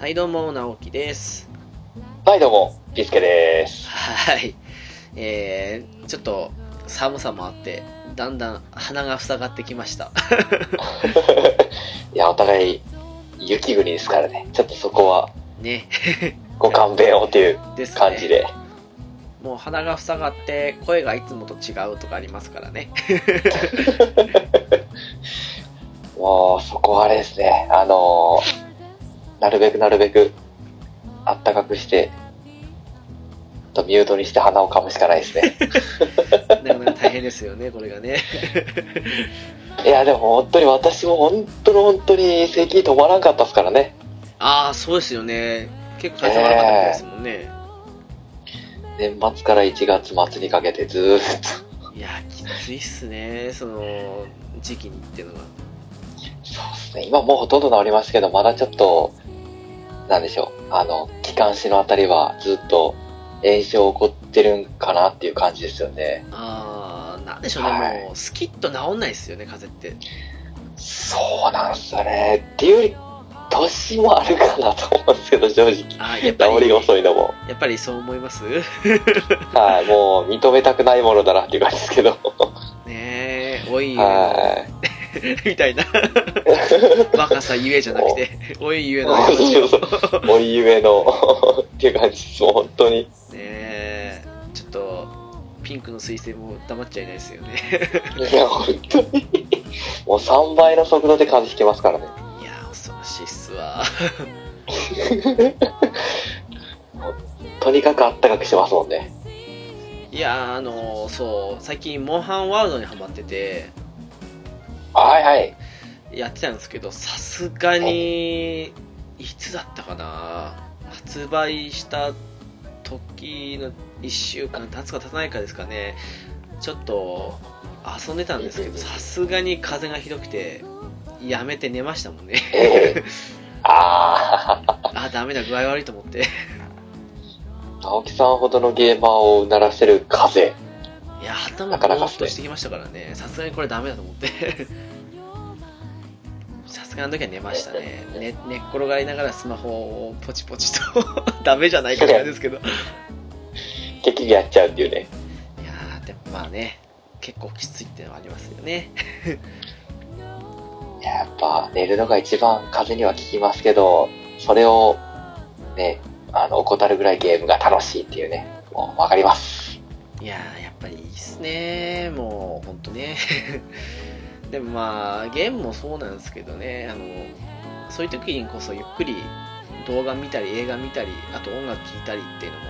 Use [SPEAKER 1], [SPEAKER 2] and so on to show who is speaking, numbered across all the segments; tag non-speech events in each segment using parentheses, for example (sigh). [SPEAKER 1] はい、どうも、直樹です。
[SPEAKER 2] はい、どうも、ピスケです。
[SPEAKER 1] はい。えー、ちょっと、寒さもあって、だんだん鼻が塞がってきました。
[SPEAKER 2] いや、お互い、雪国ですからね。ちょっとそこは、
[SPEAKER 1] ね。
[SPEAKER 2] ご勘弁をっていう
[SPEAKER 1] ですね。
[SPEAKER 2] 感じで。
[SPEAKER 1] もう鼻が塞がって、声がいつもと違うとかありますからね。
[SPEAKER 2] もう、そこはあれですね。あのーなるべくなるべく、あったかくして、とミュートにして鼻を噛むしかないです (laughs) ね。
[SPEAKER 1] なかなか大変ですよね、 (laughs) これがね。
[SPEAKER 2] いや、でも本当に私も本当の本当に咳止まらんかったですからね。
[SPEAKER 1] ああ、そうですよね。結構大変なかったみたいですもんね。
[SPEAKER 2] 年末から1月末にかけてずーっと。
[SPEAKER 1] いや、きついっすね、その、時期にっていうのが。
[SPEAKER 2] そうですね。今もうほとんど治りますけど、まだちょっと、なんでしょう。あの、気管支のあたりはずっと炎症起こってるんかなっていう感じですよね。
[SPEAKER 1] ああ、なんでしょうね、
[SPEAKER 2] はい
[SPEAKER 1] もう、スキッと治んないですよね、風邪って。
[SPEAKER 2] そうなんすよね。っていうより、年もあるかなと思うんですけど、正直。
[SPEAKER 1] あーやっぱり、
[SPEAKER 2] 治りが遅いのも。
[SPEAKER 1] やっぱりそう思います
[SPEAKER 2] はい。もう認めたくないものだなっていう感じですけど。
[SPEAKER 1] ねえ、おいよ、
[SPEAKER 2] はい。
[SPEAKER 1] (laughs) みたいな。若さゆえじゃなく (laughs) て、おいゆえの。
[SPEAKER 2] そうそうそう
[SPEAKER 1] ね
[SPEAKER 2] おゆえのっていう感じです。もう本当に。
[SPEAKER 1] え、ちょっと、ピンクの彗星も黙っちゃいないですよね。 (laughs)
[SPEAKER 2] いや、本当に。もう3倍の速度で風邪ひきますからね。
[SPEAKER 1] いや、恐ろしいっすわ。
[SPEAKER 2] とにかくあったかくしてますもんね。
[SPEAKER 1] いや、あの、そう、最近、モンハンワールドにハマってて、
[SPEAKER 2] はいはい。
[SPEAKER 1] やってたんですけど、さすがに、いつだったかな発売した時の1週間経つか経たないかですかね、ちょっと遊んでたんですけど、さすがに風がひどくて、やめて寝ましたもんね。
[SPEAKER 2] ええああ、
[SPEAKER 1] (laughs) あ、ダメだ、具合悪いと思って。
[SPEAKER 2] 青木さんほどのゲーマーをうならせる風。
[SPEAKER 1] いや、頭
[SPEAKER 2] なか
[SPEAKER 1] が
[SPEAKER 2] な
[SPEAKER 1] ぼーっ
[SPEAKER 2] かっすね
[SPEAKER 1] としてきましたからね、さすがにこれダメだと思って。 (laughs) さすがの時は寝ました (laughs) ねね。寝っ転がりながらスマホをポチポチと、 (laughs) ダメじゃないかって感じですけど。
[SPEAKER 2] 結局やっちゃうっていうね。
[SPEAKER 1] いやーでもまあね結構きついってのはありますよね (laughs)
[SPEAKER 2] いややっぱ寝るのが一番風には効きますけど、それをね、あの、怠るぐらいゲームが楽しいっていうね。もうわかります。
[SPEAKER 1] いやーやっぱりいいっすねもうほんとね (laughs) でもまあゲームもそうなんですけどねあのそういう時にこそゆっくり動画見たり映画見たりあと音楽聴いたりっていうのも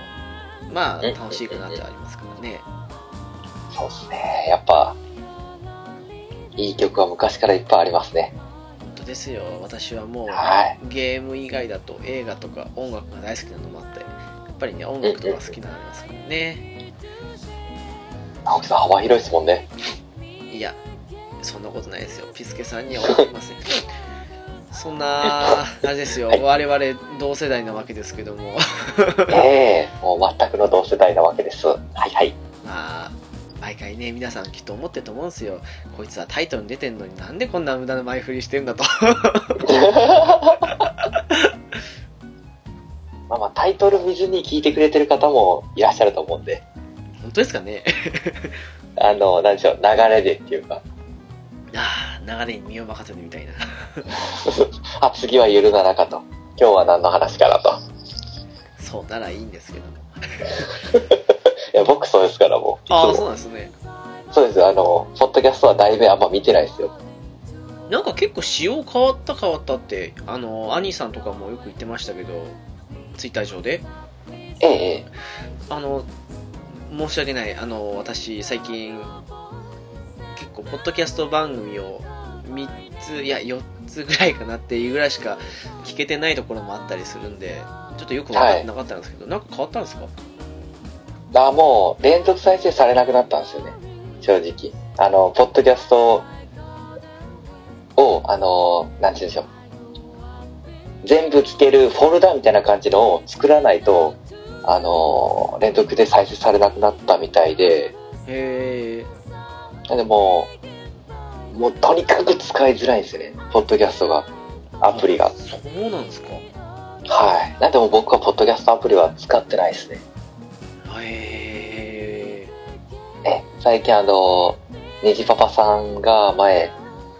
[SPEAKER 1] まあ
[SPEAKER 2] うん
[SPEAKER 1] 楽しいかなってありますからね
[SPEAKER 2] そうですね。やっぱ、いい曲は昔からいっぱいありますね。
[SPEAKER 1] 本当ですよ私はもう
[SPEAKER 2] はい。
[SPEAKER 1] ゲーム以外だと映画とか音楽が大好きなのもあってやっぱりね音楽とか好きなのありますからね、
[SPEAKER 2] 青木さん幅広いですもんね。
[SPEAKER 1] いや、そんなことないですよ。ピスケさんには思いません。 (laughs) そんな、あれですよ。
[SPEAKER 2] はい
[SPEAKER 1] 我々同世代なわけですけども、 (laughs)
[SPEAKER 2] ええもう全くの同世代なわけです。はいはい。
[SPEAKER 1] まあ、毎回ね、皆さんきっと思ってると思うんですよ。こいつはタイトルに出てんのになんでこんな無駄な前振りしてんだと。 (laughs)
[SPEAKER 2] (laughs) まあまあ、タイトル見ずに聞いてくれてる方もいらっしゃると思うんで、
[SPEAKER 1] 本当ですかね (laughs)
[SPEAKER 2] あの、なんでしょう、流れでっていうか、
[SPEAKER 1] ああ、流れに身を任せてみたいな。 (laughs)
[SPEAKER 2] あ、次はゆるならかと、今日は何の話かなと。
[SPEAKER 1] そうならいいんですけども。
[SPEAKER 2] いや、僕そうですから、もう。いつも
[SPEAKER 1] ああ、そうなんですね。
[SPEAKER 2] そうです、あの、ポッドキャストは題名あんま見てないですよ。
[SPEAKER 1] なんか結構仕様変わった変わったって、あの、兄さんとかもよく言ってましたけど、ツイッター上で。
[SPEAKER 2] ええ、ええ。
[SPEAKER 1] あの申し訳ないあの私最近結構ポッドキャスト番組を3ついや4つぐらいかなっていうぐらいしか聞けてないところもあったりするんでちょっとよく分かってなかったんですけど、なんか変わったんですか
[SPEAKER 2] あ、もう、連続再生されなくなったんですよね。正直。あの、ポッドキャストを、あの、なんて言うんでしょう。全部聞けるフォルダみたいな感じのを作らないと、あの、連続で再生されなくなったみたいで、
[SPEAKER 1] へえ
[SPEAKER 2] なんでもう、もうとにかく使いづらいんですよね。ポッドキャストが、アプリが。
[SPEAKER 1] そうなんですか
[SPEAKER 2] はい。なんでも僕はポッドキャストアプリは使ってないですね。
[SPEAKER 1] へ
[SPEAKER 2] え、最近あの、ネジパパさんが前、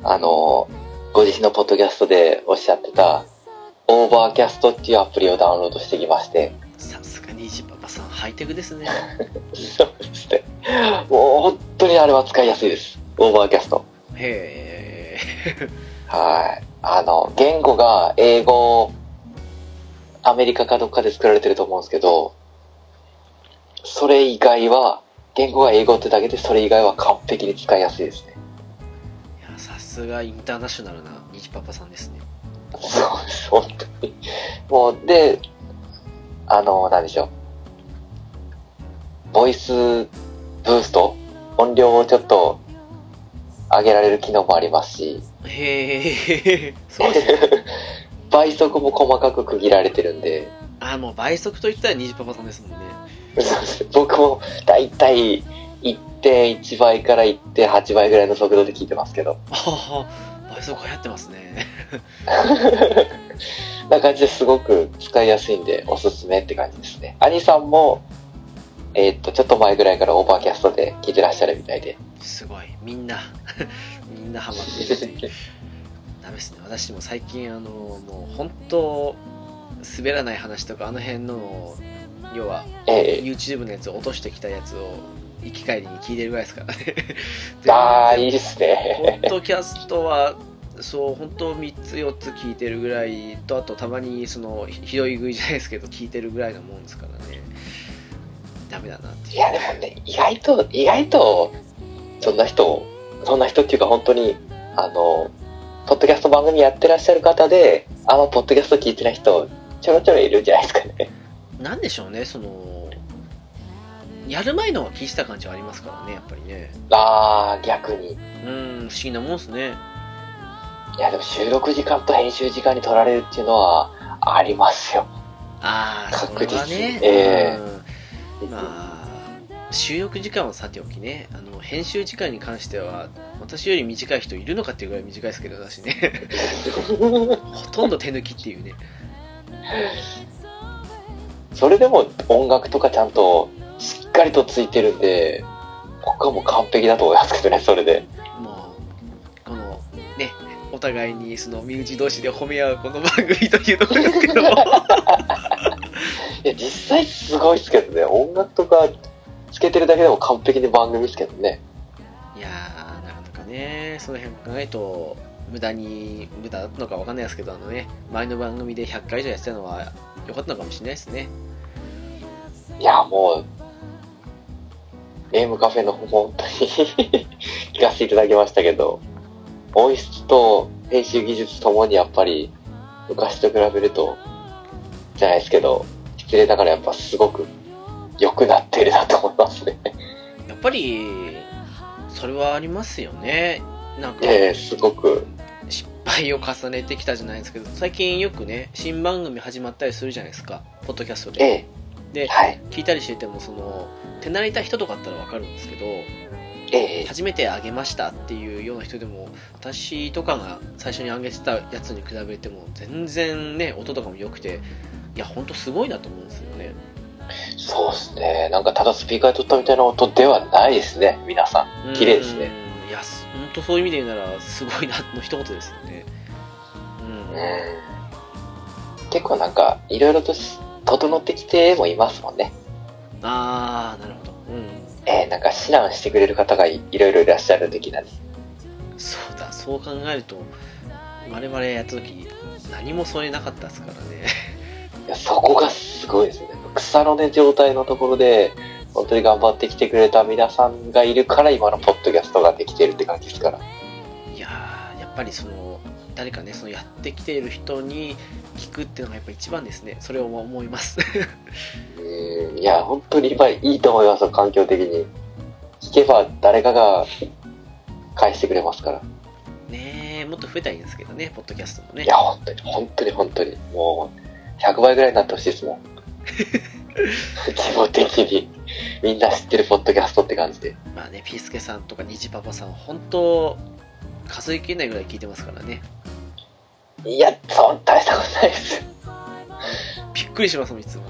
[SPEAKER 2] あの、ご自身のポッドキャストでおっしゃってた、オーバーキャストっていうアプリをダウンロードしてきまして、
[SPEAKER 1] ーさすがにジパパさんハイテクですね
[SPEAKER 2] そうですね。もう本当にあれは使いやすいです。オーバーキャスト。
[SPEAKER 1] へ
[SPEAKER 2] はい。あの、言語が英語、アメリカかどっかで作られてると思うんですけど、それ以外は、言語が英語ってだけで、それ以外は完璧に使いやすいですね。
[SPEAKER 1] えいやさすがインターナショナルなニジパパさんですね
[SPEAKER 2] そうです、本当に。もう、で、あの、なんでしょう。ボイスブースト音量をちょっと上げられる機能もありますし、 (laughs)
[SPEAKER 1] へえそうですね
[SPEAKER 2] 倍速も細かく区切られてるんで、 (laughs)
[SPEAKER 1] あもう倍速といったらニジパパさんですもんね
[SPEAKER 2] そうです僕もだいたい1.1倍から1.8倍ぐらいの速度で聞いてますけど、
[SPEAKER 1] ああ倍速流行ってますね
[SPEAKER 2] な感じですごく使いやすいんでおすすめって感じですね。兄さんも、えーっと、ちょっと前ぐらいからオーバーキャストで聞いてらっしゃるみたいで。
[SPEAKER 1] すごいみんな (laughs) みんなハマってるしダメですね私も最近あのもう本当滑らない話とかあの辺の要は
[SPEAKER 2] え
[SPEAKER 1] YouTube のやつを落としてきたやつを行き帰りに聞いてるぐらいですからね
[SPEAKER 2] (laughs) えああ、い
[SPEAKER 1] い
[SPEAKER 2] いです
[SPEAKER 1] ポ (laughs)
[SPEAKER 2] ね。
[SPEAKER 1] ッドキャストはそう本当3つ4つ聞いてるぐらいとあとたまにその拾い食いじゃないですけど聞いてるぐらいのもんですからねダメだなって
[SPEAKER 2] いや、でもね、意外と、意外と、そんな人、そんな人っていうか本当に、あの、ポッドキャスト番組やってらっしゃる方で、あんまポッドキャスト聞いてない人、ちょろちょろいるんじゃないですかね。
[SPEAKER 1] なんでしょうねそのやる前のは聞いてた感じはありますからねやっぱりね
[SPEAKER 2] ああ、逆に。
[SPEAKER 1] うん不思議なもんですね
[SPEAKER 2] いや、でも収録時間と編集時間に取られるっていうのは、ありますよ。
[SPEAKER 1] ああそれはね
[SPEAKER 2] 確実え
[SPEAKER 1] うんまあ収録時間はさておきねあの編集時間に関しては私より短い人いるのかっていうぐらい短いですけど私
[SPEAKER 2] (laughs)
[SPEAKER 1] ねほとんど手抜きっていうね
[SPEAKER 2] それでも音楽とかちゃんとしっかりとついてるんで、僕はもう完璧だと思いますけどね、それで。
[SPEAKER 1] もうこのねお互いにその身内同士で褒め合うこの番組というところですけども
[SPEAKER 2] いや、実際すごいですけどね、音楽とかつけてるだけでも完璧に番組ですけどね。
[SPEAKER 1] いやーなかなかねその辺も考えると無駄に無駄だったのかわかんないですけどあのね前の番組で100回以上やってたのは良かったのかもしれないですね
[SPEAKER 2] いや、もう、ゲームカフェの方も本当に (laughs) 聞かせていただきましたけど、音質と編集技術ともにやっぱり昔と比べると、じゃないですけど、失礼だからやっぱすごく良くなってるなと思いますね。
[SPEAKER 1] やっぱりそれはありますよねなんか
[SPEAKER 2] ええすごく。
[SPEAKER 1] 失敗を重ねてきたじゃないですけど最近よくね新番組始まったりするじゃないですかポッドキャストで
[SPEAKER 2] ええ
[SPEAKER 1] で
[SPEAKER 2] はい。
[SPEAKER 1] 聞いたりしててもその手慣れた人とかだったらわかるんですけど
[SPEAKER 2] ええ
[SPEAKER 1] 初めてあげましたっていうような人でも私とかが最初にあげてたやつに比べても全然ね音とかも良くていやほんとすごいなと思うんですよね
[SPEAKER 2] そうですね。なんかただスピーカーで撮ったみたいな音ではないですね、皆さん。
[SPEAKER 1] うん
[SPEAKER 2] 綺麗ですね
[SPEAKER 1] いやすほんとそういう意味で言うならすごいなの一言ですよねうん
[SPEAKER 2] 結構なんか、いろいろとし整ってきてもいますもんね。
[SPEAKER 1] ああなるほどうん
[SPEAKER 2] えー、なんか指南してくれる方がいいろいろいらっしゃる的なね。
[SPEAKER 1] そうだそう考えると我々やった時何もそれなかったですからね
[SPEAKER 2] いやそこがすごいですね。草の根状態のところで、本当に頑張ってきてくれた皆さんがいるから、今のポッドキャストができてるって感じですから。
[SPEAKER 1] いやーやっぱりその誰かねそのやってきている人に聞くっていうのがやっぱ一番ですねそれを思います (laughs)
[SPEAKER 2] うん、いや、本当に今いいと思いますよ、環境的に。聞けば誰かが返してくれますから。
[SPEAKER 1] ねえもっと増えたらいいんですけどねポッドキャストもね
[SPEAKER 2] いや、本当に、本当に、本当に、もう、100倍ぐらいになってほしいですもん。 (laughs) 規模的に、みんな知ってるポッドキャストって感じで。
[SPEAKER 1] まあねピースケさんとかニジパパさん本当数えきれないぐらい聞いてますからね
[SPEAKER 2] いや、そん大したことないです。
[SPEAKER 1] くりしますもんいつも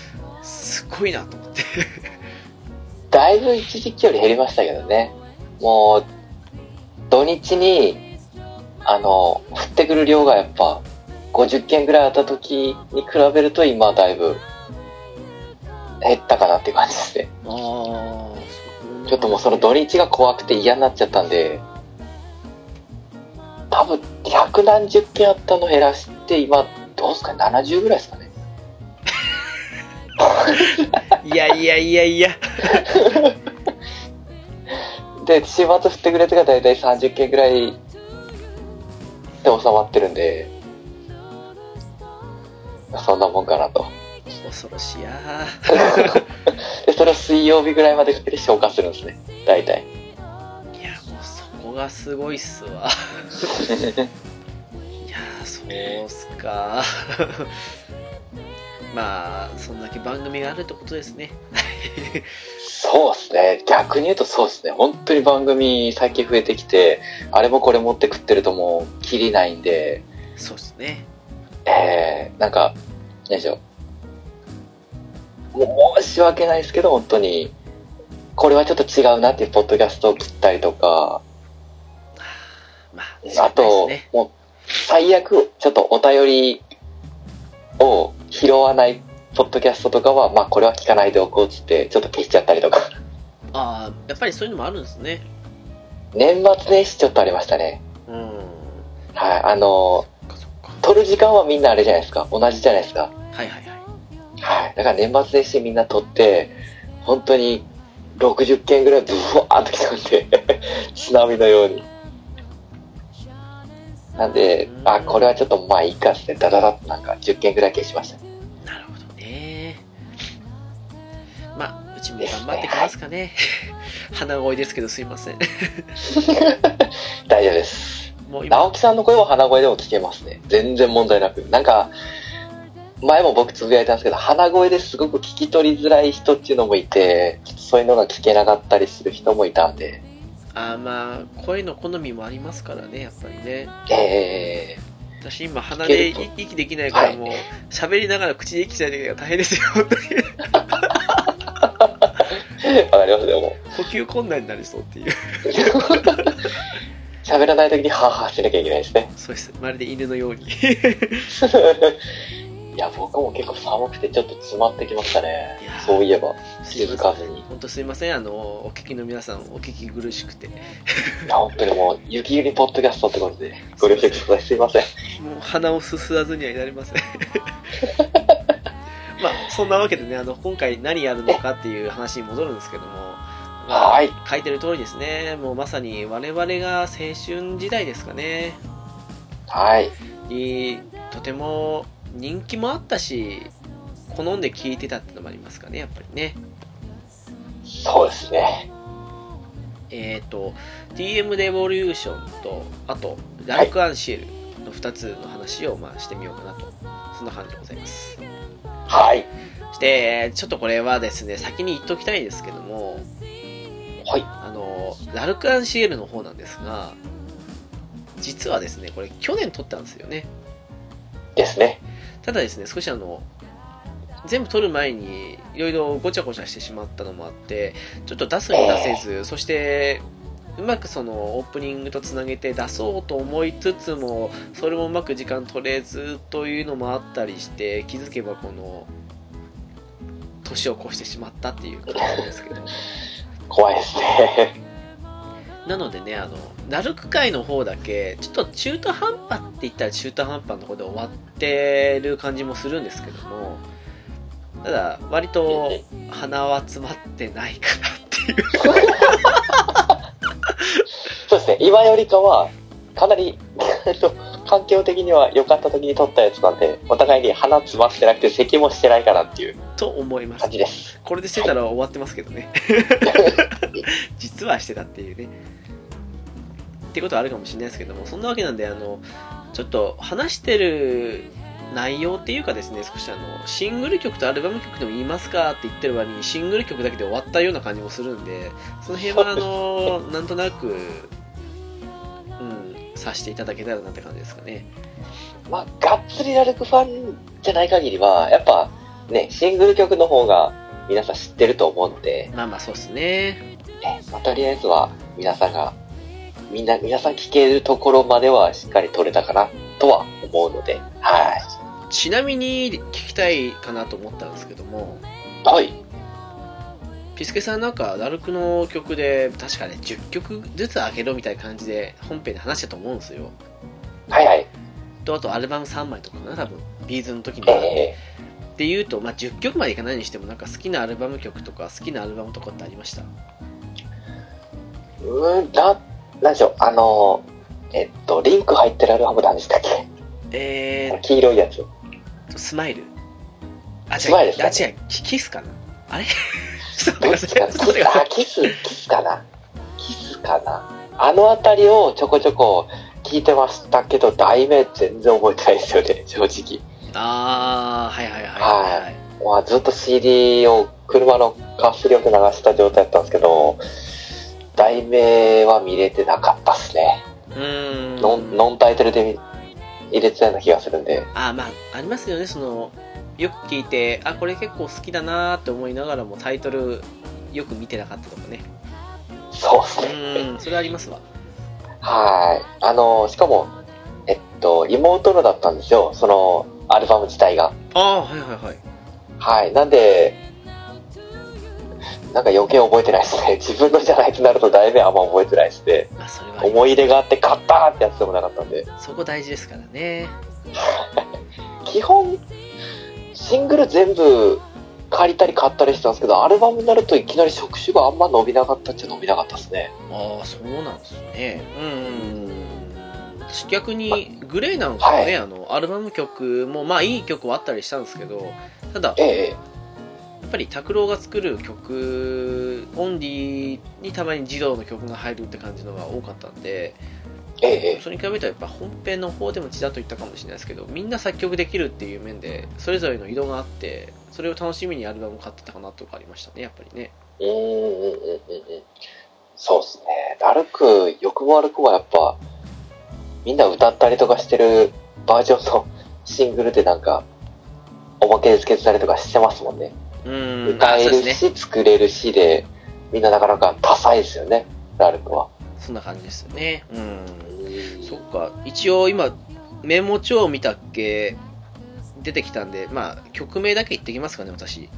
[SPEAKER 1] (laughs) すごいなと思って
[SPEAKER 2] だいぶ一時期より減りましたけどね。もう、土日に、あの、降ってくる量がやっぱ、50件ぐらいあった時に比べると今はだいぶ、減ったかなっていう感じですね。
[SPEAKER 1] ああ
[SPEAKER 2] ちょっともうその土日が怖くて嫌になっちゃったんで、多分百何十件あったの減らして、今、どうですかね、70ぐらいですかね。
[SPEAKER 1] いやいやいやいや
[SPEAKER 2] で、週末振ってくれてが大体30件ぐらいで収まってるんで、そんなもんかなと。
[SPEAKER 1] 恐ろしいや
[SPEAKER 2] で、それを水曜日ぐらいまでかけて消化するんですね、大体。
[SPEAKER 1] ーいやもうそこがすごいっ
[SPEAKER 2] (laughs)
[SPEAKER 1] すわいやーそうっすか (laughs) まあそんだけ番組があるってことですね (laughs)
[SPEAKER 2] そうですね。逆に言うとそうですね。本当に番組最近増えてきて、あれもこれ持って食ってるともう、きりないんで、
[SPEAKER 1] そうですね
[SPEAKER 2] えー、なんか、よいしょ。もう申し訳ないですけど、本当に、これはちょっと違うなっていうポッドキャストを切ったりとか、
[SPEAKER 1] まあ
[SPEAKER 2] あと、
[SPEAKER 1] ね
[SPEAKER 2] もう、最悪、ちょっとお便りを拾わないポッドキャストとかは、まあ、これは聞かないでおこうっつって、ちょっと消しちゃったりとか。
[SPEAKER 1] ああやっぱりそういうのもあるんですね
[SPEAKER 2] 年末年始ちょっとありましたね。
[SPEAKER 1] うん
[SPEAKER 2] はい、あの
[SPEAKER 1] そっかそっか
[SPEAKER 2] 撮る時間はみんなあれじゃないですか。同じじゃないですか。
[SPEAKER 1] はいはいはい
[SPEAKER 2] はい。だから年末年始みんな撮って、本当に60件ぐらいブワーっと来たんで、津波のように。なんで、あ、これはちょっとまあいいかっつって、ダダダッとなんか10件ぐらい消しました。
[SPEAKER 1] なるほどねまあうちも頑張ってきますかね (laughs) 鼻声ですけどすいません
[SPEAKER 2] 大丈夫です。
[SPEAKER 1] もう今
[SPEAKER 2] 直樹さんの声は鼻声でも聞けますね。全然問題なく。なんか、前も僕つぶやいたんですけど、鼻声ですごく聞き取りづらい人っていうのもいて、ちょっとそういうのが聞けなかったりする人もいたんで、
[SPEAKER 1] あーまあ声の好みもありますからねやっぱりね
[SPEAKER 2] え
[SPEAKER 1] 私今鼻で
[SPEAKER 2] いける
[SPEAKER 1] い息できないから
[SPEAKER 2] はい
[SPEAKER 1] もう喋、りながら口で息しないといけないから大変ですよ (laughs) 本当に
[SPEAKER 2] ー、わかりますでも。
[SPEAKER 1] 呼吸困難になりそうっていう
[SPEAKER 2] 喋らない時にハーハーしなきゃいけないですね。 (laughs)
[SPEAKER 1] そうですまるで犬のように
[SPEAKER 2] いや、僕も結構寒くてちょっと詰まってきましたね
[SPEAKER 1] いや。ー
[SPEAKER 2] そういえば、気づかずに。い
[SPEAKER 1] 本当すいませんあのお聞きの皆さんお聞き苦しくて
[SPEAKER 2] や、本当にもう、雪降りポッドキャストってことで、ご了承ください。すいません。
[SPEAKER 1] もう鼻をすすらずにはいられません (laughs) まあそんなわけでねあの今回何やるのかっていう話に戻るんですけども、まあ
[SPEAKER 2] はい
[SPEAKER 1] 書いてる通りですねもうまさに我々が青春時代ですかね
[SPEAKER 2] はい。
[SPEAKER 1] にとても人気もあったし好んで聴いてたってのもありますかねやっぱりね
[SPEAKER 2] そうですね。
[SPEAKER 1] えっ、と DM レボリューションとあとラルクアンシエルの2つの話を、まあ、してみようかなとそんな感じでございます
[SPEAKER 2] はい。
[SPEAKER 1] そしてちょっとこれはですね先に言っときたいんですけども
[SPEAKER 2] はい。
[SPEAKER 1] あのラルクアンシエルの方なんですが実はですねこれ去年撮ったんですよね
[SPEAKER 2] ですね。
[SPEAKER 1] ただですね少しあの全部撮る前にいろいろごちゃごちゃしてしまったのもあってちょっと出すに出せずそしてうまくそのオープニングとつなげて出そうと思いつつもそれもうまく時間取れずというのもあったりして気づけばこの年を越してしまったっていう感じなんですけど
[SPEAKER 2] 怖いですね。
[SPEAKER 1] なのでね、あの、ナルク会の方だけ、ちょっと中途半端って言ったら中途半端の方で終わってる感じもするんですけども、ただ、割と鼻は詰まってないかなっていう。
[SPEAKER 2] そうですね。今よりかは、かなり、えっと環境的には良かった時に撮ったやつなんで、お互いに鼻詰まってなくて咳もしてないかなっていう
[SPEAKER 1] と思います
[SPEAKER 2] 感。じです。
[SPEAKER 1] これでしてたら終わってますけどね。実はしてたっていうね。ってことはあるかもしれないですけども、そんなわけなんで、あの、ちょっと話してる内容っていうかですね、少しあの、シングル曲とアルバム曲でも言いますかって言ってる割に、シングル曲だけで終わったような感じもするんで、その辺はあの、なんとなく、うん、させていただけたらなって感じですかね。
[SPEAKER 2] まあ、がっつりラルクファンじゃない限りは、やっぱね、シングル曲の方が皆さん知ってると思うので、
[SPEAKER 1] まあまあそうっすね
[SPEAKER 2] ねまあ、とりあえずは皆さんが、みんな、皆さん聞けるところまではしっかり取れたかなとは思うので、はい。
[SPEAKER 1] ちなみに聞きたいかなと思ったんですけども
[SPEAKER 2] はい。
[SPEAKER 1] ピスケさんなんかダルクの曲で確かね10曲ずつ上げろみたいな感じで本編で話したと思うんですよ
[SPEAKER 2] はいはい。
[SPEAKER 1] とあとアルバム3枚とかかな多分ビーズの時に
[SPEAKER 2] ええ
[SPEAKER 1] っていうと、まあ、10曲までいかないにしてもなんか好きなアルバム曲とか好きなアルバムとかってありました
[SPEAKER 2] うーん、な、なんでしょう、あのー、えっと、リンク入ってるアルバム何でしたっけ
[SPEAKER 1] えーっ
[SPEAKER 2] 黄色いやつ。
[SPEAKER 1] とスマイルあ違う
[SPEAKER 2] スマイルですか
[SPEAKER 1] あ違うキキスかなあれちょっと
[SPEAKER 2] どっ
[SPEAKER 1] 待っ
[SPEAKER 2] ち
[SPEAKER 1] てくだ
[SPEAKER 2] かキ
[SPEAKER 1] さいちょっと待ってく
[SPEAKER 2] ス、
[SPEAKER 1] ださ
[SPEAKER 2] あ
[SPEAKER 1] い、
[SPEAKER 2] キス、キスかな。キスかな。あのあたりをちょこちょこ聞いてましたけど、題名全然覚えてないですよね、正直。
[SPEAKER 1] あーはいはいはいはい、はい
[SPEAKER 2] まあ、ずっと CD を車のカス力流した状態だったんですけど、題名は見れてなかったっすね。
[SPEAKER 1] うーん
[SPEAKER 2] ノン、ノンタイトルで見入れてたような気がするんで。
[SPEAKER 1] あーまあありますよねそのよく聞いてあこれ結構好きだなーって思いながらもタイトルよく見てなかったとかね
[SPEAKER 2] そうっす
[SPEAKER 1] う
[SPEAKER 2] ね。
[SPEAKER 1] ーんそれありますわ
[SPEAKER 2] はい。あの、しかも、えっと、妹のだったんですよ、その、アルバム自体が。
[SPEAKER 1] ああーはいはいはい
[SPEAKER 2] はい。なんで、なんか余計覚えてないですね。 (laughs) 自分のじゃないとなると題名あんま覚えてないですね。
[SPEAKER 1] まあそれはあります
[SPEAKER 2] 思い入れがあって買ったってやつでもなかったんで。
[SPEAKER 1] そこ大事ですからね
[SPEAKER 2] 基本、シングル全部借りたり買ったりしてたんですけど、アルバムになるといきなり触手があんま伸びなかったっちゃ伸びなかったですね。
[SPEAKER 1] ああそうなんですねうん私逆にグレーなんかはね、
[SPEAKER 2] はい
[SPEAKER 1] あのアルバム曲もまあいい曲はあったりしたんですけどただや
[SPEAKER 2] ええ、
[SPEAKER 1] っぱり拓郎が作る曲オンリーにたまに児童の曲が入るって感じのが多かったんで
[SPEAKER 2] ええ、
[SPEAKER 1] それに比べるとやっぱ本編の方でもちらっと言ったかもしれないですけどみんな作曲できるっていう面でそれぞれの移動があってそれを楽しみにアルバムを買ってたかなとかありましたねやっぱりね
[SPEAKER 2] ええ。うんうんうんうんうん。そうですね。歩く、欲も歩くもやっぱ、みんな歌ったりとかしてるバージョンのシングルでなんか、おまけでつけてたりとかしてますもんね。
[SPEAKER 1] うん
[SPEAKER 2] 歌
[SPEAKER 1] あ
[SPEAKER 2] え
[SPEAKER 1] そ
[SPEAKER 2] る
[SPEAKER 1] うですね
[SPEAKER 2] し、作れるしで、みんななかなか多彩ですよね、歩くは。
[SPEAKER 1] そんな感じですよねうんそっか一応今メモ帳を見たっけ出てきたんでまあ曲名だけ言ってきますかね私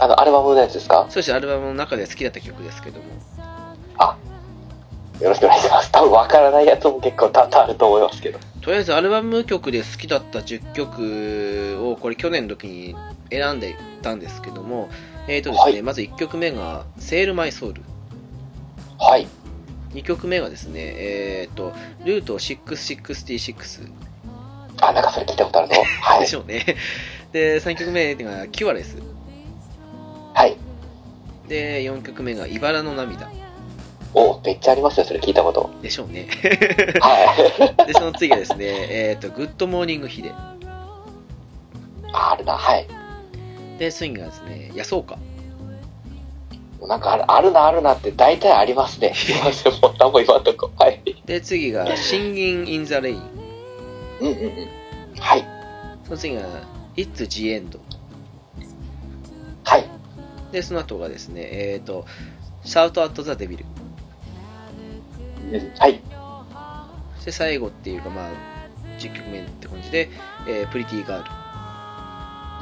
[SPEAKER 2] あの、アルバムのやつですか
[SPEAKER 1] そしてアルバムの中で好きだった曲ですけども
[SPEAKER 2] よろしくお願いします。多分わからないやつも結構多々あると思いますけど。
[SPEAKER 1] とりあえずアルバム曲で好きだった10曲をこれ去年の時に選んでいったんですけどもえーとですね、
[SPEAKER 2] はい
[SPEAKER 1] まず1曲目が「セール・マイ・ソウル
[SPEAKER 2] はい。」
[SPEAKER 1] 2曲目がですねえーと「ルート666」
[SPEAKER 2] あ、なんかそれ聞いたことあるぞ。は
[SPEAKER 1] で
[SPEAKER 2] い
[SPEAKER 1] し。ょうね、で3曲目が「キュアレス
[SPEAKER 2] はい。」
[SPEAKER 1] で4曲目が「茨の涙
[SPEAKER 2] お、めっちゃありますよ、それ聞いたこと。」
[SPEAKER 1] でしょうね (laughs)
[SPEAKER 2] はい。
[SPEAKER 1] で、その次がですね、えっ、と、グッドモーニングヒデ。 (laughs)
[SPEAKER 2] ああるな、はい。
[SPEAKER 1] で、次がですね、野草花。
[SPEAKER 2] なんかあるあるな、あるなって大体ありますね。すいません、もう何も今んとこ。はい。
[SPEAKER 1] で、次が、シンギン・イン・ザ・レイン。
[SPEAKER 2] うんうんうん。はい。
[SPEAKER 1] その次が、It's the End。
[SPEAKER 2] はい。
[SPEAKER 1] で、その後がですね、えっ、と、Shout at the Devil。
[SPEAKER 2] うんはい。
[SPEAKER 1] で、最後っていうか、まあ、10曲目って感じで、えー、Pretty Girl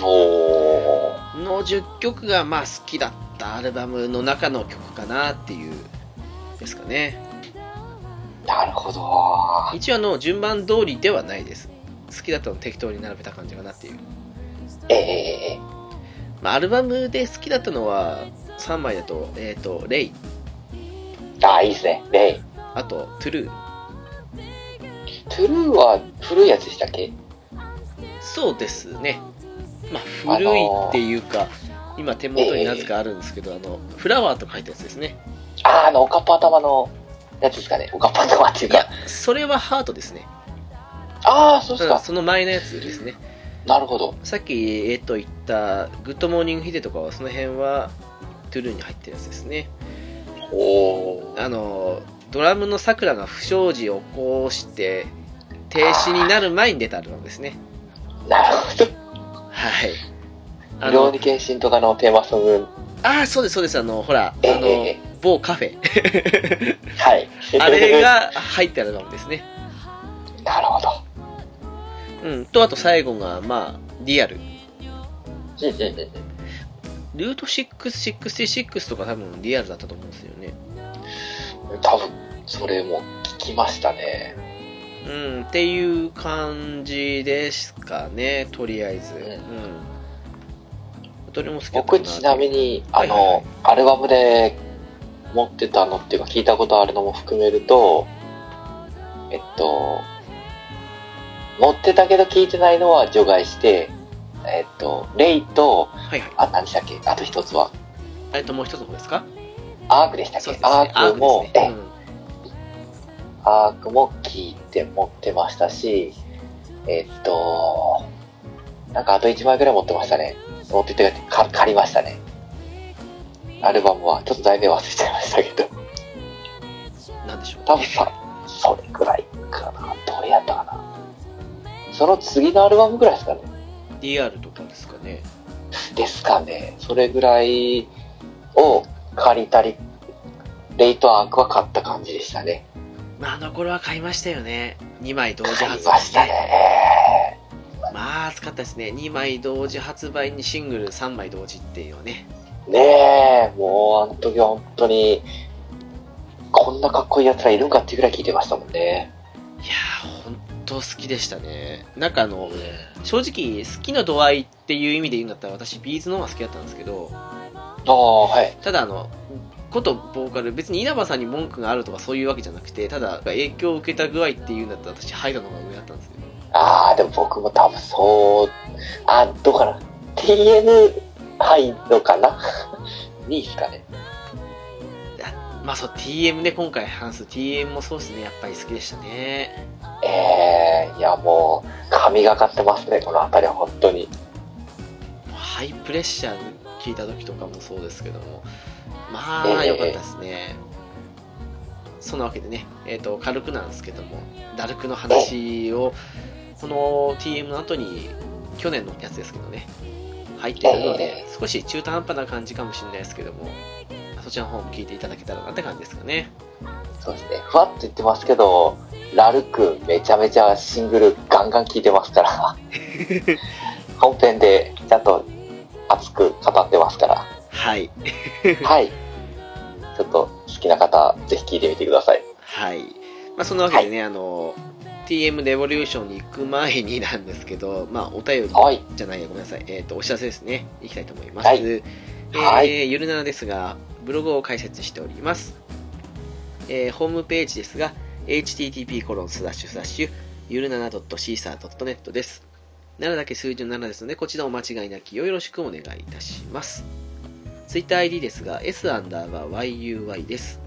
[SPEAKER 2] おー。
[SPEAKER 1] の10曲が、まあ、好きだったアルバムの中の曲かなっていう、ですかね。
[SPEAKER 2] なるほど。は
[SPEAKER 1] 一応、あの、順番通りではないです。好きだったのを適当に並べた感じかなっていう。
[SPEAKER 2] い。えー、
[SPEAKER 1] まあ、アルバムで好きだったのは3枚だと、えっ、と、レイ、
[SPEAKER 2] あー、いいですね。レイ。
[SPEAKER 1] あと、トゥルー。
[SPEAKER 2] トゥルーは古いやつでしたっけ
[SPEAKER 1] そうですね。まあ、古いっていうか、今手元になぜかあるんですけど、あの、フラワーと書いたやつですね。
[SPEAKER 2] あー、あの、おかっぱ頭のやつですかね。おかっぱ頭っていうか。
[SPEAKER 1] それはハートですね。
[SPEAKER 2] ああ、そうです
[SPEAKER 1] うん
[SPEAKER 2] か。
[SPEAKER 1] その前のやつですね。
[SPEAKER 2] なるほど。
[SPEAKER 1] さっき、えっ、と、言った、グッドモーニングヒデとかは、その辺は、トゥルーに入ってるやつですね。
[SPEAKER 2] おー。
[SPEAKER 1] あの、ドラムの桜が不祥事を起こして、停止になる前に出たアルバムですね。
[SPEAKER 2] なるほど。
[SPEAKER 1] はい。あ
[SPEAKER 2] 料
[SPEAKER 1] の
[SPEAKER 2] 理、検診とかのテーマソング。
[SPEAKER 1] あーそうです、そうです、あの、ほら、あ
[SPEAKER 2] えええ
[SPEAKER 1] の
[SPEAKER 2] え、
[SPEAKER 1] 某カフェ。
[SPEAKER 2] はい。
[SPEAKER 1] あれ。が入ってるバムですね。
[SPEAKER 2] (laughs) なるほど。
[SPEAKER 1] うん。と、あと最後が、まあ、リアル。
[SPEAKER 2] うんうんうんうん
[SPEAKER 1] ルート666とか多分リアルだったと思うんですよね。
[SPEAKER 2] 多分、それも聞きましたね。
[SPEAKER 1] うん、っていう感じですかね、とりあえず。う
[SPEAKER 2] うん
[SPEAKER 1] ん。どれも好きだった
[SPEAKER 2] 僕ちなみに、あ
[SPEAKER 1] はいはいはい
[SPEAKER 2] の、アルバムで持ってたのっていうか聞いたことあるのも含めると、えっと、持ってたけど聞いてないのは除外して、えっと、レイと、
[SPEAKER 1] はいはい。
[SPEAKER 2] あ、何でしたっけあと一つは、
[SPEAKER 1] えっと、もう一つの方ですか
[SPEAKER 2] アークでしたっけ、
[SPEAKER 1] そうですね。
[SPEAKER 2] アークも、
[SPEAKER 1] ですねうん
[SPEAKER 2] えアークも聞いて持ってましたし、えっと、なんかあと1枚ぐらい持ってましたね。持っててか、借りましたね。アルバムは、ちょっと題名忘れちゃいましたけど。
[SPEAKER 1] なんでしょう。
[SPEAKER 2] 多分さ、それぐらいかな。どれやったかな。その次のアルバムぐらいですかね。
[SPEAKER 1] リアルとかですかね。
[SPEAKER 2] ですかね。それぐらいを借りたり、レイトアークは買った感じでしたね。
[SPEAKER 1] まあ、あの頃は買いましたよね。2枚同時
[SPEAKER 2] 買い
[SPEAKER 1] 発
[SPEAKER 2] ま
[SPEAKER 1] 売
[SPEAKER 2] した
[SPEAKER 1] ね。
[SPEAKER 2] ね。
[SPEAKER 1] まあ、暑かったですね。2枚同時発売にシングル3枚同時っていうのはね。
[SPEAKER 2] ねえ、もうあの時は本当に、こんなかっこいい奴らいるんかっていうぐらい聞いてましたもんね。
[SPEAKER 1] いやー、ほんと好きでしたね。なんかあの、正直、好きな度合いっていう意味で言うんだったら、私、ビーズの方が好きだったんですけど、
[SPEAKER 2] ああ、はい。
[SPEAKER 1] ただあの、ことボーカル、別に稲葉さんに文句があるとかそういうわけじゃなくて、ただ影響を受けた具合っていうんだったら、私、ハイダの方が上だったんですけど。
[SPEAKER 2] ああ、でも僕も多分そう、あ、どうかな。TN 入んのか (laughs) な ?2 位ですかね。
[SPEAKER 1] まあそう、TM ね、今回話す TM もそうですね、やっぱり好きでしたね。
[SPEAKER 2] えー、いやもう、神がかってますね、この辺りは本当に。
[SPEAKER 1] もうハイプレッシャー聞いた時とかもそうですけども、まあ、
[SPEAKER 2] ええ
[SPEAKER 1] 良かったですね。そんなわけでね、えっ、と、軽くなんですけども、ダルクの話を、この TM の後に、去年のやつですけどね、入ってるので、少し中途半端な感じかもしれないですけども、そちらの方も聞いていただけたらなって感じですかね。
[SPEAKER 2] そうですね、ふわっと言ってますけど、ラルクめちゃめちゃシングルガンガン聴いてます (laughs) から。本編でちゃんと熱く語ってますから。
[SPEAKER 1] はい。
[SPEAKER 2] はい。ちょっと好きな方、ぜひ聴いてみてください。
[SPEAKER 1] はい。まあ、そんなわけでね、あの、TM レボリューションに行く前になんですけど、まあ、お便り
[SPEAKER 2] はい。
[SPEAKER 1] じゃないや、ごめんなさい。えっ、と、お知らせですね。いきたいと思います。
[SPEAKER 2] はい
[SPEAKER 1] えー
[SPEAKER 2] はい
[SPEAKER 1] ゆるななですが、ブログを開設しております。えーホームページですが、http コロンスラッシュスラッシュ、ゆるなな .caesar.net です。7だけ数字の7ですので、こちらお間違いなきようよろしくお願いいたします。TwitterID ですが、s アンダーバー yuy です。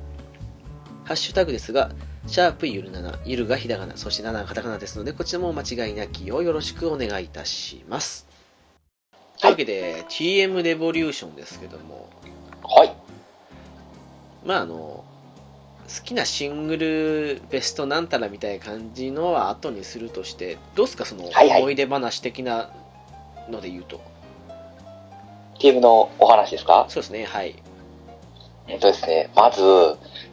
[SPEAKER 1] ハッシュタグですが、シャープゆる7、ゆるがひらがな、そして7がカタカナですので、こちらもお間違いなきようよろしくお願いいたします。というわけで、TM レボリューションですけども、
[SPEAKER 2] はい。
[SPEAKER 1] まああの、好きなシングルベストなんたらみたいな感じのは後にするとして、どうですか、その
[SPEAKER 2] はいはい
[SPEAKER 1] 思い出話的なので言うと。
[SPEAKER 2] TM のお話ですか
[SPEAKER 1] そうですね、はい。
[SPEAKER 2] えっとですね、まず、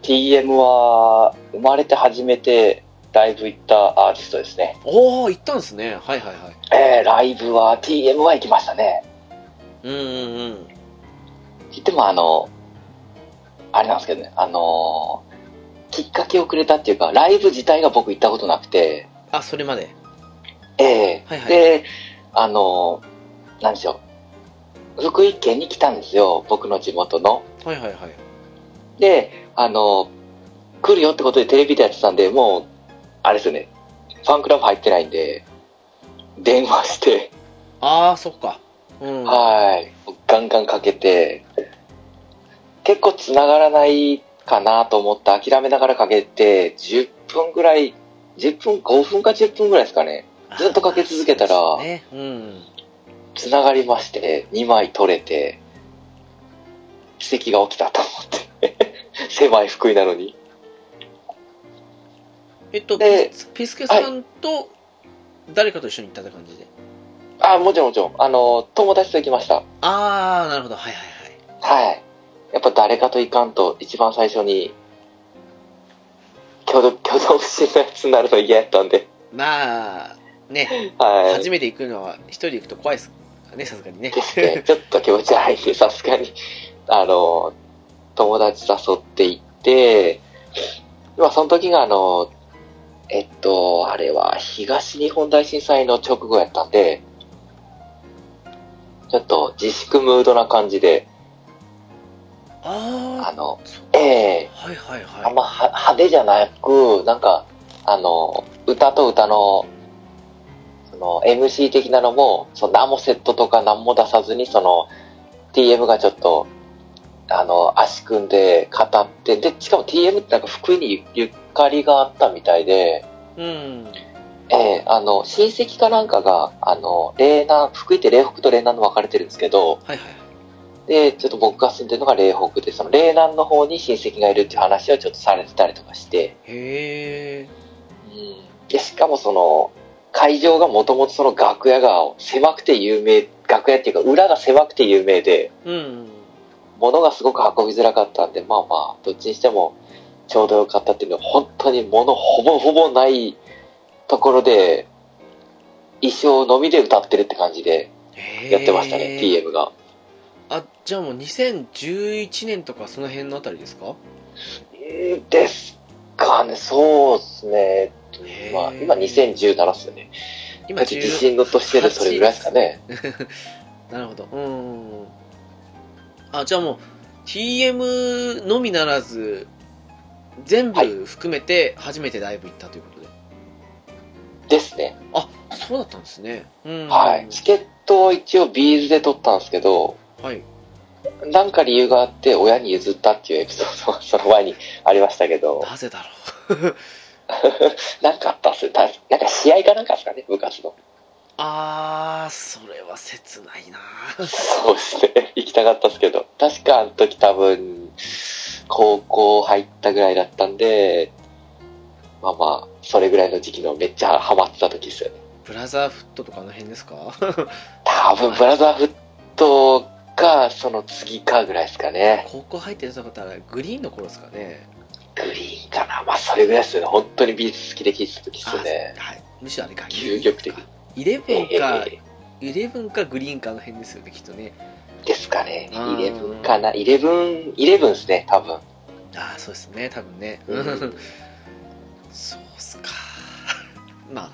[SPEAKER 2] TM は、生まれて初めてライブ行ったアーティストですね。
[SPEAKER 1] おお行ったんですね。はいはいはい。
[SPEAKER 2] えー、ライブは、TM は行きましたね。
[SPEAKER 1] うんうんうん。
[SPEAKER 2] 言ってもあの、あれなんですけどね、あのーきっかけをくれたっていうか、ライブ自体が僕行ったことなくて、
[SPEAKER 1] あ、それまで。
[SPEAKER 2] ええ
[SPEAKER 1] はいはい
[SPEAKER 2] で、あのーなんでしょう、福井県に来たんですよ、僕の地元の。
[SPEAKER 1] はいはいはい。
[SPEAKER 2] で、あのー来るよってことでテレビでやってたんで、もう、あれですよね、ファンクラブ入ってないんで、電話して、
[SPEAKER 1] ああ、そっか。うん。
[SPEAKER 2] はい。ガンガンかけて、結構繋がらないかなと思って諦めながらかけて、10分ぐらい、10分、5分か10分ぐらいですかね。ずっとかけ続けたら
[SPEAKER 1] そうですね。うん。
[SPEAKER 2] 繋がりまして、2枚取れて、奇跡が起きたと思って。 (laughs) 狭い福井なのに。
[SPEAKER 1] えっと、ピ
[SPEAKER 2] で
[SPEAKER 1] スピスケさんと誰かと一緒に行ったって感じで。
[SPEAKER 2] あ、もちろんもちろん。あの、友達と行きました。
[SPEAKER 1] ああ、なるほど。はいはいはい。
[SPEAKER 2] はい。やっぱ誰かと行かんと、一番最初に、挙動、挙動不審なやつになるの嫌やったんで。
[SPEAKER 1] まあ、ね、
[SPEAKER 2] はい。
[SPEAKER 1] 初めて行くのは、一人で行くと怖いですからね、さすがにね。
[SPEAKER 2] ですね。ちょっと気持ち悪いんで、さすがに。あの、友達誘って行って、まあその時があの、えっと、あれは東日本大震災の直後やったんで、ちょっと自粛ムードな感じで、あ
[SPEAKER 1] (laughs) あ
[SPEAKER 2] の
[SPEAKER 1] あ、、そう
[SPEAKER 2] ええ
[SPEAKER 1] はいはい
[SPEAKER 2] あん
[SPEAKER 1] は
[SPEAKER 2] まは派手じゃなく、なんか、あの、歌と歌の、その、MC 的なのも、その何もセットとか何も出さずに、その、TM がちょっと、あの、足組んで語って、で、しかも TM ってなんか福井にゆゆかりがあったみたいで、
[SPEAKER 1] い。うん。
[SPEAKER 2] ええあの、親戚かなんかが、あの、霊南、福井って霊北と霊南の分かれてるんですけど、
[SPEAKER 1] はいはい。
[SPEAKER 2] で、ちょっと僕が住んでるのが霊北で、その霊南の方に親戚がいるっていう話をちょっとされてたりとかして、
[SPEAKER 1] へえ。
[SPEAKER 2] で、しかもその、会場がもともとその楽屋が狭くて有名、楽屋っていうか裏が狭くて有名で、
[SPEAKER 1] うん。
[SPEAKER 2] 物がすごく運びづらかったんで、まあまあ、どっちにしてもちょうどよかったっていうのは、本当に物ほぼほぼないところで、衣装のみで歌ってるって感じで
[SPEAKER 1] へえ
[SPEAKER 2] やってましたね、TM が。
[SPEAKER 1] あ、じゃあもう2011年とかその辺のあたりですか
[SPEAKER 2] ですかね、そうですね。
[SPEAKER 1] へー
[SPEAKER 2] まあ、今2017っすよね。
[SPEAKER 1] 今
[SPEAKER 2] だって
[SPEAKER 1] 10
[SPEAKER 2] 地震の年でそれぐらいですかね。
[SPEAKER 1] なるほど。うん。あ、じゃあもう、TM のみならず、全
[SPEAKER 2] は
[SPEAKER 1] 部含めて初めてライブ行ったということで。
[SPEAKER 2] ですね。
[SPEAKER 1] あ、そうだったんですね。うん。
[SPEAKER 2] はい。チケットを一応ビーズで取ったんですけど、
[SPEAKER 1] はい。
[SPEAKER 2] なんか理由があって親に譲ったっていうエピソードがその前にありましたけど、
[SPEAKER 1] なぜだろう。
[SPEAKER 2] なんかあったっすたなんか試合かなんかですかね、部活の。
[SPEAKER 1] あー、それは切ないな
[SPEAKER 2] そうですね。 (laughs) 行きたかったっすけど、確かあの時多分、高校入ったぐらいだったんで、まあまあ、それぐらいの時期のめっちゃハマってた時ですよね。
[SPEAKER 1] (laughs) ブラザーフットとかあの辺ですか (laughs)
[SPEAKER 2] 多分、ブラザーフットか、その次かぐらいですかね。
[SPEAKER 1] 高校入ってた方はグリーンの頃ですかね。
[SPEAKER 2] グリーンかなまあ、それぐらいですよね。本当に美術好きで聴いてた時ですよね。
[SPEAKER 1] あはい。むしろあれか。
[SPEAKER 2] 究極的。
[SPEAKER 1] イレブンか、
[SPEAKER 2] え
[SPEAKER 1] イレブンかグリーンかの辺ですよね、きっとね。
[SPEAKER 2] ーですかね。
[SPEAKER 1] うん
[SPEAKER 2] イレブンかなイレブン、イレブンですね、多分。
[SPEAKER 1] ああそうですね多分ね、
[SPEAKER 2] う
[SPEAKER 1] (laughs) そうっすか (laughs) まあ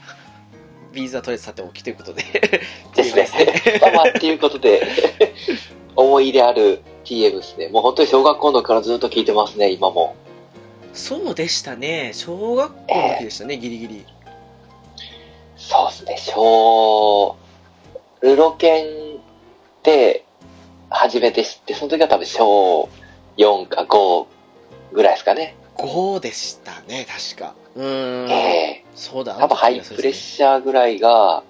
[SPEAKER 1] ビーズはとりあえずさておきということで (laughs)
[SPEAKER 2] ですね
[SPEAKER 1] っていうことです。
[SPEAKER 2] まあまあ、っていうこ
[SPEAKER 1] (laughs)
[SPEAKER 2] とで、思い入れある TM ですね。もう本当に小学校の時からずっと聴いてますね、今も。
[SPEAKER 1] そうでしたね小学校の時でしたね、ギリギリ
[SPEAKER 2] そうですね、小、ルロケンで初めて知って、その時は多分小4か5ぐらいですかね。
[SPEAKER 1] 5でしたね確かうーん、
[SPEAKER 2] えー
[SPEAKER 1] そうだ
[SPEAKER 2] 多分ハイプレッシャーぐらいが、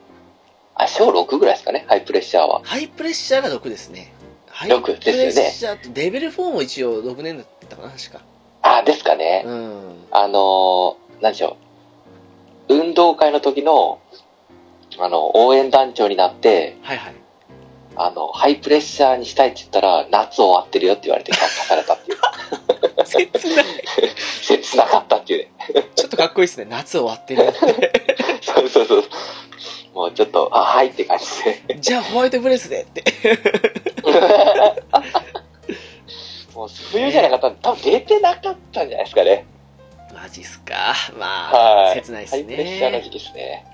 [SPEAKER 2] あ、小6ぐらいですかね、ハイプレッシャーは。
[SPEAKER 1] ハイプレッシャーが6ですねハイ
[SPEAKER 2] 6
[SPEAKER 1] プレッ
[SPEAKER 2] ですよね
[SPEAKER 1] シャーとレベル4も一応6年だったかな確か
[SPEAKER 2] あ、ですかね。
[SPEAKER 1] うん
[SPEAKER 2] あのー、何でしょう。運動会の時の、あの、応援団長になって、
[SPEAKER 1] はいはい
[SPEAKER 2] あの、ハイプレッシャーにしたいって言ったら、夏終わってるよって言われて却下された
[SPEAKER 1] (laughs)
[SPEAKER 2] っていう。
[SPEAKER 1] 切ない
[SPEAKER 2] 切なかったっていうね。
[SPEAKER 1] ちょっとかっこいいですね夏終わってる
[SPEAKER 2] そうそうそう。もうちょっと、あ、はいって感じで。
[SPEAKER 1] じゃあホワイトブレスでって
[SPEAKER 2] もう冬じゃなかったんで、多分出てなかったんじゃないですかね。
[SPEAKER 1] マジっすかまあ、
[SPEAKER 2] はい。
[SPEAKER 1] 切ないっ
[SPEAKER 2] ハ
[SPEAKER 1] す
[SPEAKER 2] イプレッシャーの
[SPEAKER 1] ね
[SPEAKER 2] 時期ですね。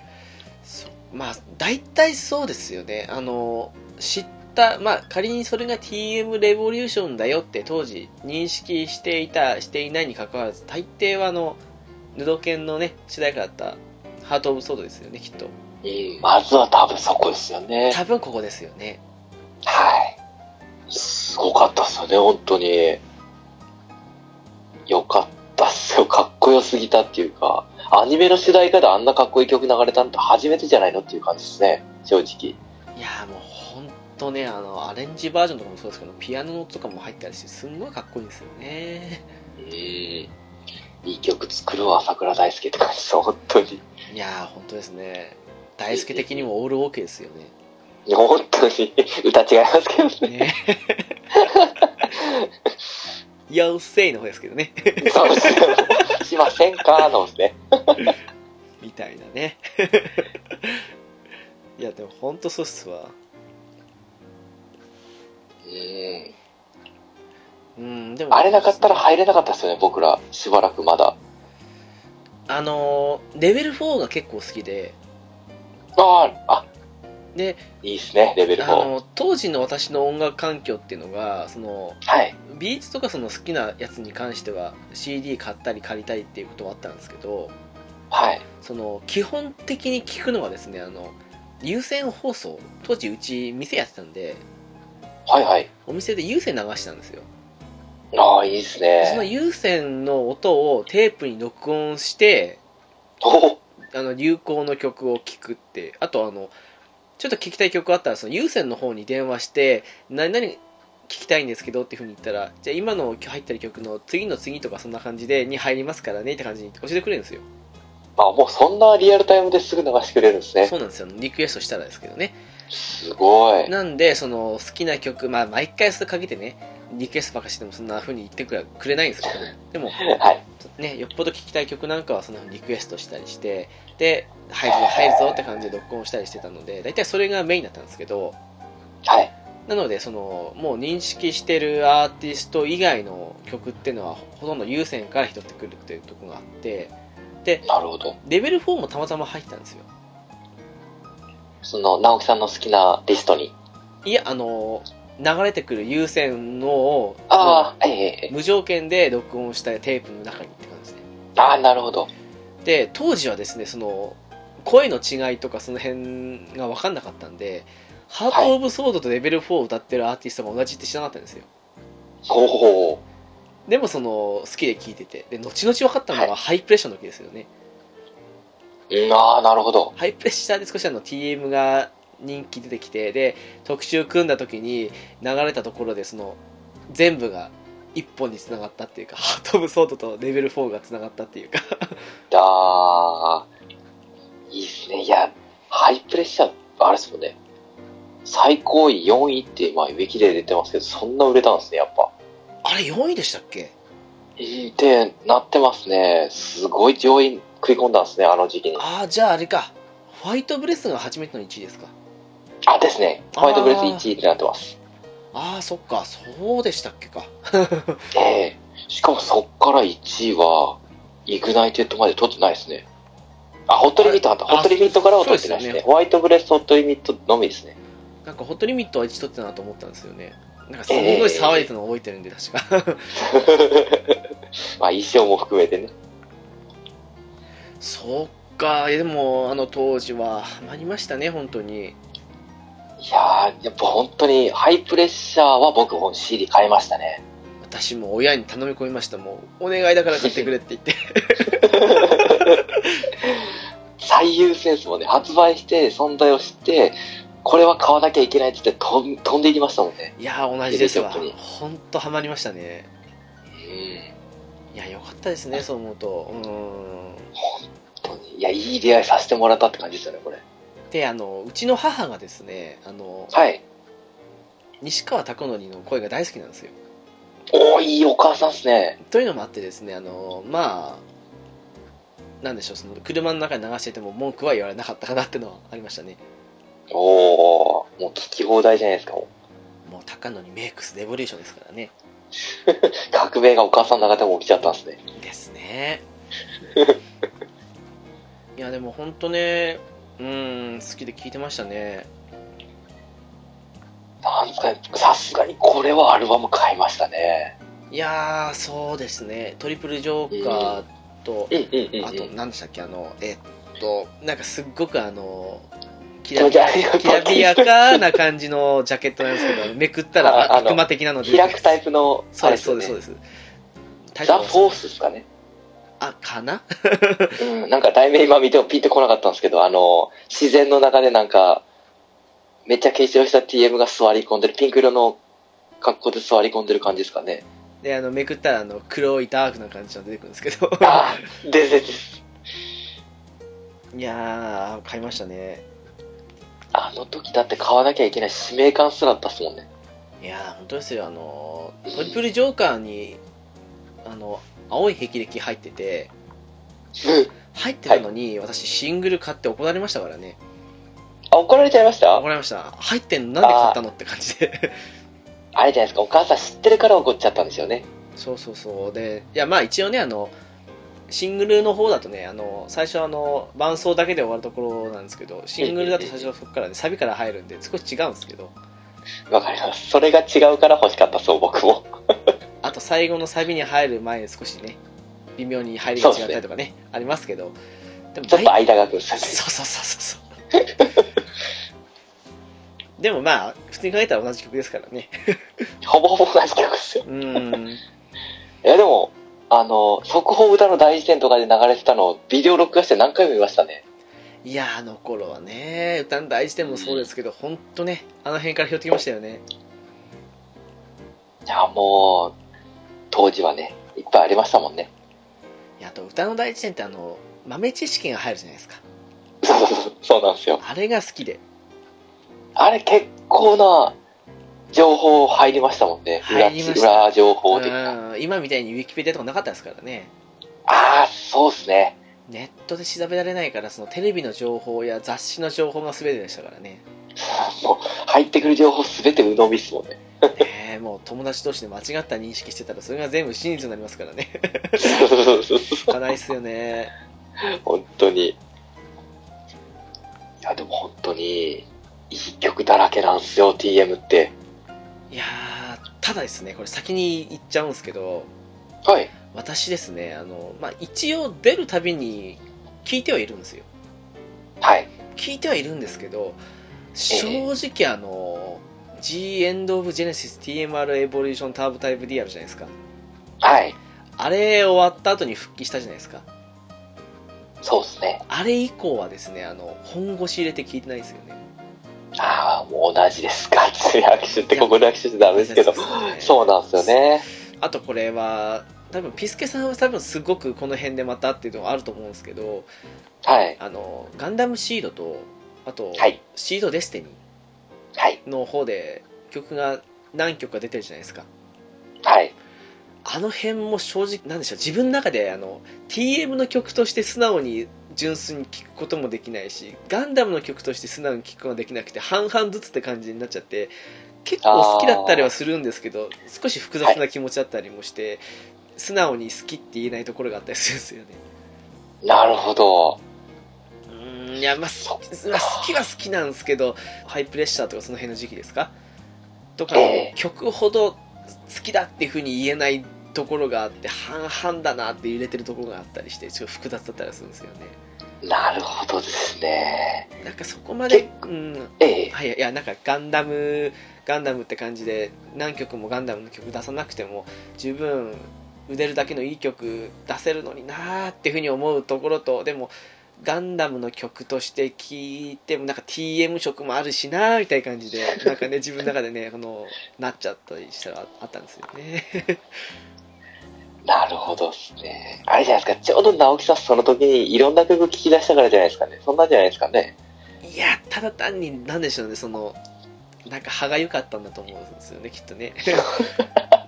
[SPEAKER 1] そうまあ大体そうですよねあの知ったまあ仮にそれが TM レボリューションだよって当時認識していたしていないに関わらず大抵はあのヌドケンのね主題歌だったハート・オブ・ソードですよねきっと
[SPEAKER 2] うんまずは多分そこですよね。
[SPEAKER 1] 多分ここですよね
[SPEAKER 2] はい。すごかったっすよね、本当に。よかったっすよ、かっこよすぎたっていうか、アニメの主題歌であんなかっこいい曲流れたのって初めてじゃないのっていう感じですね、正直。
[SPEAKER 1] いやーもうほんとねあのアレンジバージョンとかもそうですけどピアノの音とかも入ったりしてすんごいかっこいいんですよね
[SPEAKER 2] うん。いい曲作るわ、桜大輔って感じです、本当に。
[SPEAKER 1] いやー本当ですね大輔的にもオールオーケーですよね
[SPEAKER 2] 本当に、歌違いますけどね。 (laughs)
[SPEAKER 1] ねヨーセイの方ですけどね
[SPEAKER 2] そうですよ。しませんかのですね。
[SPEAKER 1] みたいなね (laughs) いやでも本当そうっすわ
[SPEAKER 2] うん。
[SPEAKER 1] うんでも
[SPEAKER 2] あれなかったら入れなかったですよね、僕ら。しばらくまだ。
[SPEAKER 1] あのーレベル4が結構好きで
[SPEAKER 2] ああ、あ、
[SPEAKER 1] で
[SPEAKER 2] いいっすね、レベル
[SPEAKER 1] あ
[SPEAKER 2] 4。
[SPEAKER 1] の当時の私の音楽環境っていうのがその
[SPEAKER 2] はい。
[SPEAKER 1] ビーツとかその好きなやつに関しては CD 買ったり借りたりっていうことはあったんですけど
[SPEAKER 2] はい。
[SPEAKER 1] その基本的に聞くのはですねあの有線放送当時うち店やってたんで
[SPEAKER 2] はいはい。
[SPEAKER 1] お店で有線流してたんですよ
[SPEAKER 2] ああ、いいっす
[SPEAKER 1] でその
[SPEAKER 2] ね。
[SPEAKER 1] 有線の音をテープに録音して
[SPEAKER 2] (laughs) おお
[SPEAKER 1] あの流行の曲を聴くってあとあのちょっと聞きたい曲あったらその有線の方に電話して何々聞きたいんですけどっていうふうに言ったらじゃあ今の入ってる曲の次の次とかそんな感じでに入りますからねって感じに教えてくれるんですよ
[SPEAKER 2] あ、もうそんなリアルタイムですぐ流してくれるんですね。
[SPEAKER 1] そうなんですよリクエストしたらですけどね
[SPEAKER 2] すごい。
[SPEAKER 1] なんでその好きな曲まあ毎回それかけてねリクエストばっかしてもそんなふうに言ってくれくれないんですけどでも
[SPEAKER 2] はい。
[SPEAKER 1] ね、よっぽど聴きたい曲なんかはそのリクエストしたりしてで入るぞ入るぞって感じで録音したりしてたので大体それがメインだったんですけど
[SPEAKER 2] はい。
[SPEAKER 1] なのでそのもう認識してるアーティスト以外の曲っていうのはほとんど優先から拾ってくるっていうところがあって
[SPEAKER 2] なるほど。
[SPEAKER 1] レベル4もたまたま入ってたんですよ
[SPEAKER 2] その、直樹さんの好きなリストに。
[SPEAKER 1] いやあの流れてくる優先のを
[SPEAKER 2] ああ、ええええ。
[SPEAKER 1] 無条件で録音したテープの中にって感じで
[SPEAKER 2] ああ、なるほど。
[SPEAKER 1] で当時はですねその声の違いとかその辺が分かんなかったんで「ハート・オブ・ソード」と「レベル4」を歌ってるアーティストが同じって知らなかったんですよ
[SPEAKER 2] おお。
[SPEAKER 1] でもその好きで聴いててで後々分かったの
[SPEAKER 2] は
[SPEAKER 1] はハイプレッシャーの時ですよね、
[SPEAKER 2] うんああ、なるほど。
[SPEAKER 1] ハイプレッシャーで少しあの TM が人気出てきてで特集組んだ時に流れたところでその全部が一本につながったっていうか「ハート・オブ・ソード」と「レベル4」がつながったっていうか
[SPEAKER 2] ああ、いいっすね。いや、ハイプレッシャー、あれっすもんね。最高位4位って、まあ、ウィキで出てますけど、そんな売れたんですね、やっぱ。
[SPEAKER 1] (laughs) あれ4位でしたっけ
[SPEAKER 2] いい点、なってますね。すごい上位食い込んだんですね、あの時期に。
[SPEAKER 1] ああじゃああれかホワイトブレスが初めての1位ですか
[SPEAKER 2] あ、ですね。ホワイトブレス1位ってなってます。
[SPEAKER 1] ああそっかそうでしたっけか
[SPEAKER 2] ええしかもそっから1位は、イグナイテッドまで取ってないですね。あ、ホットリミットあった。
[SPEAKER 1] あ
[SPEAKER 2] ホットリミットからは取ってないです
[SPEAKER 1] そう
[SPEAKER 2] ね。
[SPEAKER 1] ですよ
[SPEAKER 2] ホワイトブレス、ホットリミットのみですね。
[SPEAKER 1] なんかホットリミットは1取ってたなと思ったんですよねなんかすごい騒いでたの覚えてるんで確か
[SPEAKER 2] まあ、衣装も含めてね。
[SPEAKER 1] そっかいやでもあの当時はハマりましたね本当に
[SPEAKER 2] いやー、やっぱ本当に、ハイプレッシャーは僕、本 CD 買いましたね。
[SPEAKER 1] 私も親に頼み込みましたもうお願いだから買ってくれって
[SPEAKER 2] (laughs)
[SPEAKER 1] 言って
[SPEAKER 2] 最優先ですもんね。発売して、存在を知って、これは買わなきゃいけないって言って飛ん飛んでいきましたもんね。
[SPEAKER 1] いやー同じですわ
[SPEAKER 2] テレビショップ
[SPEAKER 1] 本当ハマりましたね
[SPEAKER 2] うん。
[SPEAKER 1] いやよかったですねそう思うとうーん
[SPEAKER 2] 本当に。いや、いい出会いさせてもらったって感じですよね、これ。
[SPEAKER 1] であのうちの母がですねあの
[SPEAKER 2] はい。
[SPEAKER 1] 西川貴教の声が大好きなんですよ
[SPEAKER 2] おー、いいお母さんっすね。
[SPEAKER 1] というのもあってですねあのまあなんでしょうその車の中に流してても文句は言われなかったかなっていうのはありましたね
[SPEAKER 2] おー、もう聞き放題じゃないですか。もう
[SPEAKER 1] もう高野にメイクスレボリューションですからね
[SPEAKER 2] 革命がお母さんの中でも起きちゃったんですね。
[SPEAKER 1] です (laughs) ねいやでも本当ねうん好きで聞いてましたね
[SPEAKER 2] なんですかね、さすがにこれはアルバム買いましたね。
[SPEAKER 1] いやーそうですねトリプルジョーカーと、
[SPEAKER 2] うんうんうん、うん。
[SPEAKER 1] あと何でしたっけあのえっとなんかすっごくあのキ
[SPEAKER 2] キラ
[SPEAKER 1] ラ
[SPEAKER 2] キラ
[SPEAKER 1] きらびやかな感じのジャケットなんですけど、めくった
[SPEAKER 2] あ
[SPEAKER 1] ら
[SPEAKER 2] あの
[SPEAKER 1] 悪魔的なので。
[SPEAKER 2] 開くタイプの、
[SPEAKER 1] そうです、そうです、
[SPEAKER 2] あ
[SPEAKER 1] そう
[SPEAKER 2] れ
[SPEAKER 1] です。タ
[SPEAKER 2] すよ
[SPEAKER 1] イトル
[SPEAKER 2] ねザ・フォースですかね。
[SPEAKER 1] あ、かな
[SPEAKER 2] うん、なんか題名今見てもピンとこなかったんですけど、あの、自然の中でなんか、めっちゃ化粧した TM が座り込んでる、ピンク色の格好で座り込んでる感じですかね。
[SPEAKER 1] で、あの、めくったら、あの、黒いダークな感じの出てくるんですけど。
[SPEAKER 2] (laughs) ああ、ででで。
[SPEAKER 1] いやー、買いましたね。
[SPEAKER 2] あの時だって買わなきゃいけない使命感すらだったっすもんね。
[SPEAKER 1] いやー、本当ですよ、あのー、トリプルジョーカーに、あの、青い霹靂入ってて、入ってたのに、私シングル買って怒られましたからね。
[SPEAKER 2] あ、怒られちゃいました
[SPEAKER 1] 怒られました。入ってんのなんで買ったのって感じで。
[SPEAKER 2] あれじゃないですか、お母さん知ってるから怒っちゃったんですよね。
[SPEAKER 1] そうそうそう。で、いや、まあ一応ね、あの、シングルの方だとね、あの、最初あの、伴奏だけで終わるところなんですけど、シングルだと最初そこからね、サビから入るんで、少し違うんですけど、
[SPEAKER 2] わかります。それが違うから欲しかったそう、僕も。
[SPEAKER 1] あと最後のサビに入る前に少しね、微妙に入りが違ったりとかね、ありますけど、でも
[SPEAKER 2] ちょっ
[SPEAKER 1] 大
[SPEAKER 2] と間が空くんです
[SPEAKER 1] そう
[SPEAKER 2] よね
[SPEAKER 1] そうそうそうそう。でもまあ、普通に考えたら同じ曲ですからね。
[SPEAKER 2] ほぼほぼ同じ曲ですよ。
[SPEAKER 1] うーん。
[SPEAKER 2] いや、でも、あの、速報歌の大事典とかで流れてたのをビデオ録画して何回も見ましたね。
[SPEAKER 1] いやー、あの頃はね、歌の大事典もそうですけど、ほんとね、あの辺から拾ってきましたよね。
[SPEAKER 2] いや、もう、当時はね、いっぱいありましたもんね。 (laughs)
[SPEAKER 1] いやあと、歌の大事典ってあの、豆知識が入るじゃないですか。
[SPEAKER 2] そうそうそうそうなんですよ。
[SPEAKER 1] あれが好きで。
[SPEAKER 2] あれ結構な情報入りましたもんね。裏
[SPEAKER 1] 入りました
[SPEAKER 2] 裏情
[SPEAKER 1] う
[SPEAKER 2] 報的な。あ
[SPEAKER 1] ーん今みたいにウィキペディアとかなかったですからね。
[SPEAKER 2] あー、そうですね。
[SPEAKER 1] ネットで調べられないから、そのテレビの情報や雑誌の情報が全てでしたからね。
[SPEAKER 2] もう、入ってくる情報すべて鵜呑みっすもんね。 (laughs)
[SPEAKER 1] ねえもう友達同士で間違った認識してたら、それが全部真実になりますからね。 (laughs) かないっすよね。
[SPEAKER 2] 本当に。いや、でも本当に、いい曲だらけなんですよ、TM って。
[SPEAKER 1] いやー、ただですね、これ先に言っちゃうんですけど、
[SPEAKER 2] はい。
[SPEAKER 1] 私ですね、あの、まあ、一応出るたびに聞いてはいるんですよ。
[SPEAKER 2] はい。
[SPEAKER 1] 聞いてはいるんですけど、正直あの、G End of Genesis TMR Evolution Turbo Type D あるじゃないですか。
[SPEAKER 2] はい。
[SPEAKER 1] あれ終わった後に復帰したじゃないですか。
[SPEAKER 2] そうですね。
[SPEAKER 1] あれ以降はですね、あの、本腰入れて聞いてないんですよね。
[SPEAKER 2] ああ、もう同じですか。握手って、ここで握手してダメですけど
[SPEAKER 1] いやそうです。ね
[SPEAKER 2] そうなんですよね。
[SPEAKER 1] あとこれは、多分ピスケさんは多分すごくこの辺でまたっていうのがあると思うんですけど、
[SPEAKER 2] はい。
[SPEAKER 1] あの、ガンダムシードと、あと、
[SPEAKER 2] はい
[SPEAKER 1] シードデスティニ
[SPEAKER 2] はい。
[SPEAKER 1] ーの方で曲が何曲か出てるじゃないですか。
[SPEAKER 2] はい。
[SPEAKER 1] あの辺も正直、なんでしょう、自分の中であの TM の曲として素直に純粋に聴くこともできないし、ガンダムの曲として素直に聴くことができなくて、半々ずつって感じになっちゃって、結構好きだったりはするんですけど、少し複雑な気持ちだったりもして、素直に好きって言えないところがあったりするんですよね。
[SPEAKER 2] なるほど。
[SPEAKER 1] うーんいや、まあ、好きまあ好きは好きなんですけど、ハイプレッシャーとかその辺の時期ですかとかの
[SPEAKER 2] ええ
[SPEAKER 1] 曲ほど好きだっていうふうに言えないところがあって、半々だなって揺れてるところがあったりして、ちょっと複雑だったりするんですよね。
[SPEAKER 2] なるほどですね。
[SPEAKER 1] なんかそこまで
[SPEAKER 2] 結、
[SPEAKER 1] うん、
[SPEAKER 2] ええ。
[SPEAKER 1] はい、いや、なんかガンダム、ガンダムって感じで、何曲もガンダムの曲出さなくても、十分、腕るだけのいい曲出せるのになーっていうふうに思うところと、でも、ガンダムの曲として聴いても、なんか TM 色もあるしなーみたいな感じで、なんかね、自分の中でね、この、なっちゃったりしたらあったんですよね。
[SPEAKER 2] なるほどですね。あれじゃないですか。ちょうど直木さんその時にいろんな曲聞き出したからじゃないですかね。そんなんじゃないですかね。
[SPEAKER 1] いや、ただ単に、なんでしょうね、その、なんか歯がゆかったんだと思うんですよね、きっと (laughs) ね。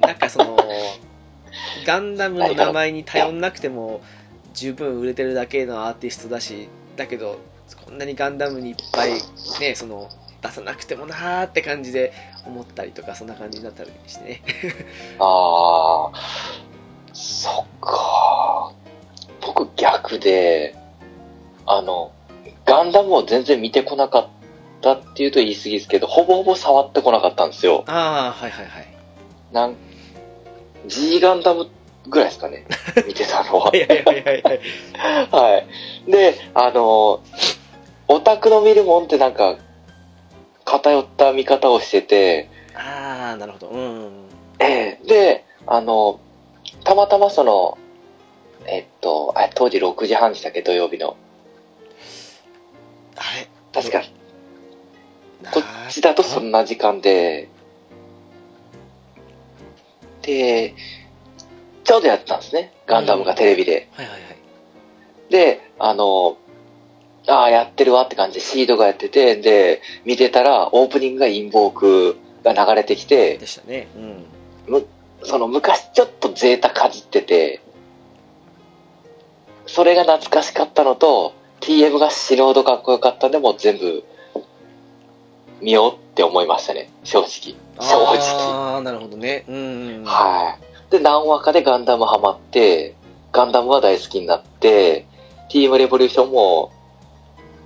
[SPEAKER 1] なんかその、ガンダムの名前に頼んなくても、十分売れてるだけのアーティストだし、だけど、こんなにガンダムにいっぱい、ね、その、出さなくてもなーって感じで思ったりとか、そんな感じになったりしてね。
[SPEAKER 2] ああ、そっか。僕逆で、あの、ガンダムを全然見てこなかったっていうと言い過ぎですけど、ほぼほぼ触ってこなかったんですよ。
[SPEAKER 1] ああ、はいはいはい。
[SPEAKER 2] なん、G ガンダムぐらいですかね。見てたのは。
[SPEAKER 1] はいはいはいはいはい。
[SPEAKER 2] はい。で、あの、オタクの見るもんってなんか、偏った見方をしてて、
[SPEAKER 1] ああ、なるほど。うん。
[SPEAKER 2] ええで、あの、たまたまその、えっと、あ当時6時半でしたっけ、土曜日の。
[SPEAKER 1] あれ
[SPEAKER 2] 確か、
[SPEAKER 1] な
[SPEAKER 2] こっちだとそんな時間で、で、ちょうどやってたんですね、ガンダムがテレビで。
[SPEAKER 1] はいはいはい。
[SPEAKER 2] で、あの、ああ、やってるわって感じでシードがやってて、で、見てたらオープニングがインボークが流れてきて、
[SPEAKER 1] でしたね。うん。
[SPEAKER 2] その昔ちょっとゼータかじってて、それが懐かしかったのと、TM が死ぬほどかっこよかったんで、もう全部見ようって思いましたね、正直。正直。
[SPEAKER 1] ああ、なるほどね。うん。
[SPEAKER 2] はい。で、何話かでガンダムハマって、ガンダムは大好きになって、ティームレボリューションも、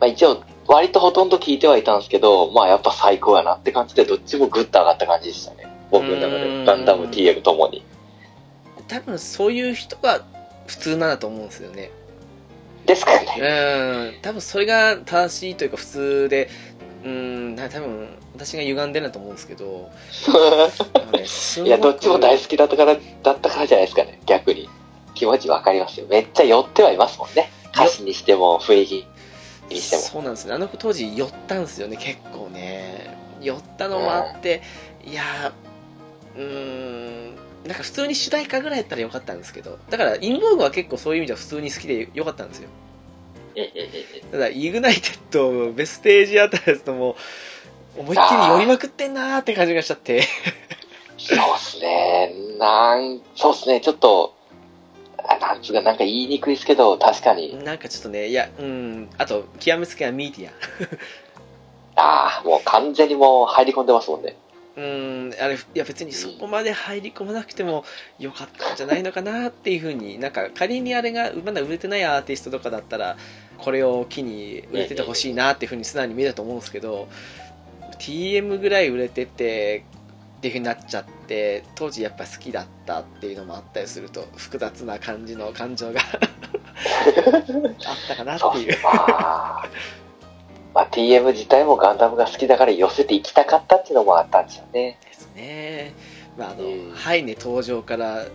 [SPEAKER 2] まあ一応、割とほとんど聞いてはいたんですけど、まあやっぱ最高やなって感じで、どっちもグッと上がった感じでしたね。僕の中
[SPEAKER 1] うーん
[SPEAKER 2] で。ガンダム、TM ともに。
[SPEAKER 1] 多分そういう人が普通なんだと思うんですよね。
[SPEAKER 2] ですか
[SPEAKER 1] う (laughs)
[SPEAKER 2] ね。
[SPEAKER 1] ん。多分それが正しいというか普通で、うん、な多分私が歪んでるんだと思うんですけど、あのねすご
[SPEAKER 2] (laughs) い
[SPEAKER 1] く
[SPEAKER 2] や、どっちも大好きだったから、だったからじゃないですかね。逆に。気持ちわかりますよ。めっちゃ寄ってはいますもんね。歌詞にしても、雰囲気にしても。
[SPEAKER 1] そうなんですねあの子当時寄ったんですよね結構ね寄ったのもあって、いやーうーんなんか普通に主題歌ぐらいやったらよかったんですけどだからインボーグは結構そういう意味では普通に好きでよかったんですよ
[SPEAKER 2] うんうんうんうん
[SPEAKER 1] ただイグナイテッドベステージあたりですともう思いっきり寄りまくってんなーって感じがしちゃって
[SPEAKER 2] そうっすね。なん、そうっすね。ちょっと、あなんつうか、なんか言いにくいですけど、確かに。
[SPEAKER 1] なんかちょっとねいやうんあと極めつけはミーティア
[SPEAKER 2] ああ、もう完全にもう入り込んでますもんね。
[SPEAKER 1] うーんあれいや別にそこまで入り込まなくてもよかったんじゃないのかなっていうふうになんか仮にあれがまだ売れてないアーティストとかだったらこれを機に売れててほしいなっていうふうに素直に見えたと思うんですけど TM ぐらい売れててっていうふうになっちゃって当時やっぱ好きだったっていうのもあったりすると複雑な感じの感情が (laughs) あったかなって
[SPEAKER 2] そうっ
[SPEAKER 1] いう
[SPEAKER 2] すまあ、まあ、TM 自体もガンダムが好きだから寄せていきたかったっていうのもあったんですよね。
[SPEAKER 1] ですね、まああの
[SPEAKER 2] うん
[SPEAKER 1] ハイネ登場から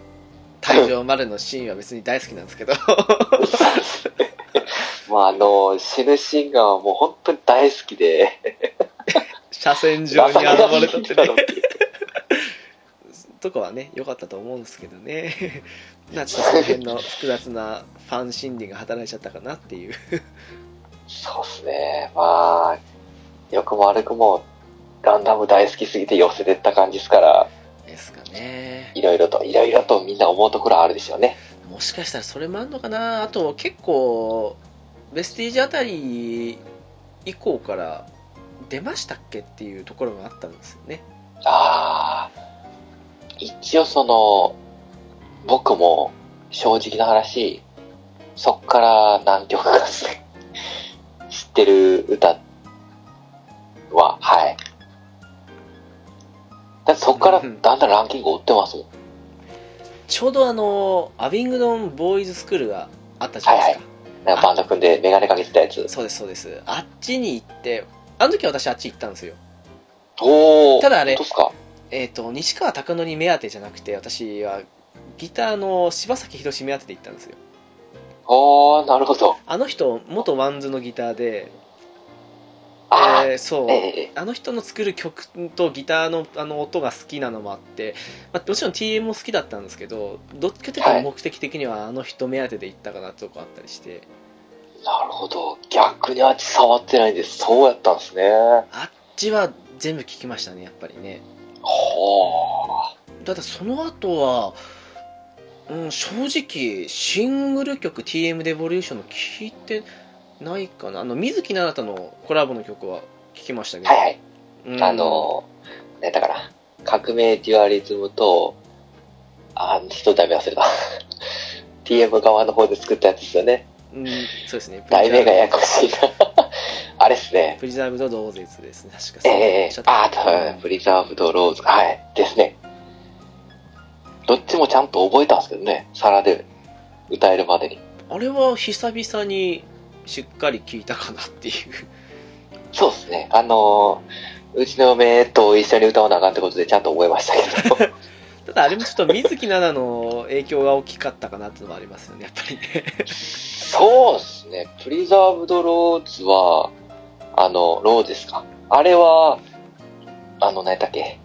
[SPEAKER 1] 退場までのシーンは別に大好きなんですけ
[SPEAKER 2] (laughs)
[SPEAKER 1] ど
[SPEAKER 2] まあ、あの、死ぬシーンがもう本当に大好きで。
[SPEAKER 1] 車線上に現れたってねとこはね良かったと思うんですけど
[SPEAKER 2] (laughs)
[SPEAKER 1] ねまあちょっとその辺の複雑なファン心理が働いちゃったかなって
[SPEAKER 2] (laughs)
[SPEAKER 1] いう
[SPEAKER 2] そうっすね。まあ、良くも悪くも、ガンダム大好きすぎて寄せてった感じですから。
[SPEAKER 1] ですかね
[SPEAKER 2] いろいろと、いろいろとみんな思うところあるでしょうね。
[SPEAKER 1] もしかしたらそれもあるのかなあと結構ベステージあたり以降から出ましたっけっていうところもあったんですよね
[SPEAKER 2] ああ。一応その、僕も正直な話、そっから何曲かです (laughs) ね、知ってる歌は、はい。だってそっからだんだんランキング追ってますもん。
[SPEAKER 1] ちょうどあのアビングドンボーイズスクールがあったじゃないですか、
[SPEAKER 2] なんかバンド組んでメガネかけてたやつ。
[SPEAKER 1] そうですそうですあっちに行ってあの時私あっち行ったんですよ
[SPEAKER 2] おー。
[SPEAKER 1] ただあれ
[SPEAKER 2] 本当っすか
[SPEAKER 1] えっ、と西川貴教目当てじゃなくて私はギターの柴崎宏目当てで行ったんですよ
[SPEAKER 2] おー、なるほど。
[SPEAKER 1] あの人元ワンズのギターで、
[SPEAKER 2] あー、
[SPEAKER 1] えーそう、
[SPEAKER 2] えええ
[SPEAKER 1] あの人の作る曲とギターのあの音が好きなのもあって、まあ、もちろん TM も好きだったんですけどどっちかというと目的的にはあの人目当てで行ったかなってとこあったりして、
[SPEAKER 2] えなるほど。逆にあっち触ってないんです。そうやったんですね。
[SPEAKER 1] あっちは全部聞きましたねやっぱりね
[SPEAKER 2] ほ
[SPEAKER 1] ただその後は、うん、正直シングル曲 TM デボリューションの聞いてないかなあの水木奈々とのコラボの曲は聞きましたけ
[SPEAKER 2] う。
[SPEAKER 1] ど、
[SPEAKER 2] はいはい。
[SPEAKER 1] うん
[SPEAKER 2] あの、何だから、革命デュアリズムと、あ、一ダメ忘
[SPEAKER 1] (laughs)
[SPEAKER 2] れた。TM 側の方で作ったやつですよね。
[SPEAKER 1] うん、そうですね
[SPEAKER 2] 題名がややこしいな。 (laughs) あれっすね。
[SPEAKER 1] プリザーブド同絶ですね確か
[SPEAKER 2] え
[SPEAKER 1] う
[SPEAKER 2] ええ
[SPEAKER 1] おっし
[SPEAKER 2] え
[SPEAKER 1] ゃっ
[SPEAKER 2] あ
[SPEAKER 1] た
[SPEAKER 2] あと、ブリザーブドローズ。はい。ですね。どっちもちゃんと覚えたんですけどね。皿で歌えるまでに。
[SPEAKER 1] あれは久々にしっかり聞いたかなっていう (laughs)
[SPEAKER 2] そうですね。あのーうちの嫁と一緒に歌わなあかんってことでちゃんと覚えましたけど。
[SPEAKER 1] ただあれもちょっと水木奈々の影響が大きかったかなっていうのもありますよねやっぱり
[SPEAKER 2] (laughs)
[SPEAKER 1] ね
[SPEAKER 2] そうですね。プリザーブドローズは、あの、ローズですか。あれは、あの、何やったっけ。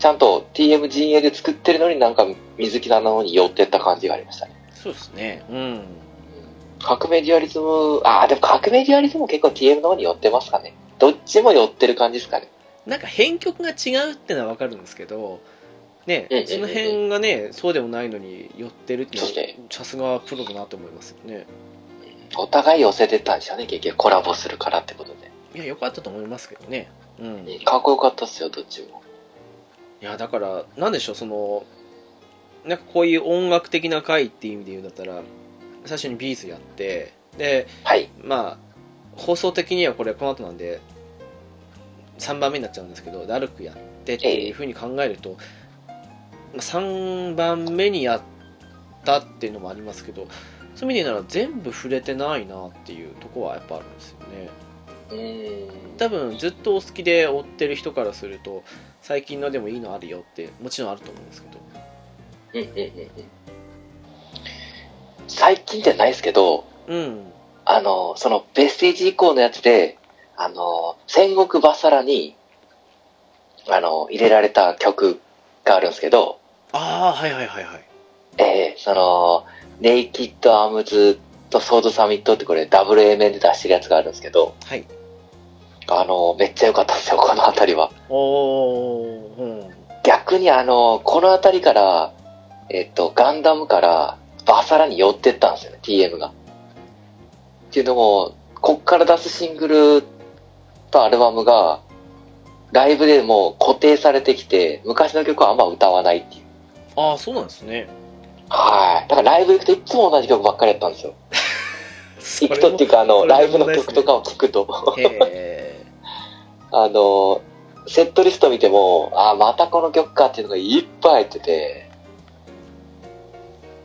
[SPEAKER 2] ちゃんと TMGA で作ってるのになんか水木菜の方に寄ってった感じがありましたね。
[SPEAKER 1] そうですねうん
[SPEAKER 2] 革命デュアリズム、あ、でも革命デュアリズムも結構 TM の方に寄ってますかね。どっちも寄ってる感じですかね。
[SPEAKER 1] なんか編曲が違うってのは分かるんですけど、ね
[SPEAKER 2] ええ、
[SPEAKER 1] その辺がね、そうでもないのに寄ってるっていうの
[SPEAKER 2] そうです
[SPEAKER 1] は、さすがプロだなと思いますよね。
[SPEAKER 2] お互い寄せてたんですよね、結局コラボするからってことで。
[SPEAKER 1] いや、良かったと思いますけどね。うん。い
[SPEAKER 2] かっこよかったっすよ、どっちも。
[SPEAKER 1] や、だから、なんでしょう、その、なんかこういう音楽的な回っていう意味で言うんだったら、最初にビーズやって、で、
[SPEAKER 2] はい。
[SPEAKER 1] まあ、放送的にはこれこの後なんで3番目になっちゃうんですけどで歩くやってっていうふうに考えると、まあ3番目にやったっていうのもありますけどそういう意味で言うなら全部触れてないなっていうとこはやっぱあるんですよね
[SPEAKER 2] うーん。
[SPEAKER 1] 多分ずっとお好きで追ってる人からすると最近のでもいいのあるよってもちろんあると思うんですけど
[SPEAKER 2] うんうんうんうん。最近じゃないですけど、
[SPEAKER 1] うん
[SPEAKER 2] あの、そのベステージ以降のやつで、あの、戦国バサラに、あの、入れられた曲があるんですけど、
[SPEAKER 1] ああはいはいはいはい
[SPEAKER 2] えー、その、ネイキッドアームズとソードサミットってこれダブル A 面で出してるやつがあるんですけど、
[SPEAKER 1] はい
[SPEAKER 2] あの、めっちゃ良かったんですよ、この辺りは。
[SPEAKER 1] おおーうん
[SPEAKER 2] 逆にあの、この辺りから、えっと、ガンダムからバサラに寄ってったんですよね、TM が。っていうのも、こっから出すシングルとアルバムが、ライブでもう固定されてきて、昔の曲はあんま歌わないっていう。
[SPEAKER 1] ああそうなんです
[SPEAKER 2] (laughs)
[SPEAKER 1] ね
[SPEAKER 2] はい。だからライブ行くといつも同じ曲ばっかりやったんですよ。行くとっていうか、あの、
[SPEAKER 1] それも
[SPEAKER 2] ライブの曲とかを聴くと、
[SPEAKER 1] へえ
[SPEAKER 2] あの、セットリスト見ても、あーまたこの曲かっていうのがいっぱい入ってて、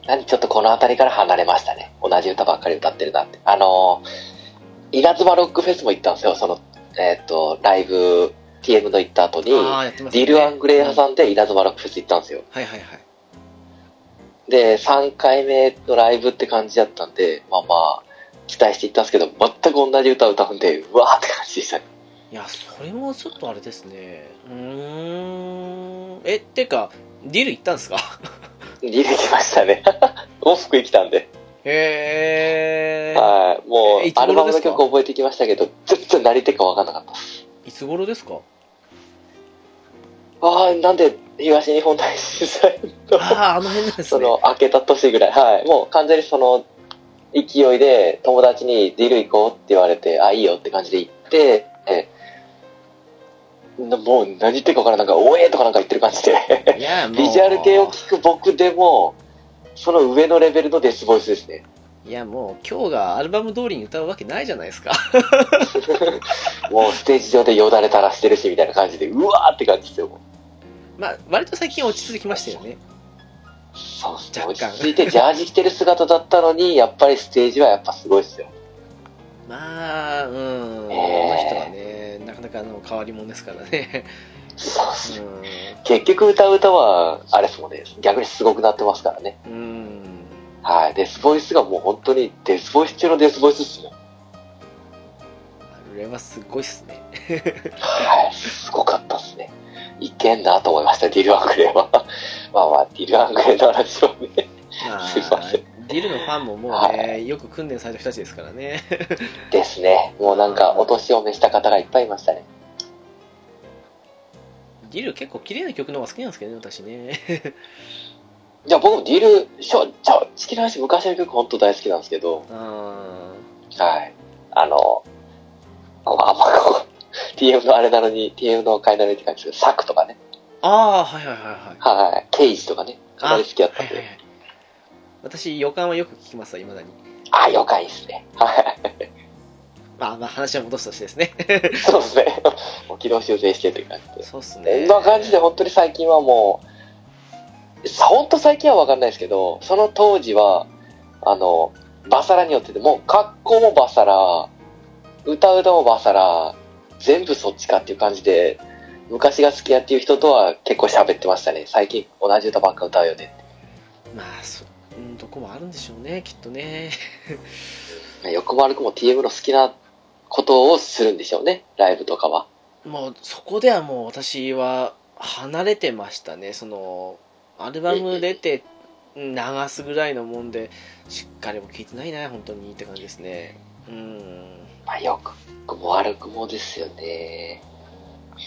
[SPEAKER 2] 何ちょっとこの辺りから離れましたね。同じ歌ばっかり歌ってるなって。あの、稲妻ロックフェスも行ったんですよ。その、えっ、と、ライブ、TM の行った後に、
[SPEAKER 1] ああ、やってます
[SPEAKER 2] ディ
[SPEAKER 1] ね
[SPEAKER 2] ル・アングレイ挟んで稲妻ロックフェス行ったんですよ。
[SPEAKER 1] はいはいはい。
[SPEAKER 2] で、3回目のライブって感じだったんで、まあまあ、期待して行ったんですけど、全く同じ歌を歌うんで、うわーって感じでしたね。
[SPEAKER 1] いや、それもちょっとあれですね。うーん。え、ってか、ディル行ったんですか (laughs)
[SPEAKER 2] リレー来ましたね。 (laughs) もう福井来たんで。
[SPEAKER 1] へえ。
[SPEAKER 2] はい。も、
[SPEAKER 1] えいうつ頃
[SPEAKER 2] アルバム
[SPEAKER 1] で
[SPEAKER 2] の
[SPEAKER 1] すか
[SPEAKER 2] 曲覚えてきましたけど、全然何言ってるか分かんなかった。
[SPEAKER 1] いつ頃
[SPEAKER 2] (laughs)
[SPEAKER 1] ですか
[SPEAKER 2] ああ、なんで東日本大震災の、
[SPEAKER 1] ああ、あの辺なんです
[SPEAKER 2] (laughs) そ
[SPEAKER 1] ね。
[SPEAKER 2] の、明けた年ぐらい。はい。もう完全にその、勢いで友達にディル行こうって言われて、あ、いいよって感じで行って、えなもう何言ってるか分からんなんか、おえーとかなんか言ってる感じで。
[SPEAKER 1] (laughs) いや、もう。
[SPEAKER 2] ビジュアル系を聞く僕でも、その上のレベルのデスボイスですね。
[SPEAKER 1] いや、もう、今日がアルバム通りに歌うわけないじゃないですか。 (laughs)
[SPEAKER 2] もうステージ上でよだれ垂らしてるしみたいな感じで、うわーって感じですよ。もう
[SPEAKER 1] まあ、割と最近落ち着いてきましたよね。
[SPEAKER 2] そうっすね。
[SPEAKER 1] 若
[SPEAKER 2] 落
[SPEAKER 1] 干
[SPEAKER 2] ち着いてジャージ着てる姿だったのに、やっぱりステージはやっぱすごいっすよ。
[SPEAKER 1] まあ、うん。あの人はね、なかなかあの変わり者ですからね。 (laughs)
[SPEAKER 2] そうっすね。
[SPEAKER 1] う
[SPEAKER 2] 結局歌う歌は、あれっすもんね、逆にすごくなってますからね。
[SPEAKER 1] ん。うん。
[SPEAKER 2] はい。デスボイスがもう本当にデスボイス中のデスボイスっすもん。
[SPEAKER 1] あれはすごいっすね。
[SPEAKER 2] はい。すごかったっすね。いけんなと思いました、ディル・アングレイは。まあまあ、ディル・アングレイの話はね。
[SPEAKER 1] まあ
[SPEAKER 2] すいません、
[SPEAKER 1] ディルのファンももうね、
[SPEAKER 2] は
[SPEAKER 1] よく訓練された人たちですから
[SPEAKER 2] (laughs)
[SPEAKER 1] ね。
[SPEAKER 2] ですね。もうなんか、お年を召した方がいっぱいいましたね。
[SPEAKER 1] ディル結構綺麗な曲の方が好きなんですけどね、私ね。
[SPEAKER 2] (laughs) じゃあ僕もディール、しょ、ちょ、好きな話、昔の曲本当大好きなんですけど、
[SPEAKER 1] あ
[SPEAKER 2] はい。あの、ああんまこう、TM (laughs) のあれなのに、TM の階段でって感じですけど、サクとかね、
[SPEAKER 1] ーあー、はいはいはいはい。
[SPEAKER 2] はい、ケイジとかね、かなり好きだった
[SPEAKER 1] は
[SPEAKER 2] ん
[SPEAKER 1] いはいは
[SPEAKER 2] で、
[SPEAKER 1] い。私、予感はよく聞きますわ、いまだに。
[SPEAKER 2] ああ、よかいですね。はい。
[SPEAKER 1] まあ、まあ、話は戻すとしてですね。
[SPEAKER 2] そうですね。 (laughs) もう軌道修正してという感じ
[SPEAKER 1] そうっす
[SPEAKER 2] で。
[SPEAKER 1] ね。
[SPEAKER 2] そんな感じで、本当に最近はもう、さ本当最近はわかんないですけど、その当時は、あの、バサラによってて、もう格好もバサラ、歌う歌もバサラ、全部そっちかっていう感じで、昔が好きやっていう人とは結構喋ってましたね。最近同じ歌ばっか歌うよね。
[SPEAKER 1] まあ、そ、うん、どこもあるんでしょうね、きっとね。
[SPEAKER 2] 横も悪くも TM の好きなことをするんでしょうね。ライブとかは。
[SPEAKER 1] もう、そこではもう私は離れてましたね。その、アルバム出て、流すぐらいのもんでしっかりも聞いてないな本当にって感じですねうん
[SPEAKER 2] まあ、よくも悪くもですよね。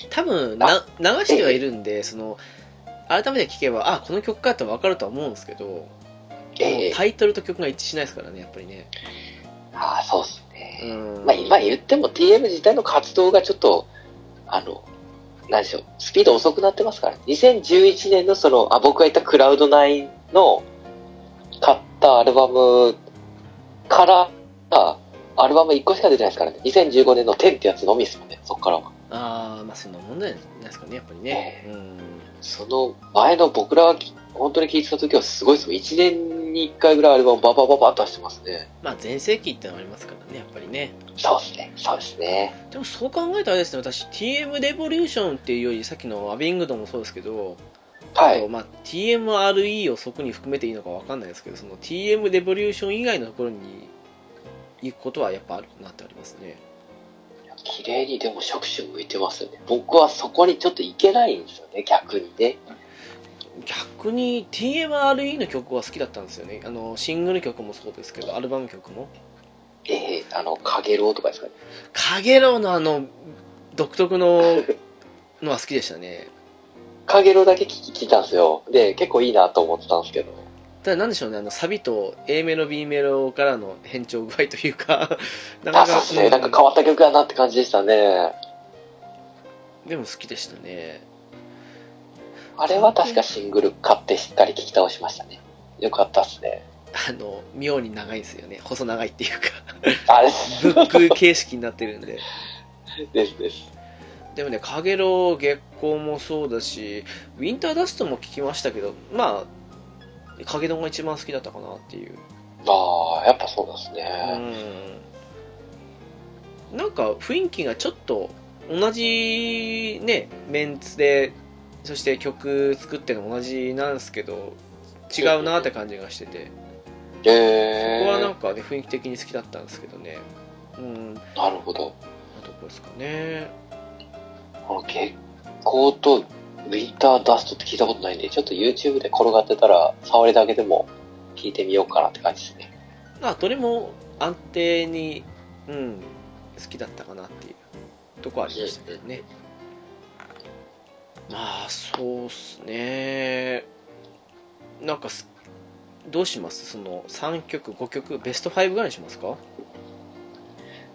[SPEAKER 1] 多分な流してはいるんでその改めて聞けばあこの曲かって分かるとは思うんですけど
[SPEAKER 2] ええ
[SPEAKER 1] タイトルと曲が一致しないですからねやっぱりね
[SPEAKER 2] ああ、そうです
[SPEAKER 1] う
[SPEAKER 2] ね。
[SPEAKER 1] ん
[SPEAKER 2] まあ、今言っても TM 自体の活動がちょっと、あの、何でしょう、スピード遅くなってますから。2011年のその、あ、僕が言ったクラウド9の買ったアルバムから、あアルバム1個しか出てないですからね。2015年の10ってやつのみですもんね、そっからは。
[SPEAKER 1] ああまあそんなもんなんじゃないですかねやっぱりね、うん
[SPEAKER 2] その前の僕らがき本当に聴いてた時はすごいですもん。1年に1回ぐらいアルバムバババババッと出してますね。
[SPEAKER 1] まあ全盛期ってのもありますからねやっぱりね
[SPEAKER 2] そうですね、そうですね。
[SPEAKER 1] でもそう考えたらあれですね私 TM レボリューションっていうよりさっきのアビングドンもそうですけど、
[SPEAKER 2] は
[SPEAKER 1] あと
[SPEAKER 2] い。
[SPEAKER 1] まあ、TMRE をそこに含めていいのかわかんないですけどその TM レボリューション以外のところに行くことはやっぱあるなってありますね
[SPEAKER 2] 綺麗にでも触手向いてますよね。僕はそこにちょっといけないんですよね、逆にね。
[SPEAKER 1] 逆に TMRE の曲は好きだったんですよねあのシングル曲もそうですけどアルバム曲も
[SPEAKER 2] ええあの、かげろうとかですかね。
[SPEAKER 1] 「かげろう」のあの独特ののは好きでしたね
[SPEAKER 2] かげろうだけ聞き聞いたんですよ。で、結構いいなと思ってたんですけど。
[SPEAKER 1] ただなんでしょうねあのサビと A メロ B メロからの変調具合というか (laughs) な
[SPEAKER 2] あ、そうですね。なんか変わった曲だなって感じでしたね。
[SPEAKER 1] でも好きでしたね
[SPEAKER 2] あれは確かシングル買ってしっかり聞き倒しましたね。よかったっすね。
[SPEAKER 1] あの妙に長いんですよね細長いっていうか
[SPEAKER 2] あれです
[SPEAKER 1] ブ。ック形式になってるんで
[SPEAKER 2] ですです。
[SPEAKER 1] でもね「かげろう」月光もそうだし「ウィンターダスト」も聞きましたけどまあかげろうが一番好きだったかなっていう
[SPEAKER 2] ああ、やっぱそうなんです
[SPEAKER 1] う
[SPEAKER 2] ね。
[SPEAKER 1] んなんか雰囲気がちょっと同じねメンツでそして曲作ってるの同じなんですけど違うなって感じがしててそ
[SPEAKER 2] え
[SPEAKER 1] こはなん
[SPEAKER 2] え
[SPEAKER 1] かね雰囲気的に好きだったんですけどねうん
[SPEAKER 2] なるほど。
[SPEAKER 1] あとこですかね
[SPEAKER 2] この月光とウィンターダストって聞いたことないんで、ちょっと YouTube で転がってたら、触りだけでも聞いてみようかなって感じですね。
[SPEAKER 1] まあどれも安定にうん好きだったかなっていうとこはありましたけどねまあそうっすねなんかすどうしますその3曲5曲ベスト5ぐらいにしますか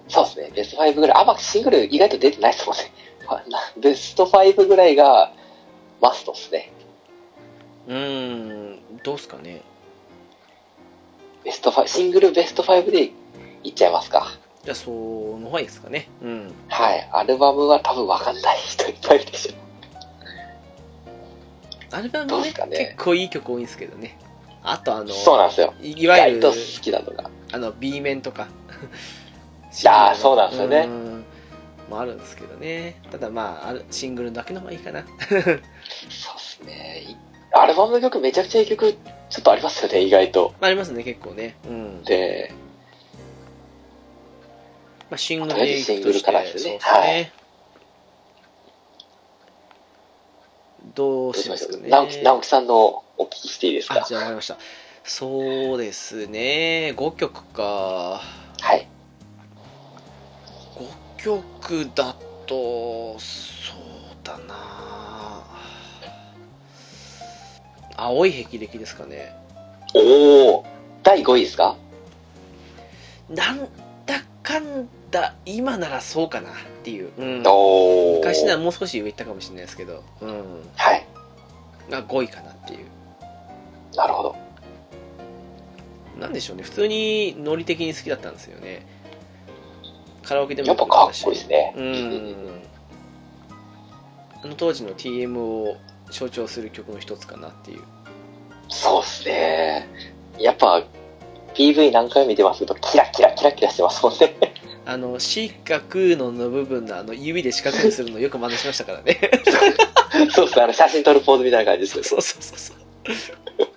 [SPEAKER 2] そうですね。ベスト5ぐらい。あ、まあ、シングル意外と出てないですもんね。 (laughs) あなベスト5ぐらいがマストですね。
[SPEAKER 1] うーんどうっすかね
[SPEAKER 2] ベスト5、シングルベスト5でいっちゃいますか。
[SPEAKER 1] じゃあその方がいいですかねうん
[SPEAKER 2] はい。アルバムは多分わかんない人いっぱいいるでしょ。
[SPEAKER 1] アルバム
[SPEAKER 2] どうっ
[SPEAKER 1] ね
[SPEAKER 2] すかね
[SPEAKER 1] 結構いい曲多いんですけどねあとあの
[SPEAKER 2] そうなんですよ。
[SPEAKER 1] いい
[SPEAKER 2] 意
[SPEAKER 1] わゆる
[SPEAKER 2] 外と好きなのが。
[SPEAKER 1] あの B 面とか
[SPEAKER 2] (laughs) あーそうなんですよね
[SPEAKER 1] うんもあるんですけどねただまああるシングルだけの方がいいかな (laughs)
[SPEAKER 2] そうですね。いアルバムの曲めちゃくちゃいい曲ちょっとありますよね、意外と。
[SPEAKER 1] ありますね結構ね、うん
[SPEAKER 2] で、
[SPEAKER 1] まあ、シングルでいく
[SPEAKER 2] とりあえずシング
[SPEAKER 1] と
[SPEAKER 2] ル
[SPEAKER 1] し
[SPEAKER 2] か
[SPEAKER 1] て
[SPEAKER 2] らです
[SPEAKER 1] そう
[SPEAKER 2] ね
[SPEAKER 1] ですねどう
[SPEAKER 2] どう
[SPEAKER 1] し
[SPEAKER 2] し
[SPEAKER 1] ま
[SPEAKER 2] まし
[SPEAKER 1] す
[SPEAKER 2] ょ
[SPEAKER 1] か
[SPEAKER 2] う。
[SPEAKER 1] ね
[SPEAKER 2] 直樹直樹さんのお聞きしていいです
[SPEAKER 1] あ
[SPEAKER 2] か
[SPEAKER 1] じゃあわかりましたそうですね5曲か
[SPEAKER 2] はい。
[SPEAKER 1] 5曲だとそうだな青い霹靂ですかね
[SPEAKER 2] おお第5位ですか
[SPEAKER 1] なんだかんだ今ならそうかなっていう、うん、
[SPEAKER 2] おー
[SPEAKER 1] 昔ならもう少し上行ったかもしれないですけど、うん、
[SPEAKER 2] はい。
[SPEAKER 1] が5位かなっていう
[SPEAKER 2] なるほど。
[SPEAKER 1] なんでしょうね普通にノリ的に好きだったんですよねカラオケでも
[SPEAKER 2] やっぱかっこいいですね。
[SPEAKER 1] うんあの当時の TM を象徴する曲の一つかなっていう
[SPEAKER 2] そうですね。やっぱ、PV 何回も見てますけど、キラキラキラキラしてますもん
[SPEAKER 1] (laughs)
[SPEAKER 2] ね。
[SPEAKER 1] あの四角のの部分のあの指で四角にするのよく真似しましたからね
[SPEAKER 2] (laughs) そうですね。あの、写真撮るポーズみたいな感じです
[SPEAKER 1] そ
[SPEAKER 2] よ
[SPEAKER 1] う
[SPEAKER 2] ね。
[SPEAKER 1] そうそうそう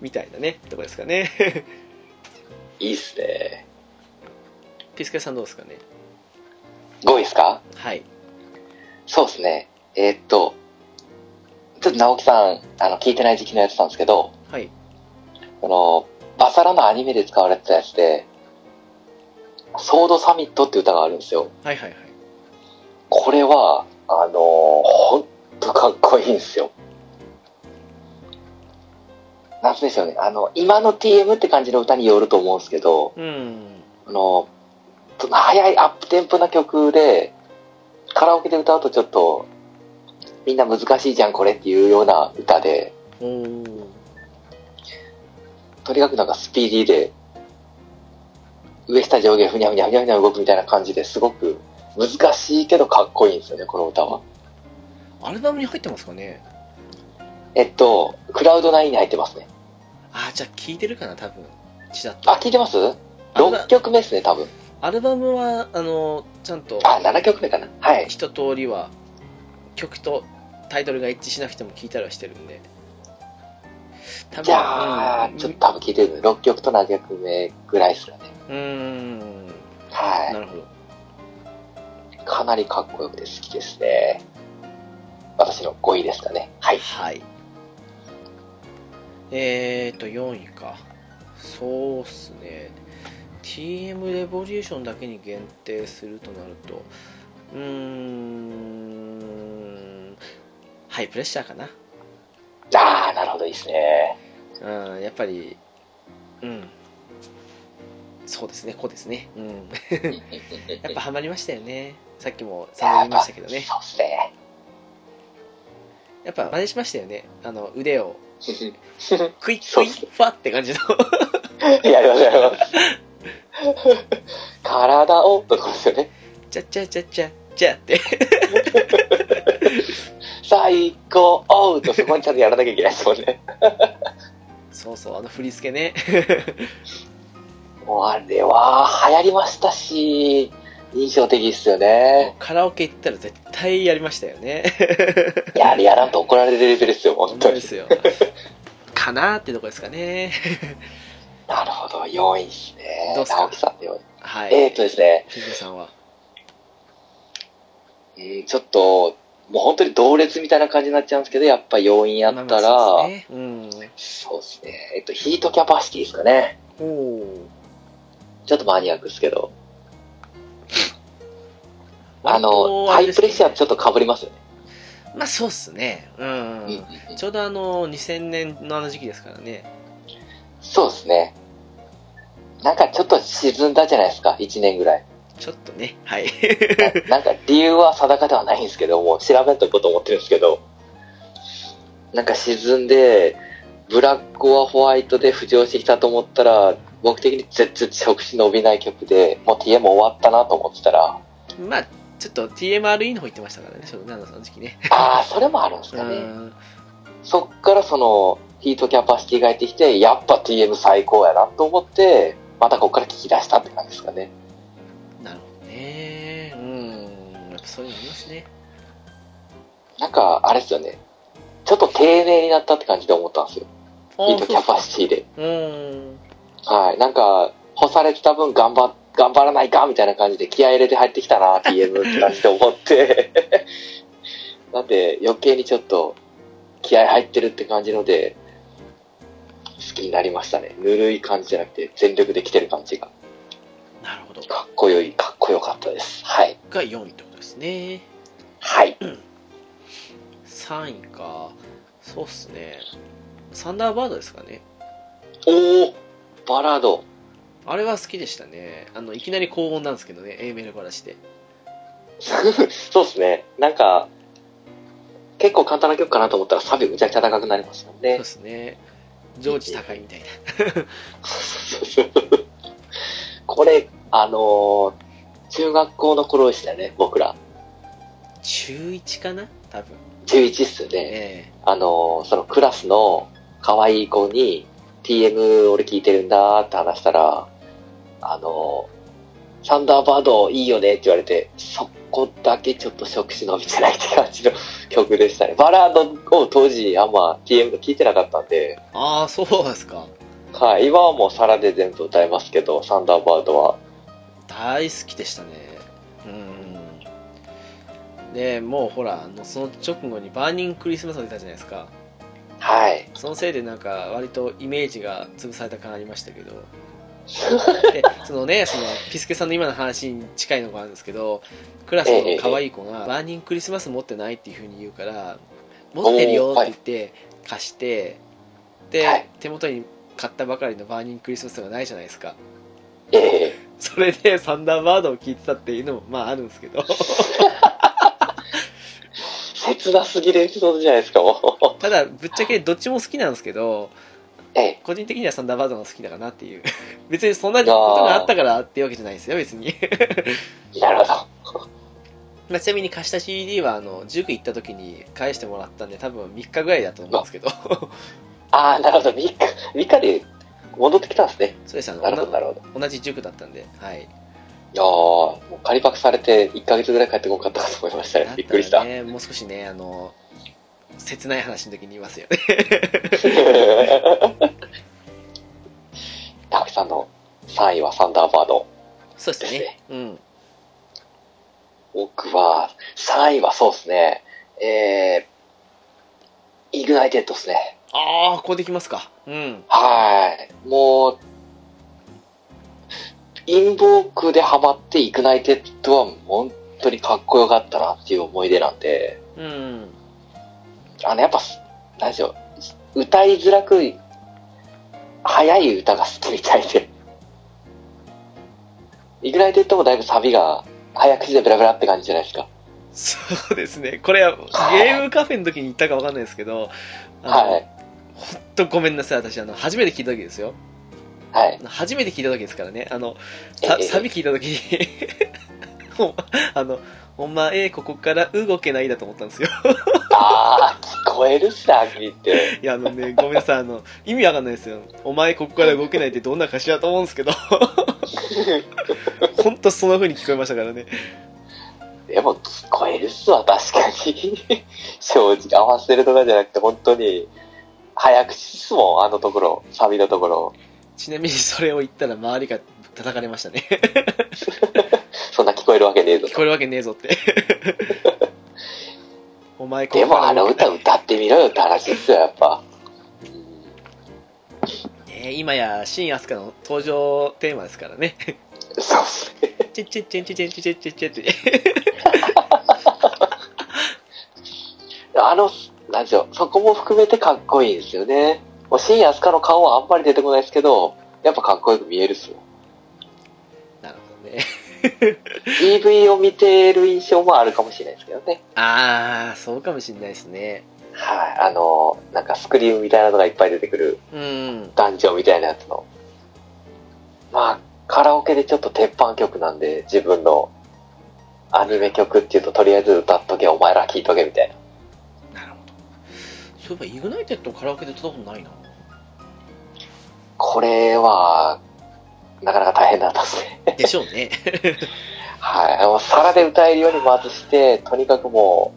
[SPEAKER 1] みたいなねとこですかね
[SPEAKER 2] いいですね。
[SPEAKER 1] ピスケさんどうですかね
[SPEAKER 2] 5位ですか
[SPEAKER 1] はい
[SPEAKER 2] そうですね。えーっと、ちょっと直樹さん、あの、聞いてない時期のやつなんですけど、
[SPEAKER 1] はい。
[SPEAKER 2] その、バサラのアニメで使われてたやつで、ソードサミットって歌があるんですよ。
[SPEAKER 1] はいはいはい。
[SPEAKER 2] これは、あのー、ほんとかっこいいんですよ。なんつうんでしょうね。あの、今の TM って感じの歌によると思うんですけど、
[SPEAKER 1] うん。
[SPEAKER 2] あの、その速いアップテンポな曲で、カラオケで歌うとちょっと、みんな難しいじゃんこれっていうような歌で、
[SPEAKER 1] おー。
[SPEAKER 2] とにかくなんかスピーディーで、上下上下ふにゃふにゃふにゃふにゃ動くみたいな感じですごく難しいけどかっこいいんですよね、この歌は。
[SPEAKER 1] アルバムに入ってますかね
[SPEAKER 2] えっと、クラウドナインに入ってますね。
[SPEAKER 1] あー、じゃあ聞いてるかな、多分。ちらっと。
[SPEAKER 2] あ、聞いてます
[SPEAKER 1] アルバ
[SPEAKER 2] ?6 曲目ですね、多分。
[SPEAKER 1] アルバムは、あの、ちゃんと、
[SPEAKER 2] あ、7曲目かな。はい。
[SPEAKER 1] 一通りは、曲とタイトルが一致しなくても聞いたりはしてるんで。多分
[SPEAKER 2] じゃあ、
[SPEAKER 1] うん
[SPEAKER 2] ちょっと多分聞いてる6曲と7曲目ぐらいですかね。
[SPEAKER 1] うーん。
[SPEAKER 2] はい
[SPEAKER 1] な。るほど。
[SPEAKER 2] かなりかっこよくて好きですね。私の5位ですかね。はい。
[SPEAKER 1] はい。えーと、4位か。そうっすね。TM レボリューションだけに限定するとなると、うーん、ハイプレッシャーかな。
[SPEAKER 2] あー、なるほど、いいですね。
[SPEAKER 1] うん、やっぱり、うん。そうですね、こうですね。うん。やっぱハマりましたよね。 (laughs) さっきも3人言いましたけどね。
[SPEAKER 2] そうっ
[SPEAKER 1] やっぱ真似しましたよね。あの、腕を、
[SPEAKER 2] すね。
[SPEAKER 1] クイックイッファって感じの。
[SPEAKER 2] やります、やります。体を、とこですよね。
[SPEAKER 1] ちゃちゃちゃちゃちゃって。
[SPEAKER 2] 最高、おうと、そこにちゃんとやらなきゃいけないですもんね。
[SPEAKER 1] そうそう、あの振り付けね。
[SPEAKER 2] もうあれは、流行りましたし、印象的ですよね。
[SPEAKER 1] カラオケ行ったら絶対やりましたよね。
[SPEAKER 2] いや、あれやらんと怒られるレベルですよ、本
[SPEAKER 1] 本
[SPEAKER 2] 当
[SPEAKER 1] 当
[SPEAKER 2] に
[SPEAKER 1] で。すよ。かなーってとこですかね。
[SPEAKER 2] なるほど、4位ですね。
[SPEAKER 1] どうっすか
[SPEAKER 2] 直樹さんの4位。
[SPEAKER 1] はい。
[SPEAKER 2] えーとですね、
[SPEAKER 1] 藤井さんは。
[SPEAKER 2] うんちょっと、もう本当に同列みたいな感じになっちゃうんですけど、やっぱ要因やったら、
[SPEAKER 1] まあまあそうですねうん。
[SPEAKER 2] そうですね。えっと、ヒートキャパシティですかね。
[SPEAKER 1] おお。
[SPEAKER 2] ちょっとマニアックですけど。あ
[SPEAKER 1] 割
[SPEAKER 2] の、
[SPEAKER 1] と
[SPEAKER 2] ハ
[SPEAKER 1] あれ
[SPEAKER 2] イ
[SPEAKER 1] ですね
[SPEAKER 2] プレッシャーとちょっと被りますよね。
[SPEAKER 1] まあそうっすね。う
[SPEAKER 2] うんう
[SPEAKER 1] ん。
[SPEAKER 2] んうん
[SPEAKER 1] ちょうどあの、2000年のあの時期ですからね。
[SPEAKER 2] そうですね。なんかちょっと沈んだじゃないですか、1年ぐらい。 (laughs)
[SPEAKER 1] ちょっとね、はい。
[SPEAKER 2] ななんか理由は定かではないんですけども、調べとこうと思ってるんですけど、なんか沈んで、ブラックはホワイトで浮上してきたと思ったら、僕的に全然触手伸びない曲で、もう TM 終わったなと思って
[SPEAKER 1] (laughs)
[SPEAKER 2] たら、
[SPEAKER 1] まあ、ちょっと TMRE の方行ってましたからね、ちょうどね、あのあの時期ね。
[SPEAKER 2] ああ、それもあるんです
[SPEAKER 1] う
[SPEAKER 2] かね。
[SPEAKER 1] ん。
[SPEAKER 2] そっからその、ヒートキャパシティが入ってきて、やっぱ TM 最高やなと思って、またここから聞き出したって感じですかね。
[SPEAKER 1] なるほどね。うん。やっぱそういうのありますね。
[SPEAKER 2] なんか、あれですよね。ちょっと丁寧になったって感じで思ったんですよ。
[SPEAKER 1] あ
[SPEAKER 2] ヒ
[SPEAKER 1] ー
[SPEAKER 2] ートキャパシティで。
[SPEAKER 1] うーん。
[SPEAKER 2] はい、なんか、干されてた分頑張、頑張らないかみたいな感じで気合い入れて入ってきたな、TM って感じで思って。 (laughs) なんで、余計にちょっと、気合い入ってるって感じので、好きになりましたね。ぬるい感じじゃなくて、全力で来てる感じが。
[SPEAKER 1] なるほど。
[SPEAKER 2] かっこよい、かっこよかったです。はい。
[SPEAKER 1] が4位ってことですね。
[SPEAKER 2] はい。
[SPEAKER 1] 3位か。そうっすね。サンダーバードですかね。
[SPEAKER 2] おーバラード。 (laughs)
[SPEAKER 1] あれは好きでしたね。あの、いきなり高音なんですけどね、A メロからして。
[SPEAKER 2] そうですね。なんか、結構簡単な曲かなと思ったらサビむちゃくちゃ高くなりますもん
[SPEAKER 1] そう
[SPEAKER 2] ね
[SPEAKER 1] で。すね。常時高いみたいな。
[SPEAKER 2] (laughs) これ、あのー中学校の頃でしたよね、僕ら。
[SPEAKER 1] 中1かな多分。
[SPEAKER 2] 11っすよね。
[SPEAKER 1] え
[SPEAKER 2] あのーそのクラスの可愛い子に、TM 俺聞いてるんだって話したら、あのーサンダーバードいいよねって言われて、そこだけちょっと触手伸びてないって感じの (laughs) 曲でしたね。バラードを当時あんま TM が聞いてなかったんで
[SPEAKER 1] え、ああ、そうですか。
[SPEAKER 2] はい、今はもう皿で全部歌いますけど、サンダーバードは
[SPEAKER 1] 大好きでしたね。うーん。でもうほらあのその直後に「バーニングクリスマス」が出たじゃないですか
[SPEAKER 2] はい。
[SPEAKER 1] そのせいでなんか割とイメージが潰された感ありました
[SPEAKER 2] (laughs)
[SPEAKER 1] けどでそのねそのピスケさんの今の話に近いのがあるんですけどクラスの可愛い子が「バーニングクリスマス持ってない?」っていうふうに言うから「持ってるよ」って言って貸してで、
[SPEAKER 2] はい
[SPEAKER 1] 手元に買ったばかりのバーニングクリスマスがないじゃないですか
[SPEAKER 2] ええ
[SPEAKER 1] それでサンダーバードを聞いてたっていうのもまああるんですけ
[SPEAKER 2] (laughs)
[SPEAKER 1] ど
[SPEAKER 2] 切なすぎるエピソードじゃないですか、もう。 (laughs)
[SPEAKER 1] ただぶっちゃけどっちも好きなんですけど
[SPEAKER 2] ええ。
[SPEAKER 1] 個人的にはサンダーバードが好きだかなっていう (laughs) 別にそんなことがあったからっていうわけじゃないですよ別に (laughs)
[SPEAKER 2] なるほど。
[SPEAKER 1] まあちなみに貸した CD はあの塾行った時に返してもらったんで多分3日ぐらいだと思うんですけど (laughs)
[SPEAKER 2] ああ、なるほど。3日、3日で戻ってきたんですね。
[SPEAKER 1] そうでしたあの
[SPEAKER 2] なるほど、なるほど。
[SPEAKER 1] 同じ塾だったんではい
[SPEAKER 2] いやー、もう仮パクされて1ヶ月ぐらい帰ってこんかったかと思いました
[SPEAKER 1] だ
[SPEAKER 2] ね。
[SPEAKER 1] っ
[SPEAKER 2] びっくり
[SPEAKER 1] (laughs)
[SPEAKER 2] した。
[SPEAKER 1] らねもう少しねあの切ない話の時に言いますよね (laughs)
[SPEAKER 2] たくさんの3位はサンダーバード。
[SPEAKER 1] そうです
[SPEAKER 2] です
[SPEAKER 1] ね
[SPEAKER 2] ね
[SPEAKER 1] うん
[SPEAKER 2] 僕は、3位はそうですね。えー、イグナイテッドですね。
[SPEAKER 1] ああここできますかうん
[SPEAKER 2] はい。もう、インボークでハマってイグナイテッドは本当にかっこよかったなっていう思い出なんで、
[SPEAKER 1] うん
[SPEAKER 2] あの、やっぱ、何でしょう、歌いづらく、速い歌が好きみたいで。イグナイテッドもだいぶサビが、早口でブラブラって感じじゃないですか。
[SPEAKER 1] そうですねこれはゲームカフェの時に言ったかわかんないですけどあの
[SPEAKER 2] はい。
[SPEAKER 1] ちょっとごめんなさい私あの初めて聞いた時ですよ
[SPEAKER 2] はい。
[SPEAKER 1] 初めて聞いた時ですからねあのさ
[SPEAKER 2] ええ
[SPEAKER 1] サビ聞いた時にほんあのお前ここから動けないだと思ったんですよ
[SPEAKER 2] あー、聞こえるっすね、はっきり言って。
[SPEAKER 1] いやあのねごめんなさいあの意味わかんないですよお前ここから動けないってどんな歌詞だと思うんですけどほんとそんな風に聞こえましたからね
[SPEAKER 2] でも聞こえるっすわ、確かに。正直、合わせるとかじゃなくて、本当に、早口っすもん、あのところ、サビのところ。
[SPEAKER 1] ちなみにそれを言ったら周りが叩かれましたね
[SPEAKER 2] そんな聞こえるわけねえぞ
[SPEAKER 1] 聞。こえるわけねえぞってお前こ
[SPEAKER 2] で
[SPEAKER 1] こ
[SPEAKER 2] も
[SPEAKER 1] か
[SPEAKER 2] あ
[SPEAKER 1] ら
[SPEAKER 2] の
[SPEAKER 1] 動けない
[SPEAKER 2] 歌歌ってみろよって話ですよ、やっぱ。
[SPEAKER 1] ね今や新飛鳥の登場テーマですからね
[SPEAKER 2] そうっすね。
[SPEAKER 1] チェッチェッチェッチェッチェッチェッチェッチェッチェッ
[SPEAKER 2] あの、なんでしょう、そこも含めてかっこいいですよね。もう、新安カの顔はあんまり出てこないですけど、やっぱかっこよく見えるっすもん。
[SPEAKER 1] なるほどね
[SPEAKER 2] EV を見てる印象もあるかもしれないですけどね。
[SPEAKER 1] ああそうかもしれないですね
[SPEAKER 2] はい。あの、なんかスクリームみたいなのがいっぱい出てくる
[SPEAKER 1] うん
[SPEAKER 2] ダンジョンみたいなやつの。まあ、カラオケでちょっと鉄板曲なんで、自分のアニメ曲っていうと、とりあえず歌っとけ、お前ら聴いとけみたいな。
[SPEAKER 1] なるほどそういえばイグナイテッドをカラオケで歌ったことないな
[SPEAKER 2] これは、なかなか大変だったですね。
[SPEAKER 1] でしょうね
[SPEAKER 2] はい。もう皿で歌えるようにまずして、とにかくも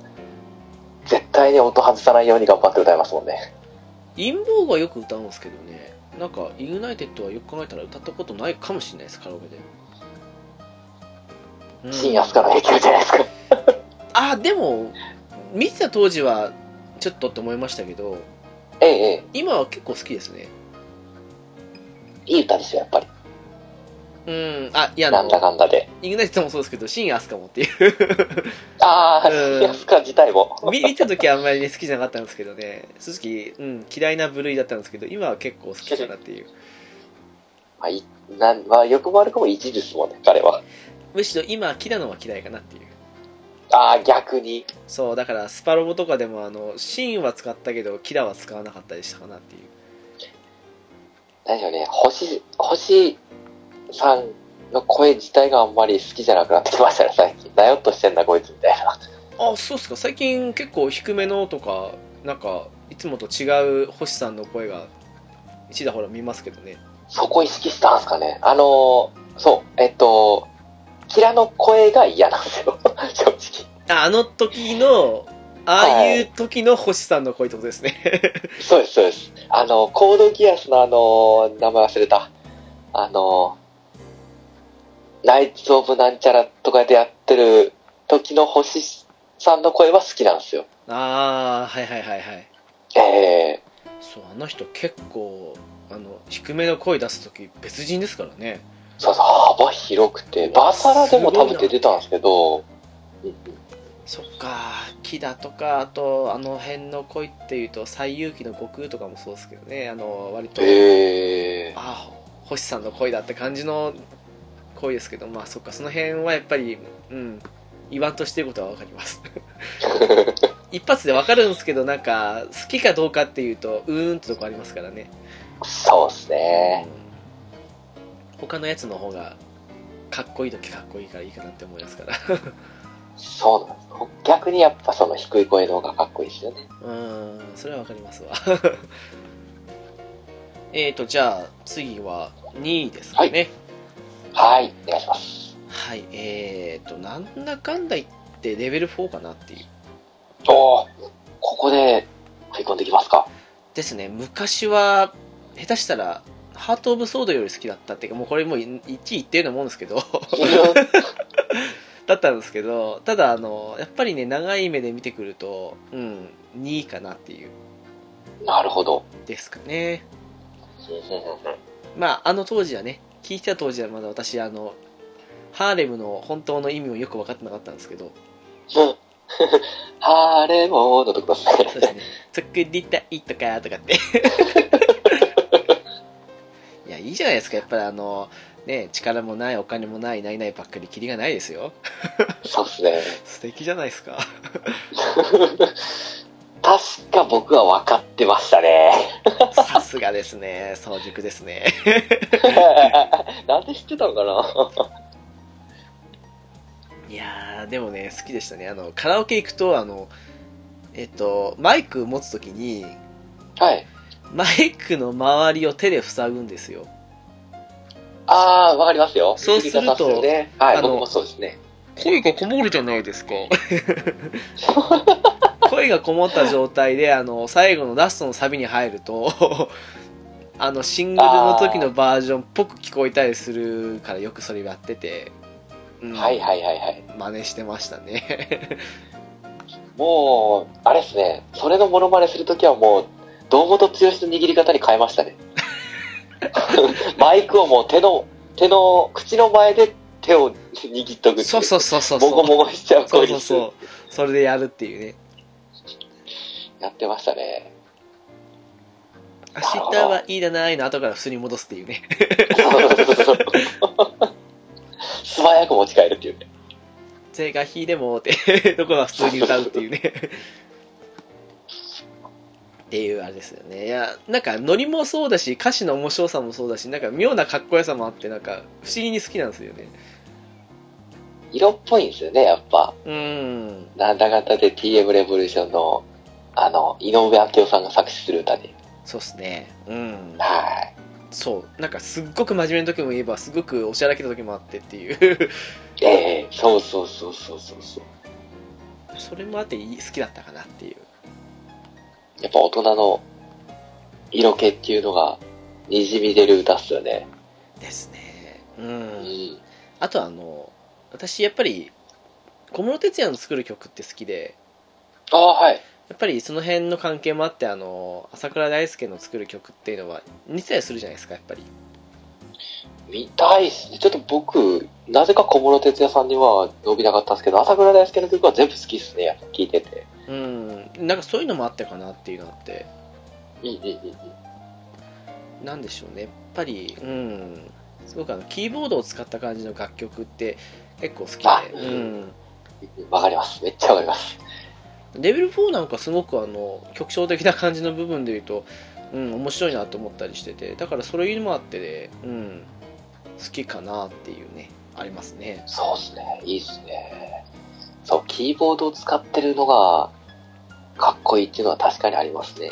[SPEAKER 2] う、絶対に音外さないように頑張って歌いますもんね。
[SPEAKER 1] 陰謀がよく歌うんですけどねなんかイグナイテッドはよく考えたら歌ったことないかもしれないですカラオケで、うん
[SPEAKER 2] 新安から影響じゃないですか。
[SPEAKER 1] あでも見てた当時はちょっとって思いましたけど
[SPEAKER 2] ええ、ええ、
[SPEAKER 1] 今は結構好きですね
[SPEAKER 2] いい歌ですよ、やっぱり。
[SPEAKER 1] うんあいや
[SPEAKER 2] なんだかんだで。
[SPEAKER 1] イグナイトもそうですけど、新アスカもっていう。
[SPEAKER 2] ああ、
[SPEAKER 1] うん
[SPEAKER 2] 新安から自体も。
[SPEAKER 1] 見見た時はあんまりね、好きじゃなかったんですけどね。正直、うん、嫌いな部類だったんですけど、今は結構好きだなっていう。
[SPEAKER 2] (laughs) まあ、いなんまあ、よくも悪くも意地ですもんね、彼は。
[SPEAKER 1] むしろ今は嫌なのは嫌いかなっていう。
[SPEAKER 2] ああ、逆に。
[SPEAKER 1] そう、だからスパロボとかでも、あの、シーンは使ったけど、キラは使わなかったりしたかなっていう。
[SPEAKER 2] 何でしょうね、星、星さんの声自体があんまり好きじゃなくなってきましたね、最近。なよっとしてんだ、こいつ、みたいな。
[SPEAKER 1] あ、そうっすか。最近結構低めのとか、なんか、いつもと違う星さんの声が、ちらほら見ますけどね。
[SPEAKER 2] そこ意識したんすかね。あのーそう、えっと、キラの声が嫌なんですよ、 (laughs) 正直。
[SPEAKER 1] ああの時の、ああいう時の星さんの声ってことですね。 (laughs)
[SPEAKER 2] そうです、そうです。あの、コードギアスのあのー名前忘れた。あのーナイツ・オブ・なんちゃらとかでやってる時の星さんの声は好きなんですよ。
[SPEAKER 1] ああはいはいはいはい
[SPEAKER 2] ええ
[SPEAKER 1] そうあの人結構あの低めの声出す時別人ですからね
[SPEAKER 2] そうそう、幅広くて、バサラでも多分出てたんですけど、
[SPEAKER 1] そっか木田とかあとあの辺の恋っていうと西遊記の悟空とかもそうですけどねあの割と、
[SPEAKER 2] ええ
[SPEAKER 1] ああ星さんの恋だって感じの恋ですけどまあそっかその辺はやっぱりうん言わんとしてることは分かります (laughs) 一発で分かるんですけどなんか好きかどうかっていうとうーんってとこありますからね
[SPEAKER 2] (laughs) そうですね。
[SPEAKER 1] 他のやつの方がかっこいい時かっこいいからいいかなって思いますから
[SPEAKER 2] そうなんです。逆にやっぱその低い声の方がかっこいいですよね。
[SPEAKER 1] うーんそれはわかりますわ (laughs) えーとじゃあ次は2位ですかね
[SPEAKER 2] はい、お願いします。
[SPEAKER 1] はい、えーとなんだかんだ言ってレベル4かなっていう
[SPEAKER 2] おーここで食い込んできます (laughs) か。
[SPEAKER 1] ですね昔は下手したらハート・オブ・ソードより好きだったっていうかもうこれもう1位いってるようなもんですけど (laughs) だったんですけどただあのやっぱりね長い目で見てくるとうん2位かなっていう
[SPEAKER 2] なるほど。
[SPEAKER 1] ですかねまああの当時はね聞いてた当時はまだ私あのハーレムの本当の意味をよく分かってなかったんですけど
[SPEAKER 2] ハーレモーのとこです
[SPEAKER 1] そう
[SPEAKER 2] (laughs) ね。
[SPEAKER 1] ですね「作りたいとか」とかって (laughs) いやいいじゃないですかやっぱりあのね力もないお金もないないないばっかりキリがないですよ (laughs)
[SPEAKER 2] そうですね。
[SPEAKER 1] 素敵じゃないですか
[SPEAKER 2] 確か僕は分かってましたね。
[SPEAKER 1] さすがですね早熟ですね
[SPEAKER 2] (laughs) なんで知ってたのかない
[SPEAKER 1] やーでもね好きでしたねあのカラオケ行くとあのえっとマイク持つ時に
[SPEAKER 2] はい。
[SPEAKER 1] マイクの周りを手で塞ぐんですよ
[SPEAKER 2] あー、わかりますよ。
[SPEAKER 1] そうすると
[SPEAKER 2] 言い方っよね、は
[SPEAKER 1] あ
[SPEAKER 2] い、
[SPEAKER 1] の
[SPEAKER 2] 僕もそうですね。
[SPEAKER 1] 声がこもるじゃないですか (laughs) 声がこもった状態であの最後のラストのサビに入ると (laughs) あのシングルの時のバージョンっぽく聞こえたりするからよくそれやってて、うん
[SPEAKER 2] はいはいはいはい。
[SPEAKER 1] 真似してましたね
[SPEAKER 2] もう、あれですね。それのモノマネするときはもう、堂本剛の握り方に変えました
[SPEAKER 1] (laughs)
[SPEAKER 2] ね。マイクをもう手の、手の、口の前で手を握っとくってい
[SPEAKER 1] そうそうそうそう
[SPEAKER 2] もごもごしちゃう
[SPEAKER 1] そ
[SPEAKER 2] 声
[SPEAKER 1] う
[SPEAKER 2] に
[SPEAKER 1] そうそうそれでやるっていうね
[SPEAKER 2] やってましたね。
[SPEAKER 1] 「明日はいいだない」の後から普通に戻すっていうね
[SPEAKER 2] 素早く持ち帰るっていうね。
[SPEAKER 1] 「是が非でも」ってところは普通に歌うっていうねっていうあれですよねいやなんかノリもそうだし歌詞の面白さもそうだしなんか妙なかっこよさもあってなんか不思議に好きなんですよね
[SPEAKER 2] 色っぽいんですよね、やっぱ。
[SPEAKER 1] うーん
[SPEAKER 2] なんだかんだで TM レボリューションの、あの、井上明夫さんが作詞する歌に。
[SPEAKER 1] そうっすねうん
[SPEAKER 2] はい。
[SPEAKER 1] そうなんかすっごく真面目な時も言えばすごくおしゃらけた時もあってっていう
[SPEAKER 2] ええそうそうそうそうそうそう。
[SPEAKER 1] それもあっていい好きだったかなっていう
[SPEAKER 2] やっぱ大人の色気っていうのが滲み出る歌っすよね。
[SPEAKER 1] ですねう
[SPEAKER 2] うんん。
[SPEAKER 1] あとあの私やっぱり小室哲哉の作る曲って好きで
[SPEAKER 2] ああ、はい。
[SPEAKER 1] やっぱりその辺の関係もあってあの朝倉大輔の作る曲っていうのは似てたりするじゃないですかやっぱり
[SPEAKER 2] 見たいっすね。ちょっと僕、なぜか小室哲哉さんには伸びなかったんですけど、朝倉大輔の曲は全部好きっすね。やっぱ聴いてて。
[SPEAKER 1] うんなんかそういうのもあったかなっていうのがあって
[SPEAKER 2] いい、いい、いい。
[SPEAKER 1] なんでしょうねやっぱりうんすごくあのキーボードを使った感じの楽曲って結構好
[SPEAKER 2] あ
[SPEAKER 1] きで、うん、
[SPEAKER 2] わかります。めっちゃわかります。
[SPEAKER 1] レベル4なんかすごくあの曲調的な感じの部分で言うと、うん、面白いなと思ったりしててだからそれもあってで、うん、好きかなっていうねありますね
[SPEAKER 2] そうっすね。いいっすね。そう、キーボードを使ってるのが、かっこいいっていうのは確かにありますね。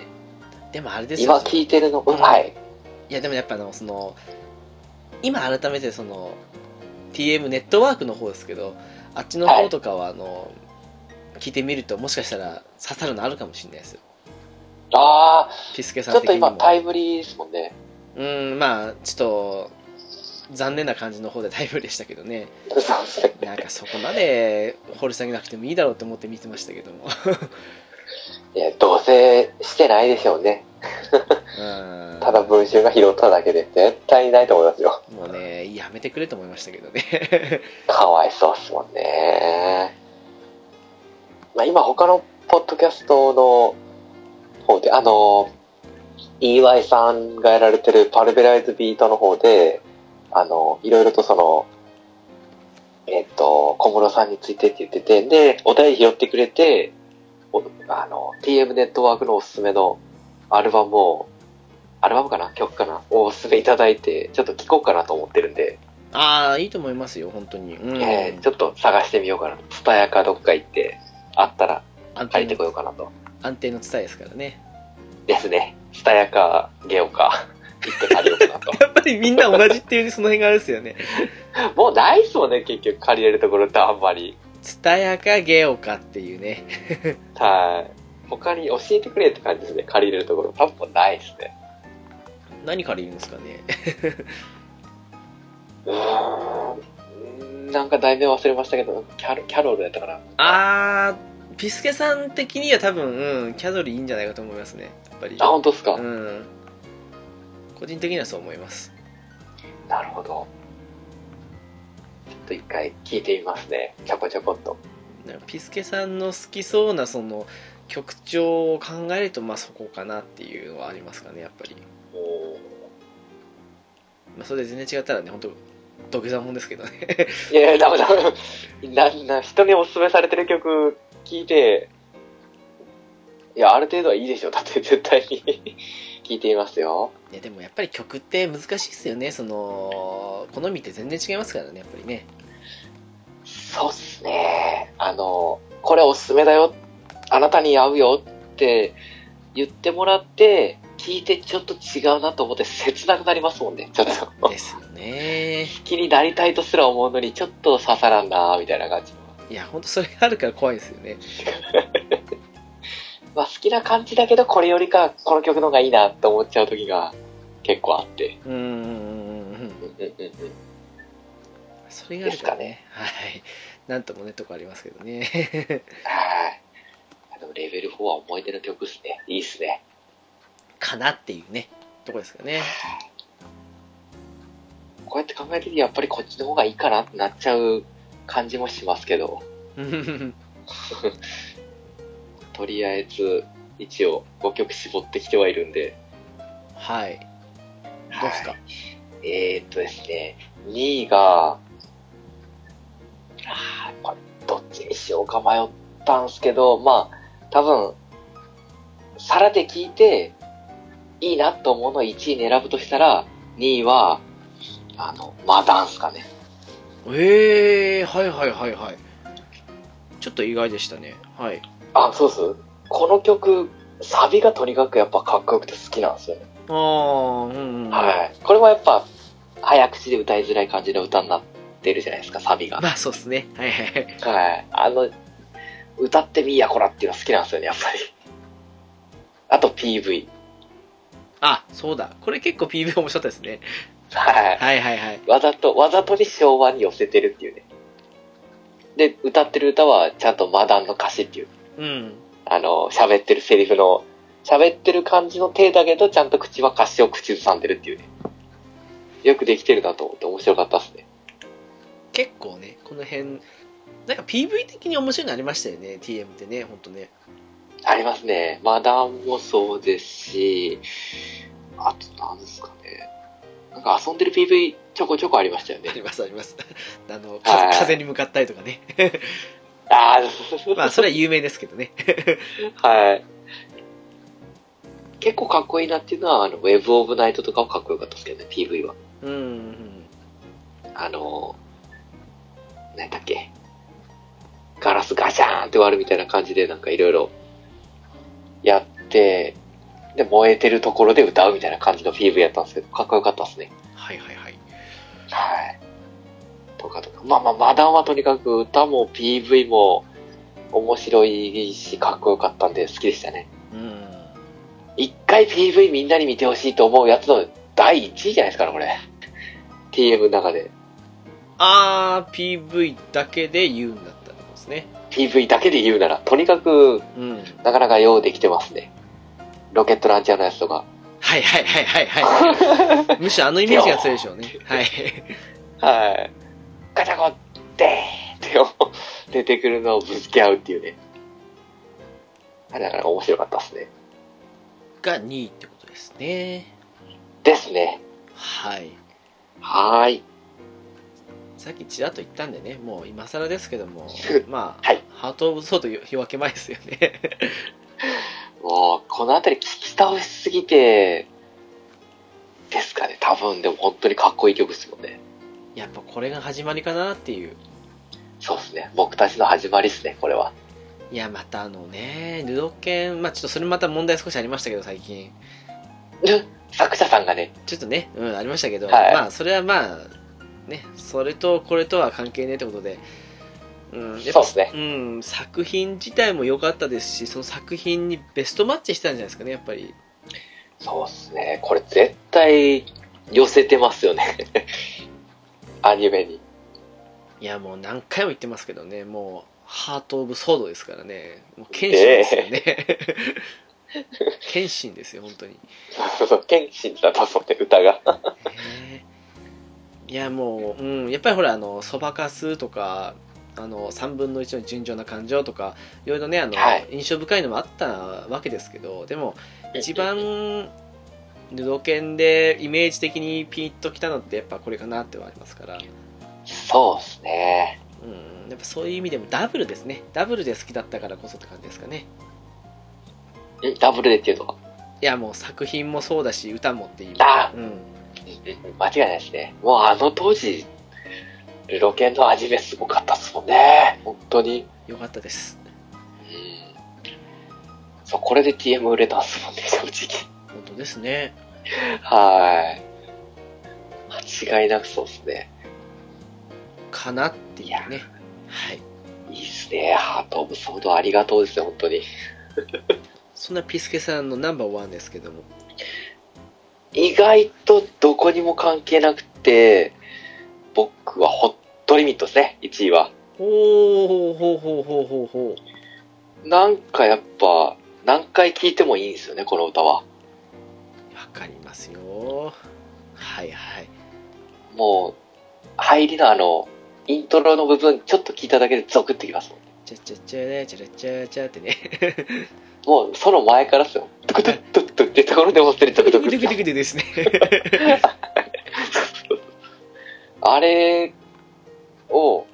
[SPEAKER 1] でもあれです
[SPEAKER 2] 今
[SPEAKER 1] よ
[SPEAKER 2] 聴いてるの、
[SPEAKER 1] うん
[SPEAKER 2] はい。
[SPEAKER 1] いやでもやっぱあのその今改めてその TM ネットワークの方ですけどあっちの方とかはあの、聞いてみるともしかしたら刺さるのあるかもしれないですよ
[SPEAKER 2] ああ、
[SPEAKER 1] ピスケ
[SPEAKER 2] ち
[SPEAKER 1] さ
[SPEAKER 2] ょ
[SPEAKER 1] ん
[SPEAKER 2] っ
[SPEAKER 1] 的
[SPEAKER 2] と
[SPEAKER 1] にも
[SPEAKER 2] (laughs) 今タイムリーですもんね。
[SPEAKER 1] うんまあちょっと残念な感じの方でタイムでしたけどね
[SPEAKER 2] そうですね
[SPEAKER 1] なんかそこまで掘り下げなくてもいいだろうと思って見てましたけども
[SPEAKER 2] いや、同棲してないでしょうね。
[SPEAKER 1] うん
[SPEAKER 2] ただ文集が拾っただけで絶対にないと思いますよ。
[SPEAKER 1] もうねやめてくれと思いましたけどね (laughs)
[SPEAKER 2] かわいそうっすもんね。まあ今他のポッドキャストの方で、あの、EY さんがやられてるパルベライズビートの方で、あの、いろいろとその、えっと、小室さんについてって言ってて、で、お題拾ってくれて、おあの、TM ネットワークのおすすめのアルバムを、アルバムかな曲かなをおすすめいただいて、ちょっと聴こうかなと思ってるんで、
[SPEAKER 1] ああいいと思いますよ本当にうん、
[SPEAKER 2] えーちょっと探してみようかなと。ツタヤかどっか行って、あったら
[SPEAKER 1] 安
[SPEAKER 2] 借
[SPEAKER 1] 定
[SPEAKER 2] りてこ
[SPEAKER 1] の
[SPEAKER 2] ようかなと。
[SPEAKER 1] 安定の伝えですからね
[SPEAKER 2] ですね。ツタヤかゲオか (laughs) 行って借りようかなと。 (laughs)
[SPEAKER 1] やっぱりみんな同じっていうその辺があるですよね
[SPEAKER 2] もうないっすもんね、結局借りれるところってあんまり。
[SPEAKER 1] 蔦屋かゲオかっていうね
[SPEAKER 2] はい。他に教えてくれって感じですね。借りれるところ。多分ないっすね。
[SPEAKER 1] 何から言うんですかね
[SPEAKER 2] うーんうーん。なんか題名忘れましたけど、キャロキャロルやったかな。
[SPEAKER 1] あーピスケさん的には多分、うん、キャドリーいいんじゃないかと思いますねやっぱり
[SPEAKER 2] あ、本当っすか、
[SPEAKER 1] うん個人的にはそう思います
[SPEAKER 2] なるほど。ちょっと一回聞いてみますね。ちょこちょこっと。
[SPEAKER 1] なんかピスケさんの好きそうなその曲調を考えるとまあそこかなっていうのはありますかねやっぱり、まあ、それで全然違ったらね本当土下座もんですけどね (laughs)
[SPEAKER 2] いやいや、ダメダメ。なんな、人におすすめされてる曲聞いて、いや、ある程度はいいでしょ。だって (laughs) 絶対に聞いていますよ。
[SPEAKER 1] いやでもやっぱり曲って難しいっすよねその好みって全然違いますからねやっぱりね
[SPEAKER 2] そうっすね。あの、これおすすめだよ。あなたに合うよって言ってもらって、聞いてちょっと違うなと思って切なくなりますもんね。ちょっ
[SPEAKER 1] (laughs)
[SPEAKER 2] と。 (laughs)
[SPEAKER 1] ですよね
[SPEAKER 2] 気になりたいとすら思うのに、ちょっと刺さらんなみたいな感じの。
[SPEAKER 1] いや本当それがあるから怖いですよね
[SPEAKER 2] まあ好きな感じだけど、これよりか、この曲の方がいいなと思っちゃう時が結構あって。
[SPEAKER 1] うーんそれがあるからねはいなんともねとこありますけどね (laughs)
[SPEAKER 2] はい。あの、レベル4は思い出の曲っすね。いいっすね。
[SPEAKER 1] かなっていうねとこですかね (laughs)
[SPEAKER 2] こうやって考えてみて、やっぱりこっちの方がいいかなってなっちゃう感じもしますけど、
[SPEAKER 1] うん
[SPEAKER 2] とりあえず、一応5曲絞ってきてはいるんで。
[SPEAKER 1] はいどうですか
[SPEAKER 2] はいえー、っとですね、2位が、あーこれ、どっちにしようか迷ったんすけど、まあ、多分、皿で聞いて、いいなと思うのを1位に選ぶとしたら、2位は、あの、マダンスかね。
[SPEAKER 1] ええー、はいはいはいはいちょっと意外でしたねはい
[SPEAKER 2] あ、そうっす。この曲、サビがとにかくやっぱかっこよくて好きなんですよね。
[SPEAKER 1] ああうんうん
[SPEAKER 2] はい。これもやっぱ、早口で歌いづらい感じの歌になってるじゃないですか、サビが。
[SPEAKER 1] まあそうですねはいはいはい
[SPEAKER 2] はい。あの、歌ってみいやこらっていうの好きなんですよね、やっぱり。 (laughs) あと PV。
[SPEAKER 1] あそうだこれ結構 PV 面白かったですね
[SPEAKER 2] はい。
[SPEAKER 1] はいはいはい
[SPEAKER 2] わざと、わざとに昭和に寄せてるっていうね。で、歌ってる歌はちゃんとマダンの歌詞っていう、
[SPEAKER 1] うん
[SPEAKER 2] あの、喋ってるセリフの、喋ってる感じの手だけど、ちゃんと口は歌詞を口ずさんでるっていうね。よくできてるなと思って面白かったっすね。
[SPEAKER 1] 結構ねこの辺なんか PV 的に面白いのありましたよね TM ってね本当ね
[SPEAKER 2] ありますね。マダンもそうですし、あとなんですかね。なんか遊んでる PV ちょこちょこありましたよね
[SPEAKER 1] あ。りますあります (laughs) あの
[SPEAKER 2] はい
[SPEAKER 1] 風風に向かったりとかね (laughs)
[SPEAKER 2] ああ、
[SPEAKER 1] まあそれは有名ですけどね
[SPEAKER 2] (laughs) はい。結構かっこいいなっていうのは、あの、ウェブオブナイトとかはかっこよかったですけどね、PV は。
[SPEAKER 1] うんうん
[SPEAKER 2] あのー、何だっけ。ガラスガシャーンって割るみたいな感じで、なんかいろいろやって、で、燃えてるところで歌うみたいな感じの PV やったんですけど、かっこよかったですね。
[SPEAKER 1] はいはいはい
[SPEAKER 2] はい。とかとか。まあまあ、マダンはとにかく歌も PV も面白いし、かっこよかったんで好きでしたね。
[SPEAKER 1] うん
[SPEAKER 2] 一回 PV みんなに見てほしいと思うやつの第1位じゃないですかね、これ。 PV、PV の中で。
[SPEAKER 1] あー、PV だけで言うんだったんですね。
[SPEAKER 2] PV だけで言うなら、とにかく、
[SPEAKER 1] うん。
[SPEAKER 2] なかなか用できてますね。ロケットランチャーのやつとか。
[SPEAKER 1] はいはいはいはいはい。 (laughs) むしろあのイメージが強いでしょうね。はい。
[SPEAKER 2] はい。ガチャゴン、でーって出てくるのをぶつけ合うっていうね。あれ、なかなか面白かったですね。
[SPEAKER 1] が2位ってことですね。
[SPEAKER 2] ですね。
[SPEAKER 1] はい。
[SPEAKER 2] はーい。
[SPEAKER 1] さっきちらっと言ったんでね、もう今更ですけど (laughs) も、まあ、
[SPEAKER 2] はい
[SPEAKER 1] ハート・オブ・ソード夜明け前ですよね。
[SPEAKER 2] もう、このあたり聞き倒しすぎて、ですかね。多分、でも本当にかっこいい曲ですもんね。
[SPEAKER 1] やっぱこれが始まりかなっていう。
[SPEAKER 2] そうですね。僕たちの始まりですね、これは。
[SPEAKER 1] いや、またあのね、ルドケン、まあちょっとそれまた問題少しありましたけど、最近。
[SPEAKER 2] 作者さんがね、
[SPEAKER 1] ちょっとね、うん、ありましたけど、
[SPEAKER 2] はい
[SPEAKER 1] まあそれはまあ、ね、それとこれとは関係ねえってことで、うん、やっ
[SPEAKER 2] そ
[SPEAKER 1] ぱ
[SPEAKER 2] うですね。
[SPEAKER 1] うん、作品自体も良かったですし、その作品にベストマッチしたんじゃないですかね、やっぱり。
[SPEAKER 2] そうですね。これ絶対寄せてますよね。 (laughs) アニメに。 (laughs)
[SPEAKER 1] いや、もう何回も言ってますけどね、もう、ハート・オブ・ソードですからね、もう、剣心ですよ
[SPEAKER 2] (laughs)
[SPEAKER 1] ね。剣心ですよ、本当に。
[SPEAKER 2] そうそうそう、剣心だったそうで、歌が。
[SPEAKER 1] へえいや、もう、うん、やっぱりほら、あの、そばかすとか、あの、3分の1の純情な感情とか、いろいろね、あの、
[SPEAKER 2] はい
[SPEAKER 1] 印象深いのもあったわけですけど、でも、一
[SPEAKER 2] うんうんうん。
[SPEAKER 1] 番ヌドケンでイメージ的にピンときたのってやっぱこれかなってはありますから、
[SPEAKER 2] そうですね。
[SPEAKER 1] うん、やっぱそういう意味でもダブルですねダブルで好きだったからこそって感じですかね
[SPEAKER 2] んダブルでっていうのは。
[SPEAKER 1] いやもう作品もそうだし歌もっていう
[SPEAKER 2] あ
[SPEAKER 1] うん、
[SPEAKER 2] うんうん間違いないですね。もうあの当時、ルロケンのアニメすごかったっすもんね。本当に。
[SPEAKER 1] よかったです
[SPEAKER 2] うん。そう、これで TM 売れたっすもんね、正直。
[SPEAKER 1] 本当ですね
[SPEAKER 2] はい。間違いなくそうですね。
[SPEAKER 1] かなっていう
[SPEAKER 2] い
[SPEAKER 1] ねはい
[SPEAKER 2] いいっすね。ハートオブソードありがとうですね、本当に。
[SPEAKER 1] そんなピスケさんのナンバーワンですけども
[SPEAKER 2] 意外とどこにも関係なくて、僕はホットリミットですね、1位は。
[SPEAKER 1] ほうほうほうほうほうほう
[SPEAKER 2] なんかやっぱ、何回聴いてもいいんですよね、この歌は。
[SPEAKER 1] わかりますよはいはい
[SPEAKER 2] もう、入りのあの、イントロの部分、ちょっと聞いただけでゾクってきますもん。
[SPEAKER 1] チャチャチャねチャラチャチャってね
[SPEAKER 2] もう、その前からですよ。ドクドクドクドクってところでもってるド
[SPEAKER 1] ド
[SPEAKER 2] ク
[SPEAKER 1] ク
[SPEAKER 2] ド
[SPEAKER 1] ド
[SPEAKER 2] ク
[SPEAKER 1] クド
[SPEAKER 2] ドク
[SPEAKER 1] ク。ですね。
[SPEAKER 2] あれを、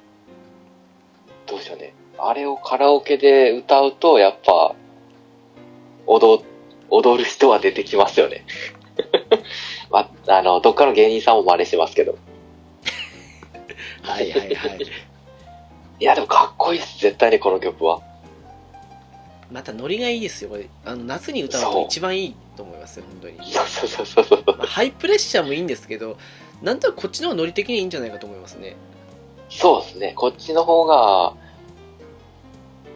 [SPEAKER 2] どうでしょうね。あれをカラオケで歌うと、やっぱ、踊、踊る人は出てきますよね。 (laughs) ま、あの、どっかの芸人さんも真似しますけど。
[SPEAKER 1] (laughs) はいはいはい。
[SPEAKER 2] いや、でもかっこいいです、絶対にこの曲は。
[SPEAKER 1] またノリがいいですよ、これ。あの夏に歌う
[SPEAKER 2] そ
[SPEAKER 1] と
[SPEAKER 2] う
[SPEAKER 1] 一番いいと思いますよ、本当に。
[SPEAKER 2] そうそうそうそうそう。
[SPEAKER 1] まあ、ハイプレッシャーもいいんですけど、なんとなくこっちの方がノリ的にいいんじゃないかと思いますね。
[SPEAKER 2] そうですね、こっちの方が、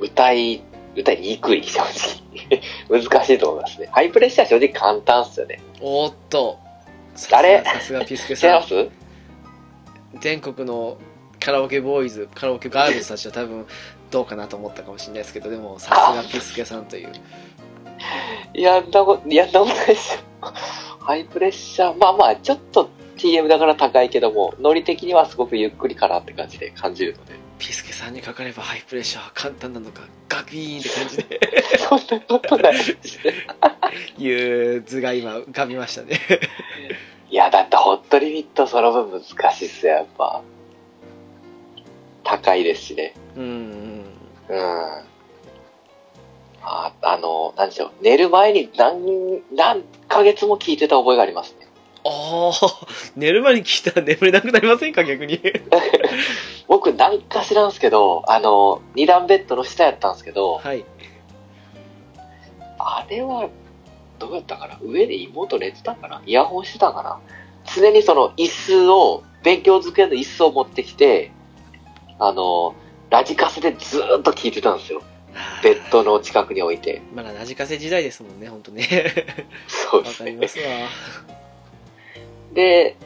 [SPEAKER 2] 歌い、歌いにくい、正直。 (laughs) 難しいと思いますね。ハイプレッシャー正直簡単っすよね。
[SPEAKER 1] おーっと。さすが
[SPEAKER 2] あれ
[SPEAKER 1] さすがピスケ
[SPEAKER 2] 知っ
[SPEAKER 1] さ
[SPEAKER 2] てま
[SPEAKER 1] ん。
[SPEAKER 2] す
[SPEAKER 1] 全国のカラオケボーイズ、カラオケガールズたちは多分どうかなと思ったかもしれないですけど、でもさすがピスケさんという。
[SPEAKER 2] いや、んなこと、いや、んなことないですよ。 (laughs) ハイプレッシャー、まあまあ、ちょっと TM だから高いけども、ノリ的にはすごくゆっくりかなって感じで感じるので。 (laughs)
[SPEAKER 1] ピスケさんにかかればハイプレッシャーは簡単なのか、ガビーンって感じで。
[SPEAKER 2] そんなことないですね。
[SPEAKER 1] いう図が今浮かびましたね。
[SPEAKER 2] いや、だってホットリミットその分難しいっすよ、やっぱ。高いですしね。
[SPEAKER 1] (laughs) うんうん。
[SPEAKER 2] うん。ああの、なんでしょう。寝る前に何、何ヶ月も聞いてた覚えがありますね。
[SPEAKER 1] ああ、寝る前に聞いたら眠れなくなりませんか、逆に。
[SPEAKER 2] 僕、何か知らんすけど、あの、二段ベッドの下やったんですけど、
[SPEAKER 1] はい。
[SPEAKER 2] あれは、どうやったかな上で妹寝てたかなイヤホンしてたかな常にその椅子を、勉強机の椅子を持ってきて、あの、ラジカセでずーっと聞いてたんですよ。ベッドの近くに置いて。
[SPEAKER 1] まだラジカセ時代です
[SPEAKER 2] (laughs)
[SPEAKER 1] もんね、本当ね。
[SPEAKER 2] そう
[SPEAKER 1] わ
[SPEAKER 2] です
[SPEAKER 1] かり
[SPEAKER 2] ね
[SPEAKER 1] ま。すわ。
[SPEAKER 2] で、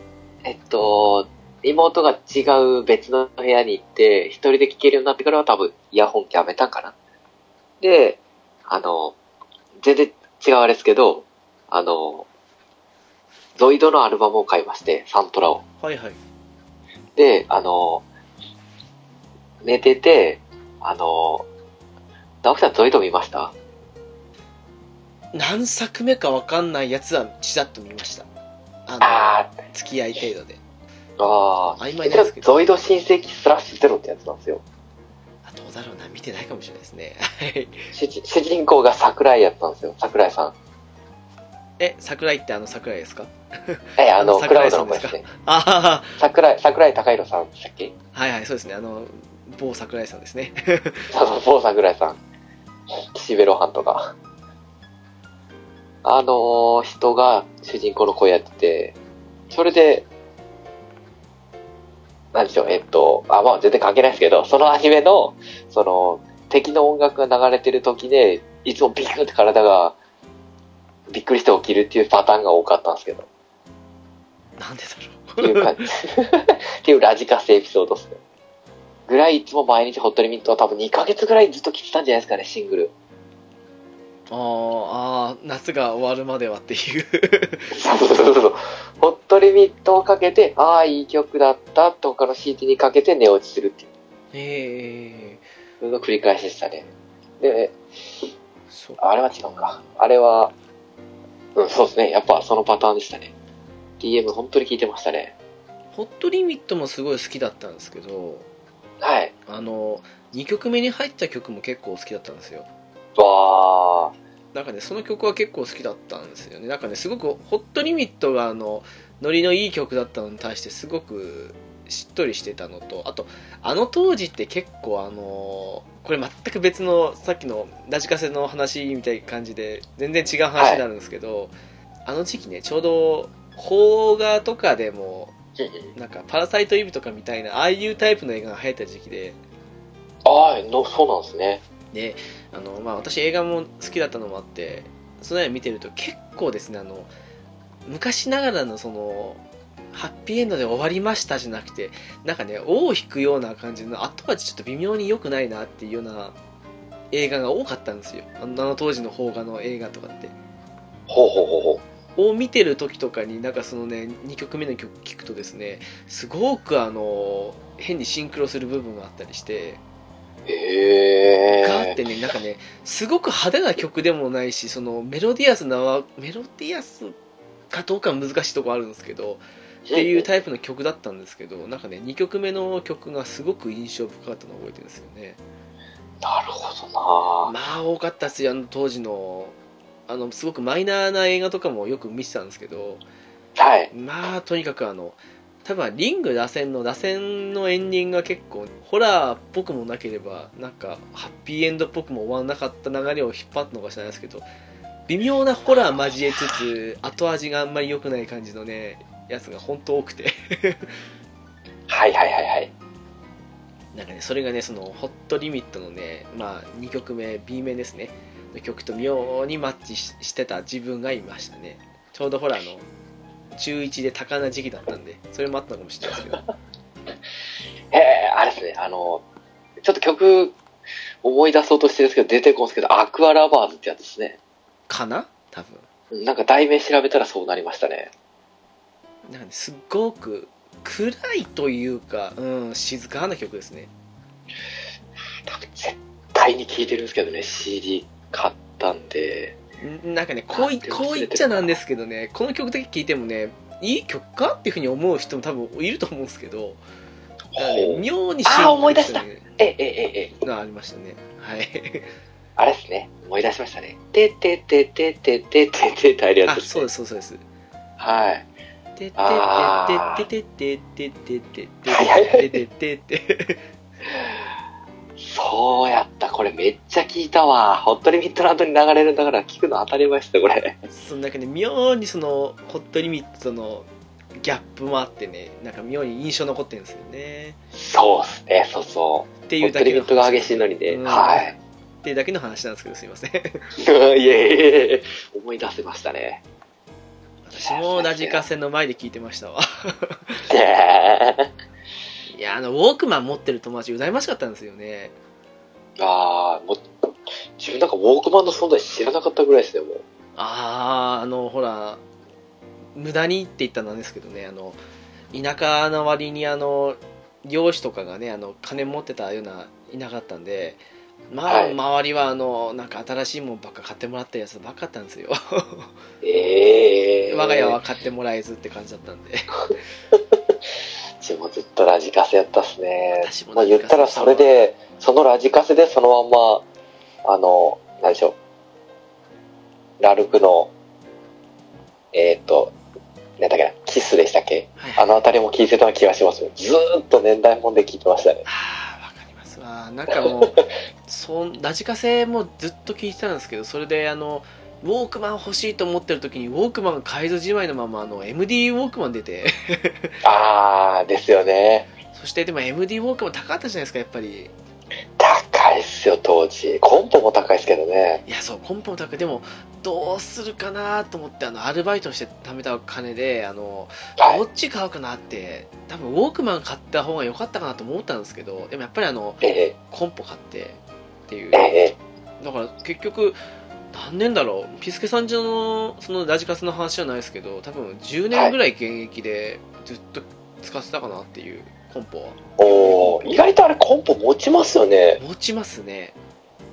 [SPEAKER 2] えっと、妹が違う別の部屋に行って、一人で聴けるようになってからは多分イヤホン機はめたんかな。で、あの、全然違うあれですけど、あの、ゾイドのアルバムを買いまして、サントラを。
[SPEAKER 1] はいはい。
[SPEAKER 2] で、あの、寝てて、あの、直樹さんゾイド見ました
[SPEAKER 1] 何作目か分かんないやつはちらっと見ましたあ
[SPEAKER 2] あー
[SPEAKER 1] の付き合い程度で
[SPEAKER 2] あ
[SPEAKER 1] 曖昧です
[SPEAKER 2] ー
[SPEAKER 1] けど
[SPEAKER 2] ゾイド新世紀スラッシュゼロってやつなんですよ。
[SPEAKER 1] あどうだろうな見てないかもしれないですね (laughs) はい
[SPEAKER 2] 主人主人公が桜井やったんですよ。桜井さん。
[SPEAKER 1] え桜井ってあの桜井ですか (laughs)
[SPEAKER 2] え、あの、ク
[SPEAKER 1] 桜
[SPEAKER 2] ラ
[SPEAKER 1] 井
[SPEAKER 2] ウド
[SPEAKER 1] さん
[SPEAKER 2] の
[SPEAKER 1] で
[SPEAKER 2] 声
[SPEAKER 1] す
[SPEAKER 2] で
[SPEAKER 1] か
[SPEAKER 2] すね。
[SPEAKER 1] あ
[SPEAKER 2] 桜井、桜井高弘さんでしたっけ
[SPEAKER 1] あはいはいそうですねあの某桜井さんですね (laughs)
[SPEAKER 2] そうそう、某桜井さん。岸辺露伴とか。あのー人が主人公の声やってて、それで、なんでしょう、えっと、あ、まあ全然関係ないですけど、そのアニメの、その、敵の音楽が流れてる時で、いつもビクって体が、びっくりして起きるっていうパターンが多かったんですけど、っ
[SPEAKER 1] なんでだ
[SPEAKER 2] てい
[SPEAKER 1] (laughs)
[SPEAKER 2] う (laughs)
[SPEAKER 1] ろう
[SPEAKER 2] 感じ。っていうラジカセエピソードっすね。ぐらいいつも毎日ホットリミットは多分2ヶ月ぐらいずっと聴いてたんじゃないですかね、シングル。
[SPEAKER 1] あーあー夏が終わるまではっていう (laughs)
[SPEAKER 2] そうそうそうそう。ホットリミットをかけて、ああ、いい曲だったって他の CD にかけて寝落ちするっていう
[SPEAKER 1] ええ
[SPEAKER 2] それの繰り返しでしたね。で、
[SPEAKER 1] そう
[SPEAKER 2] あれは違うか。あれは、うん、そうですね。やっぱそのパターンでしたね。DM 本当に聞いてましたね。
[SPEAKER 1] ホットリミットもすごい好きだったんですけど
[SPEAKER 2] はい。
[SPEAKER 1] あの2曲目に入った曲も結構好きだったんですよ
[SPEAKER 2] わー。
[SPEAKER 1] なんかね、その曲は結構好きだったんですよね。なんかね、すごく、ホットリミットが、あの、ノリのいい曲だったのに対して、すごく、しっとりしてたのと、あと、あの当時って結構、あの、これ全く別の、さっきのラジカセの話みたいな感じで、全然違う話になるんですけど、あの時期ね、ちょうど、邦画とかでも、なんか、パラサイトイブとかみたいな、ああいうタイプの映画が流行った時期で、
[SPEAKER 2] ああ、の、そうなんですね。
[SPEAKER 1] であの、まあ、私映画も好きだったのもあってその絵を見てると結構ですねあの昔ながらのそのハッピーエンドで終わりましたじゃなくてなんかね尾を引くような感じの後味ちょっと微妙に良くないなっていうような映画が多かったんですよあのあの当時の邦画の映画とかって
[SPEAKER 2] ほうほうほうほ
[SPEAKER 1] を見てる時とかになんかそのね2曲目の曲聞くとですねすごくあの変にシンクロする部分があったりして
[SPEAKER 2] う。へえ。
[SPEAKER 1] ガーってね、なんかね、すごく派手な曲でもないし、そのメロディアスなわ、メロディアスかどうかは難しいとこあるんですけど、っていうタイプの曲だったんですけど、なんかね、2曲目の曲がすごく印象深かったのを覚えてるんですよね。
[SPEAKER 2] なるほどな
[SPEAKER 1] まあ、多かったっすよ、あの当時の。あの、すごくマイナーな映画とかもよく見てたんですけど、
[SPEAKER 2] はい。
[SPEAKER 1] まあ、とにかくあの、多分リング螺旋の螺旋のエンディングが結構ホラーっぽくもなければなんかハッピーエンドっぽくも終わらなかった流れを引っ張ったのか知らないですけど微妙なホラー交えつつ後味があんまり良くない感じのねやつが本当多くて (laughs)
[SPEAKER 2] はいはいはいはい。
[SPEAKER 1] なんかねそれがねそのホットリミットのねまあ2曲目 B 面ですねの曲と妙にマッチししてた自分がいましたねちょうどほらあの中1で多感な時期だったんでそれもあったのかもしれないですけど
[SPEAKER 2] ええあれですね、あの、ちょっと曲思い出そうとしてるんですけど、出てこんですけど、アクアラバーズってやつですね。
[SPEAKER 1] かな多分
[SPEAKER 2] なんか題名調べたらそうなりましたね。
[SPEAKER 1] なんかねすっごく暗いというか、うん、静かな曲ですね
[SPEAKER 2] 多分絶対に聴いてるんですけどね、CD 買ったんで。
[SPEAKER 1] んなんかねこうい
[SPEAKER 2] あでも
[SPEAKER 1] こう言っちゃなんですけどねこの曲だけ聴いてもねいい曲かっていうふうに思う人も多分いると思うんですけどだからね
[SPEAKER 2] ほう
[SPEAKER 1] 妙に
[SPEAKER 2] あー思い出した
[SPEAKER 1] シンクロ
[SPEAKER 2] ええええええ
[SPEAKER 1] するのがありましたねはい
[SPEAKER 2] あれですね、思い出しましたね。ててててててててってあるやつ
[SPEAKER 1] あ
[SPEAKER 2] です
[SPEAKER 1] そう
[SPEAKER 2] ね。
[SPEAKER 1] ですそうですそうです
[SPEAKER 2] はい。
[SPEAKER 1] てて
[SPEAKER 2] あー
[SPEAKER 1] ててててててて
[SPEAKER 2] はいはいは
[SPEAKER 1] てててててて
[SPEAKER 2] そうやった、これめっちゃ聴いたわ。ホットリミットの後に流れるんだから、聴くの当たり前ですね、これ。
[SPEAKER 1] そのなんかね妙にそのホットリミットのギャップもあってねなんか妙に印象残ってるんですよね
[SPEAKER 2] そうですね、そうそう。
[SPEAKER 1] ってい
[SPEAKER 2] ホ
[SPEAKER 1] う
[SPEAKER 2] ット
[SPEAKER 1] だ
[SPEAKER 2] リ
[SPEAKER 1] け
[SPEAKER 2] ミ
[SPEAKER 1] の
[SPEAKER 2] ットが激しいのにね。
[SPEAKER 1] うん
[SPEAKER 2] はい。 (laughs)
[SPEAKER 1] っていうだけの話なんですけどすいません
[SPEAKER 2] いえいえいえ、思い出せましたね。
[SPEAKER 1] あ (laughs) 私もラジカセの前で聞いてましたわ。
[SPEAKER 2] で
[SPEAKER 1] いや、あの、ウォークマン持ってる友達、羨ましかったんですよね。
[SPEAKER 2] あーもう、自分なんかウォークマンの存在知らなかったぐらいですね、もう。
[SPEAKER 1] あああのほら無駄にって言ったらなんですけどねあの田舎の割にあの漁師とかがねあの金持ってたようないなかったんでまあ、
[SPEAKER 2] はい
[SPEAKER 1] 周りはあのなんか新しいもんばっか買ってもらったやつばっかだったんですよ
[SPEAKER 2] ええー。
[SPEAKER 1] 我が家は買ってもらえずって感じだったん
[SPEAKER 2] (laughs)
[SPEAKER 1] で
[SPEAKER 2] うちもずっとラジカセやったっすね。
[SPEAKER 1] 私も
[SPEAKER 2] まあ
[SPEAKER 1] ラジカ
[SPEAKER 2] 言
[SPEAKER 1] セ
[SPEAKER 2] ったらそれで、そのラジカセでそのまんま、あの、何でしょう。ラルクの、えーっ、と、なんだっけな、キスでしたっけ
[SPEAKER 1] はい
[SPEAKER 2] あのあたりも聞いてた気がしますね。ずーっと年代もんで聞いてましたね。
[SPEAKER 1] ああわかりますわなんかもうそんラジカセもずっと聞いてたんですけどそれであのウォークマン欲しいと思ってる時にウォークマンが改造じまいのままあの MD ウォークマン出て
[SPEAKER 2] あー、ですよね。
[SPEAKER 1] そしてでも MD ウォークも高かったじゃないですかやっぱり
[SPEAKER 2] 高いっすよ、当時。コンポも高いっすけどね。
[SPEAKER 1] いやそうコンポも高くでもどうするかなと思ってあのアルバイトして貯めた金であの
[SPEAKER 2] はい
[SPEAKER 1] ど。っち買うかなって多分ウォークマン買った方が良かったかなと思ったんですけどでもやっぱりあの
[SPEAKER 2] え
[SPEAKER 1] コンポ買ってっていう
[SPEAKER 2] ええ
[SPEAKER 1] だから結局何年だろうピスケさんちのそのラジカセの話じゃないですけど多分10年ぐらい現役でずっと使ってたかなっていうコンポは
[SPEAKER 2] えおー、意外とあれコンポ持ちますよね。
[SPEAKER 1] 持ちますね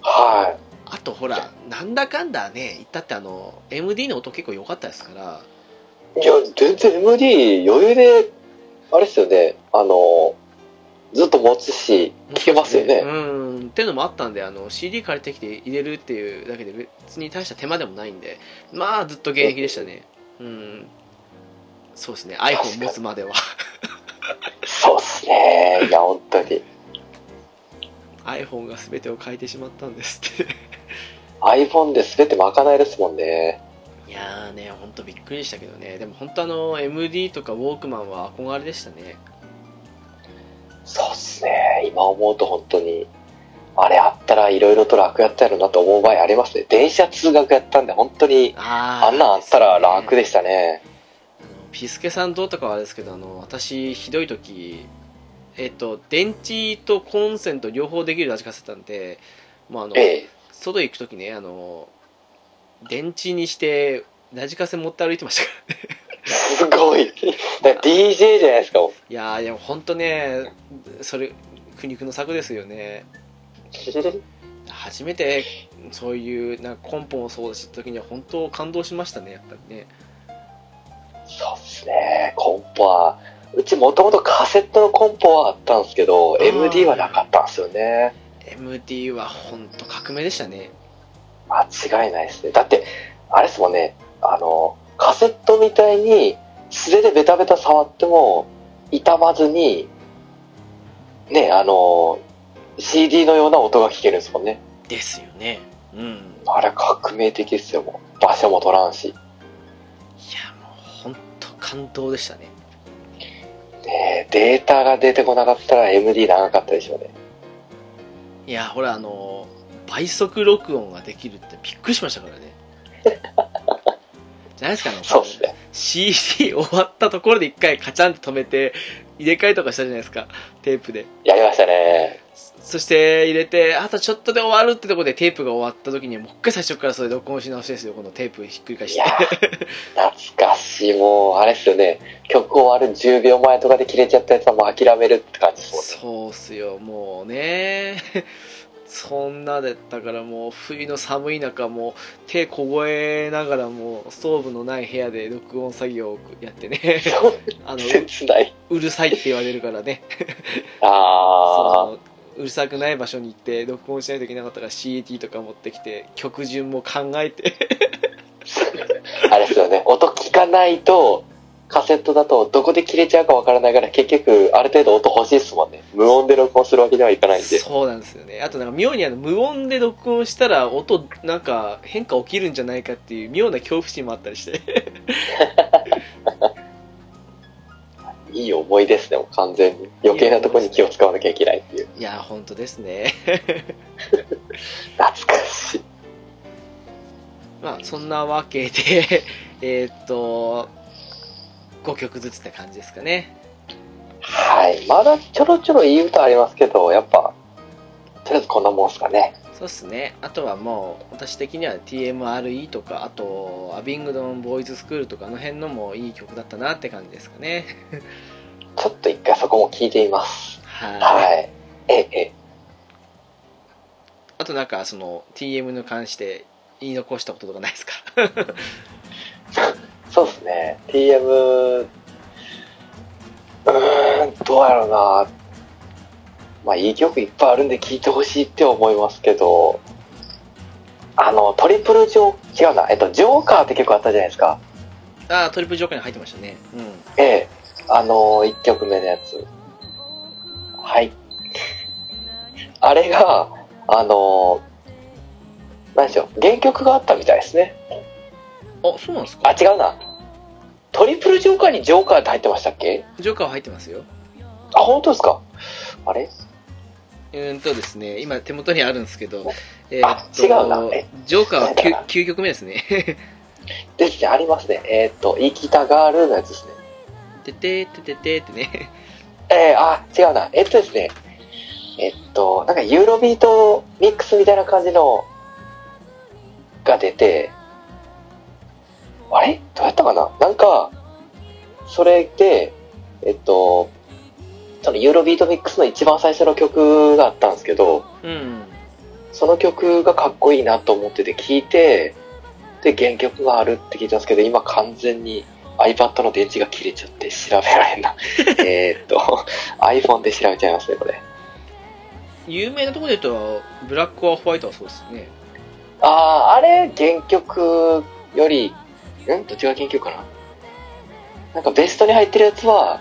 [SPEAKER 2] は
[SPEAKER 1] あとほら、なんだかんだね、言ったってあの、MD の音結構良かったですから、
[SPEAKER 2] い。いや、全然 MD 余裕で、あれっすよね。あの、ずっと持つし、聞けますよ
[SPEAKER 1] う
[SPEAKER 2] ね。
[SPEAKER 1] ん、っていうのもあったんで、あの、CD 借りてきて入れるっていうだけで別に大した手間でもないんで、まあずっと現役でしたね。うん。そうですね、iPhone 持つまでは。
[SPEAKER 2] そうっすね。いや、本当に。
[SPEAKER 1] iPhone が全てを変えてしまったんですって。
[SPEAKER 2] iPhone で全て賄えですもんね。
[SPEAKER 1] いやーね、ほんとびっくりでしたけどね。でも本当あの、MD とかウォークマンは憧れでしたね。
[SPEAKER 2] そうっすね。今思うと本当に。あれあったらいろいろと楽やったやろなと思う場合ありますね。電車通学やったんで本当に
[SPEAKER 1] あー。
[SPEAKER 2] あんなんあったら楽
[SPEAKER 1] で
[SPEAKER 2] でしたね。
[SPEAKER 1] あのピスケさんどうとかはあれですけどあの私ひどい時えっと電池とコンセント両方できるラジカセだったんで、まあ、あの
[SPEAKER 2] ええ。
[SPEAKER 1] 外行く時ねあの電池にしてラジカセ持って歩いてましたから
[SPEAKER 2] すごい。だから DJ じゃないですか。
[SPEAKER 1] (laughs) いやーいや本当ねそれ苦肉の策ですよね初めてそういうなんかコンポンを操作した時には本当感動しましたねやっぱりね
[SPEAKER 2] そうっすね。コンポは、うちもともとカセットのコンポはあったんですけど、
[SPEAKER 1] ー
[SPEAKER 2] MD はなかったんですよね。
[SPEAKER 1] MD は本当革命でしたね
[SPEAKER 2] 間違いないですね。だって、あれですもんね、あの、カセットみたいに素手でベタベタ触っても、傷まずに、ね、あの、CD のような音が聞けるんですもんね。
[SPEAKER 1] ですよねうん
[SPEAKER 2] あれ革命的ですよ、もう。場所も取らんし。
[SPEAKER 1] いやもう本当感動でしたね
[SPEAKER 2] ねデータが出てこなかったら MD 長かったでしょうね。
[SPEAKER 1] いやほらあの倍速録音ができるってびっくりしましたから
[SPEAKER 2] (laughs)
[SPEAKER 1] ねじゃないですかあの
[SPEAKER 2] そうっすね。
[SPEAKER 1] CD 終わったところで一回カチャンと止めて入れ替えとかしたじゃないですかテープで
[SPEAKER 2] やりましたね。
[SPEAKER 1] そそして入れてあとちょっとで終わるってところでテープが終わった時にもう一回最初からそれ録音し直しですよこのテープひっくり返
[SPEAKER 2] い
[SPEAKER 1] し
[SPEAKER 2] や
[SPEAKER 1] て
[SPEAKER 2] ー懐かしい、もう、あれっすよね。曲終わる10秒前とかで切れちゃったやつはもう諦めるって感じですもんね。
[SPEAKER 1] そうっすよもうね (laughs) そんなでだからもう冬の寒い中もう手凍えながらもうストーブのない部屋で録音作業をやってね (laughs) あのう
[SPEAKER 2] (laughs) 切ない。
[SPEAKER 1] うるさいって言われるからね
[SPEAKER 2] (laughs) あ
[SPEAKER 1] そのうるさくない場所に行って録音しないといけなかったから CET とか持ってきて曲順も考えて
[SPEAKER 2] ー、あれっすよね。音聞かないと、カセットだとどこで切れちゃうかわからないから結局ある程度音欲しいっすもんね。無音で録音するわけにはいかないん
[SPEAKER 1] (laughs)
[SPEAKER 2] で。
[SPEAKER 1] そうなんですよねあとなんか妙にあの無音で録音したら音なんか変化起きるんじゃないかっていう妙な恐怖心もあったりして (laughs)
[SPEAKER 2] いい思い出ですね、もう完全に。余計なとこに気を使わなきゃいけないっていう。
[SPEAKER 1] いや本当ですね
[SPEAKER 2] 懐かしい。
[SPEAKER 1] まあそんなわけで (laughs) えーっと、5曲ずつって感じですかね。
[SPEAKER 2] はい。まだちょろちょろいい歌ありますけど、やっぱ、とりあえずこんなもんすかね。
[SPEAKER 1] そうっすね。あとはもう、私的には TMRE とか、あと、アビングドンボーイズスクールとか、あの辺のもいい曲だったなって感じですかね。
[SPEAKER 2] ちょっと一回そこも聞いてみます。
[SPEAKER 1] はい。
[SPEAKER 2] はい。ええ、ええ。
[SPEAKER 1] あとなんか、その、TM に関して言い残したこととかないですか (laughs)
[SPEAKER 2] そうですね。TM、うーん、どうやろうな。まあ、いい曲いっぱいあるんで聴いてほしいって思いますけど、あの、トリプルジョー、違うな、えっと、ジョーカーって曲あったじゃないですか。
[SPEAKER 1] ああ、トリプルジョーカーに入ってましたね。うん。
[SPEAKER 2] ええ、あの、1曲目のやつ。はい。あれが、あの、何でしょう、原曲があったみたいですね。
[SPEAKER 1] あ、そうなんです
[SPEAKER 2] あ、
[SPEAKER 1] か
[SPEAKER 2] 違うな。トリプルジョーカーにジョーカーって入ってましたっけ
[SPEAKER 1] ジョーカーは入ってますよ。
[SPEAKER 2] あ、本当ですかあれ
[SPEAKER 1] うーんとですね、今手元にあるんですけど、え
[SPEAKER 2] あ
[SPEAKER 1] ーっと
[SPEAKER 2] 違うなえ
[SPEAKER 1] ジョーカーは
[SPEAKER 2] 違うな
[SPEAKER 1] 9, 9曲目ですね。
[SPEAKER 2] ですね、ありますね。えーっと、生きたガールのやつですね。
[SPEAKER 1] てててててってね。
[SPEAKER 2] えー、あ、違うな。えっとですね。えっと、なんかユーロビートミックスみたいな感じのが出て、あれどうやったかななんか、それで、えっと、そのユーロビートミックスの一番最初の曲があったんですけど、
[SPEAKER 1] うん。
[SPEAKER 2] その曲がかっこいいなと思ってて聞いて、で、原曲があるって聞いたんですけど、今完全に iPad の電池が切れちゃって調べられんな。えーっと、iPhone で調べちゃいますね、これ。
[SPEAKER 1] 有名なところで言うと、ブラック・オア・ホワイトはそうですね。
[SPEAKER 2] あー、あれ、原曲より、んどっちが原曲かななんかベストに入ってるやつは、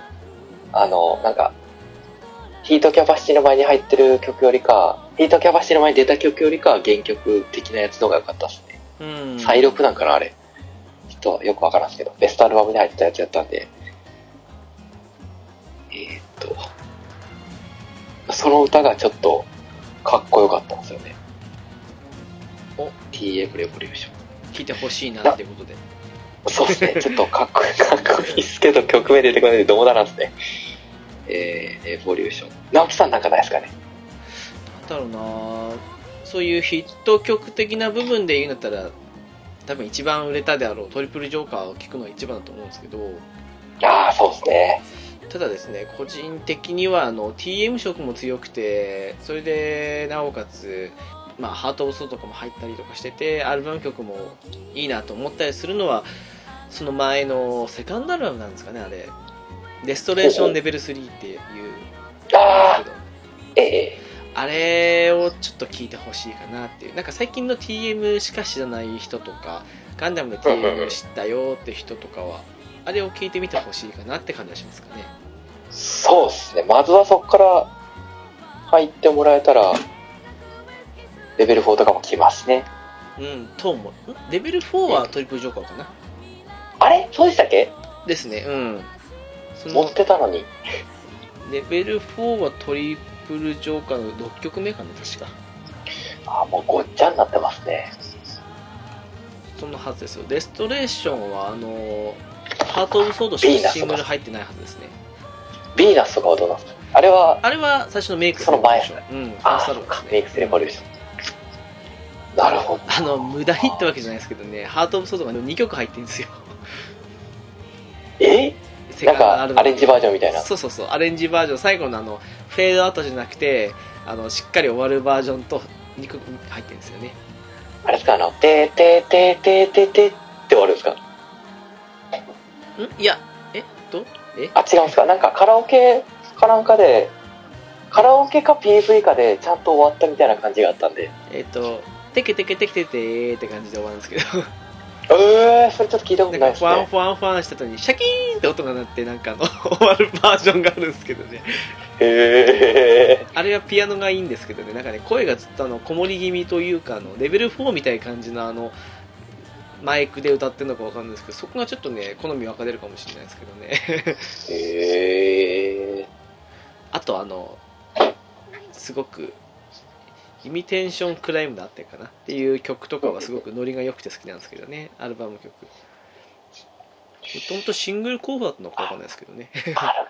[SPEAKER 2] あの、なんか、ヒートキャパシティの前に入ってる曲よりか、ヒートキャパシティの前に出た曲よりかは原曲的なやつの方が良かったですね。
[SPEAKER 1] うん。
[SPEAKER 2] 再録なんかなあれちょっとよくわからんすけどベストアルバムに入ってたやつやったんでえーっとその歌がちょっとかっこよかったんですよね
[SPEAKER 1] お
[SPEAKER 2] TF レボリュー
[SPEAKER 1] (laughs)
[SPEAKER 2] ション
[SPEAKER 1] 聞いてほしいなっていうことで。
[SPEAKER 2] そうですねちょっとかっこいいかっこいいっすけど曲名出てこないでどうだなんですねえー、レボリューション直樹さんなんかないですかね
[SPEAKER 1] なんだろうなぁそういうヒット曲的な部分で言うんだったら、多分一番売れたであろうトリプルジョーカーを聞くのが一番だと思うんですけど、
[SPEAKER 2] ああそうですね
[SPEAKER 1] ただですね個人的にはあの TM 色も強くてそれでなおかつ、まあ、ハート・オブ・ソーとかも入ったりとかしててアルバム曲もいいなと思ったりするのはその前のセカンドアルバムなんですかねあれ「デストレーションレベル3」っていう
[SPEAKER 2] ああええ
[SPEAKER 1] あれをちょっと聞いてほしいかなっていうなんか最近の TM しか知らない人とかガンダムで
[SPEAKER 2] うんうんう
[SPEAKER 1] TM
[SPEAKER 2] ん
[SPEAKER 1] 知ったよって人とかはあれを聞いてみてほしいかなって感じがしますかね
[SPEAKER 2] そうですね。まずはそこから入ってもらえたら、レベル4とかも来ますね。
[SPEAKER 1] うん、と思う。んレベル4はトリプルジョーカーかな
[SPEAKER 2] あれそうでしたっけ
[SPEAKER 1] ですね、うん。そ
[SPEAKER 2] 持
[SPEAKER 1] の
[SPEAKER 2] っ、てたのに。
[SPEAKER 1] レベル4はトリプルジョーカーの6曲目かな、確か。
[SPEAKER 2] あ、もうごっちゃになってますね。
[SPEAKER 1] そのはずですよ。デストレーションは、あの、ハート・オブ・ソードしかシングル入ってないはずですね。
[SPEAKER 2] ヴィーナスとかはどうなんですかあれは、
[SPEAKER 1] あれは最初のメイク
[SPEAKER 2] その前
[SPEAKER 1] レボリューションうん、ファー
[SPEAKER 2] あ
[SPEAKER 1] ストア
[SPEAKER 2] そ
[SPEAKER 1] ル
[SPEAKER 2] う
[SPEAKER 1] バ
[SPEAKER 2] か
[SPEAKER 1] ム
[SPEAKER 2] メイク
[SPEAKER 1] です
[SPEAKER 2] ス
[SPEAKER 1] ね
[SPEAKER 2] レ。ボリューション。なるほど。
[SPEAKER 1] あの、無駄にってわけじゃないですけどね、ハート・オブ・ソードが2曲入ってるんですよ。
[SPEAKER 2] え
[SPEAKER 1] セ
[SPEAKER 2] なん
[SPEAKER 1] カンド
[SPEAKER 2] か、アレンジバージョンみたいな。
[SPEAKER 1] そうそうそうアレンジバージョン最後のあのフェードアウトじゃなくてあのしっかり終わるバージョンと2個入ってるんですよね
[SPEAKER 2] あれですかあの、てーてーてーてーてーてーって終わるんですか
[SPEAKER 1] んいやえっとえ
[SPEAKER 2] あ、違うんですかなんかカラオケかなんかで、カラオケか PV かでちゃんと終わったみたいな感じがあったんで。
[SPEAKER 1] えっとテケテケテケテケーって感じで終わるんですけど
[SPEAKER 2] えー、それちょっと聞いたこ
[SPEAKER 1] な
[SPEAKER 2] と
[SPEAKER 1] ん
[SPEAKER 2] な
[SPEAKER 1] か
[SPEAKER 2] いです
[SPEAKER 1] フワン
[SPEAKER 2] ね。
[SPEAKER 1] フワンフワンした後にシャキーンって音が鳴ってなんかあの終わるバージョンがあるんですけどね
[SPEAKER 2] へ
[SPEAKER 1] あれはピアノがいいんですけどねなんかね声がずっとあのこもり気味というかあのレベル4みたいな感じのあのマイクで歌ってるのかわかんないですけどそこがちょっとね好み分かれるかもしれないですけどね
[SPEAKER 2] ー。へー。
[SPEAKER 1] あとあのすごく「イミテンションクライムだっていうかなっていう曲とかはすごくノリが良くて好きなんですけどねアルバム曲もともとシングル候補だったのかわかんないですけどね。
[SPEAKER 2] ある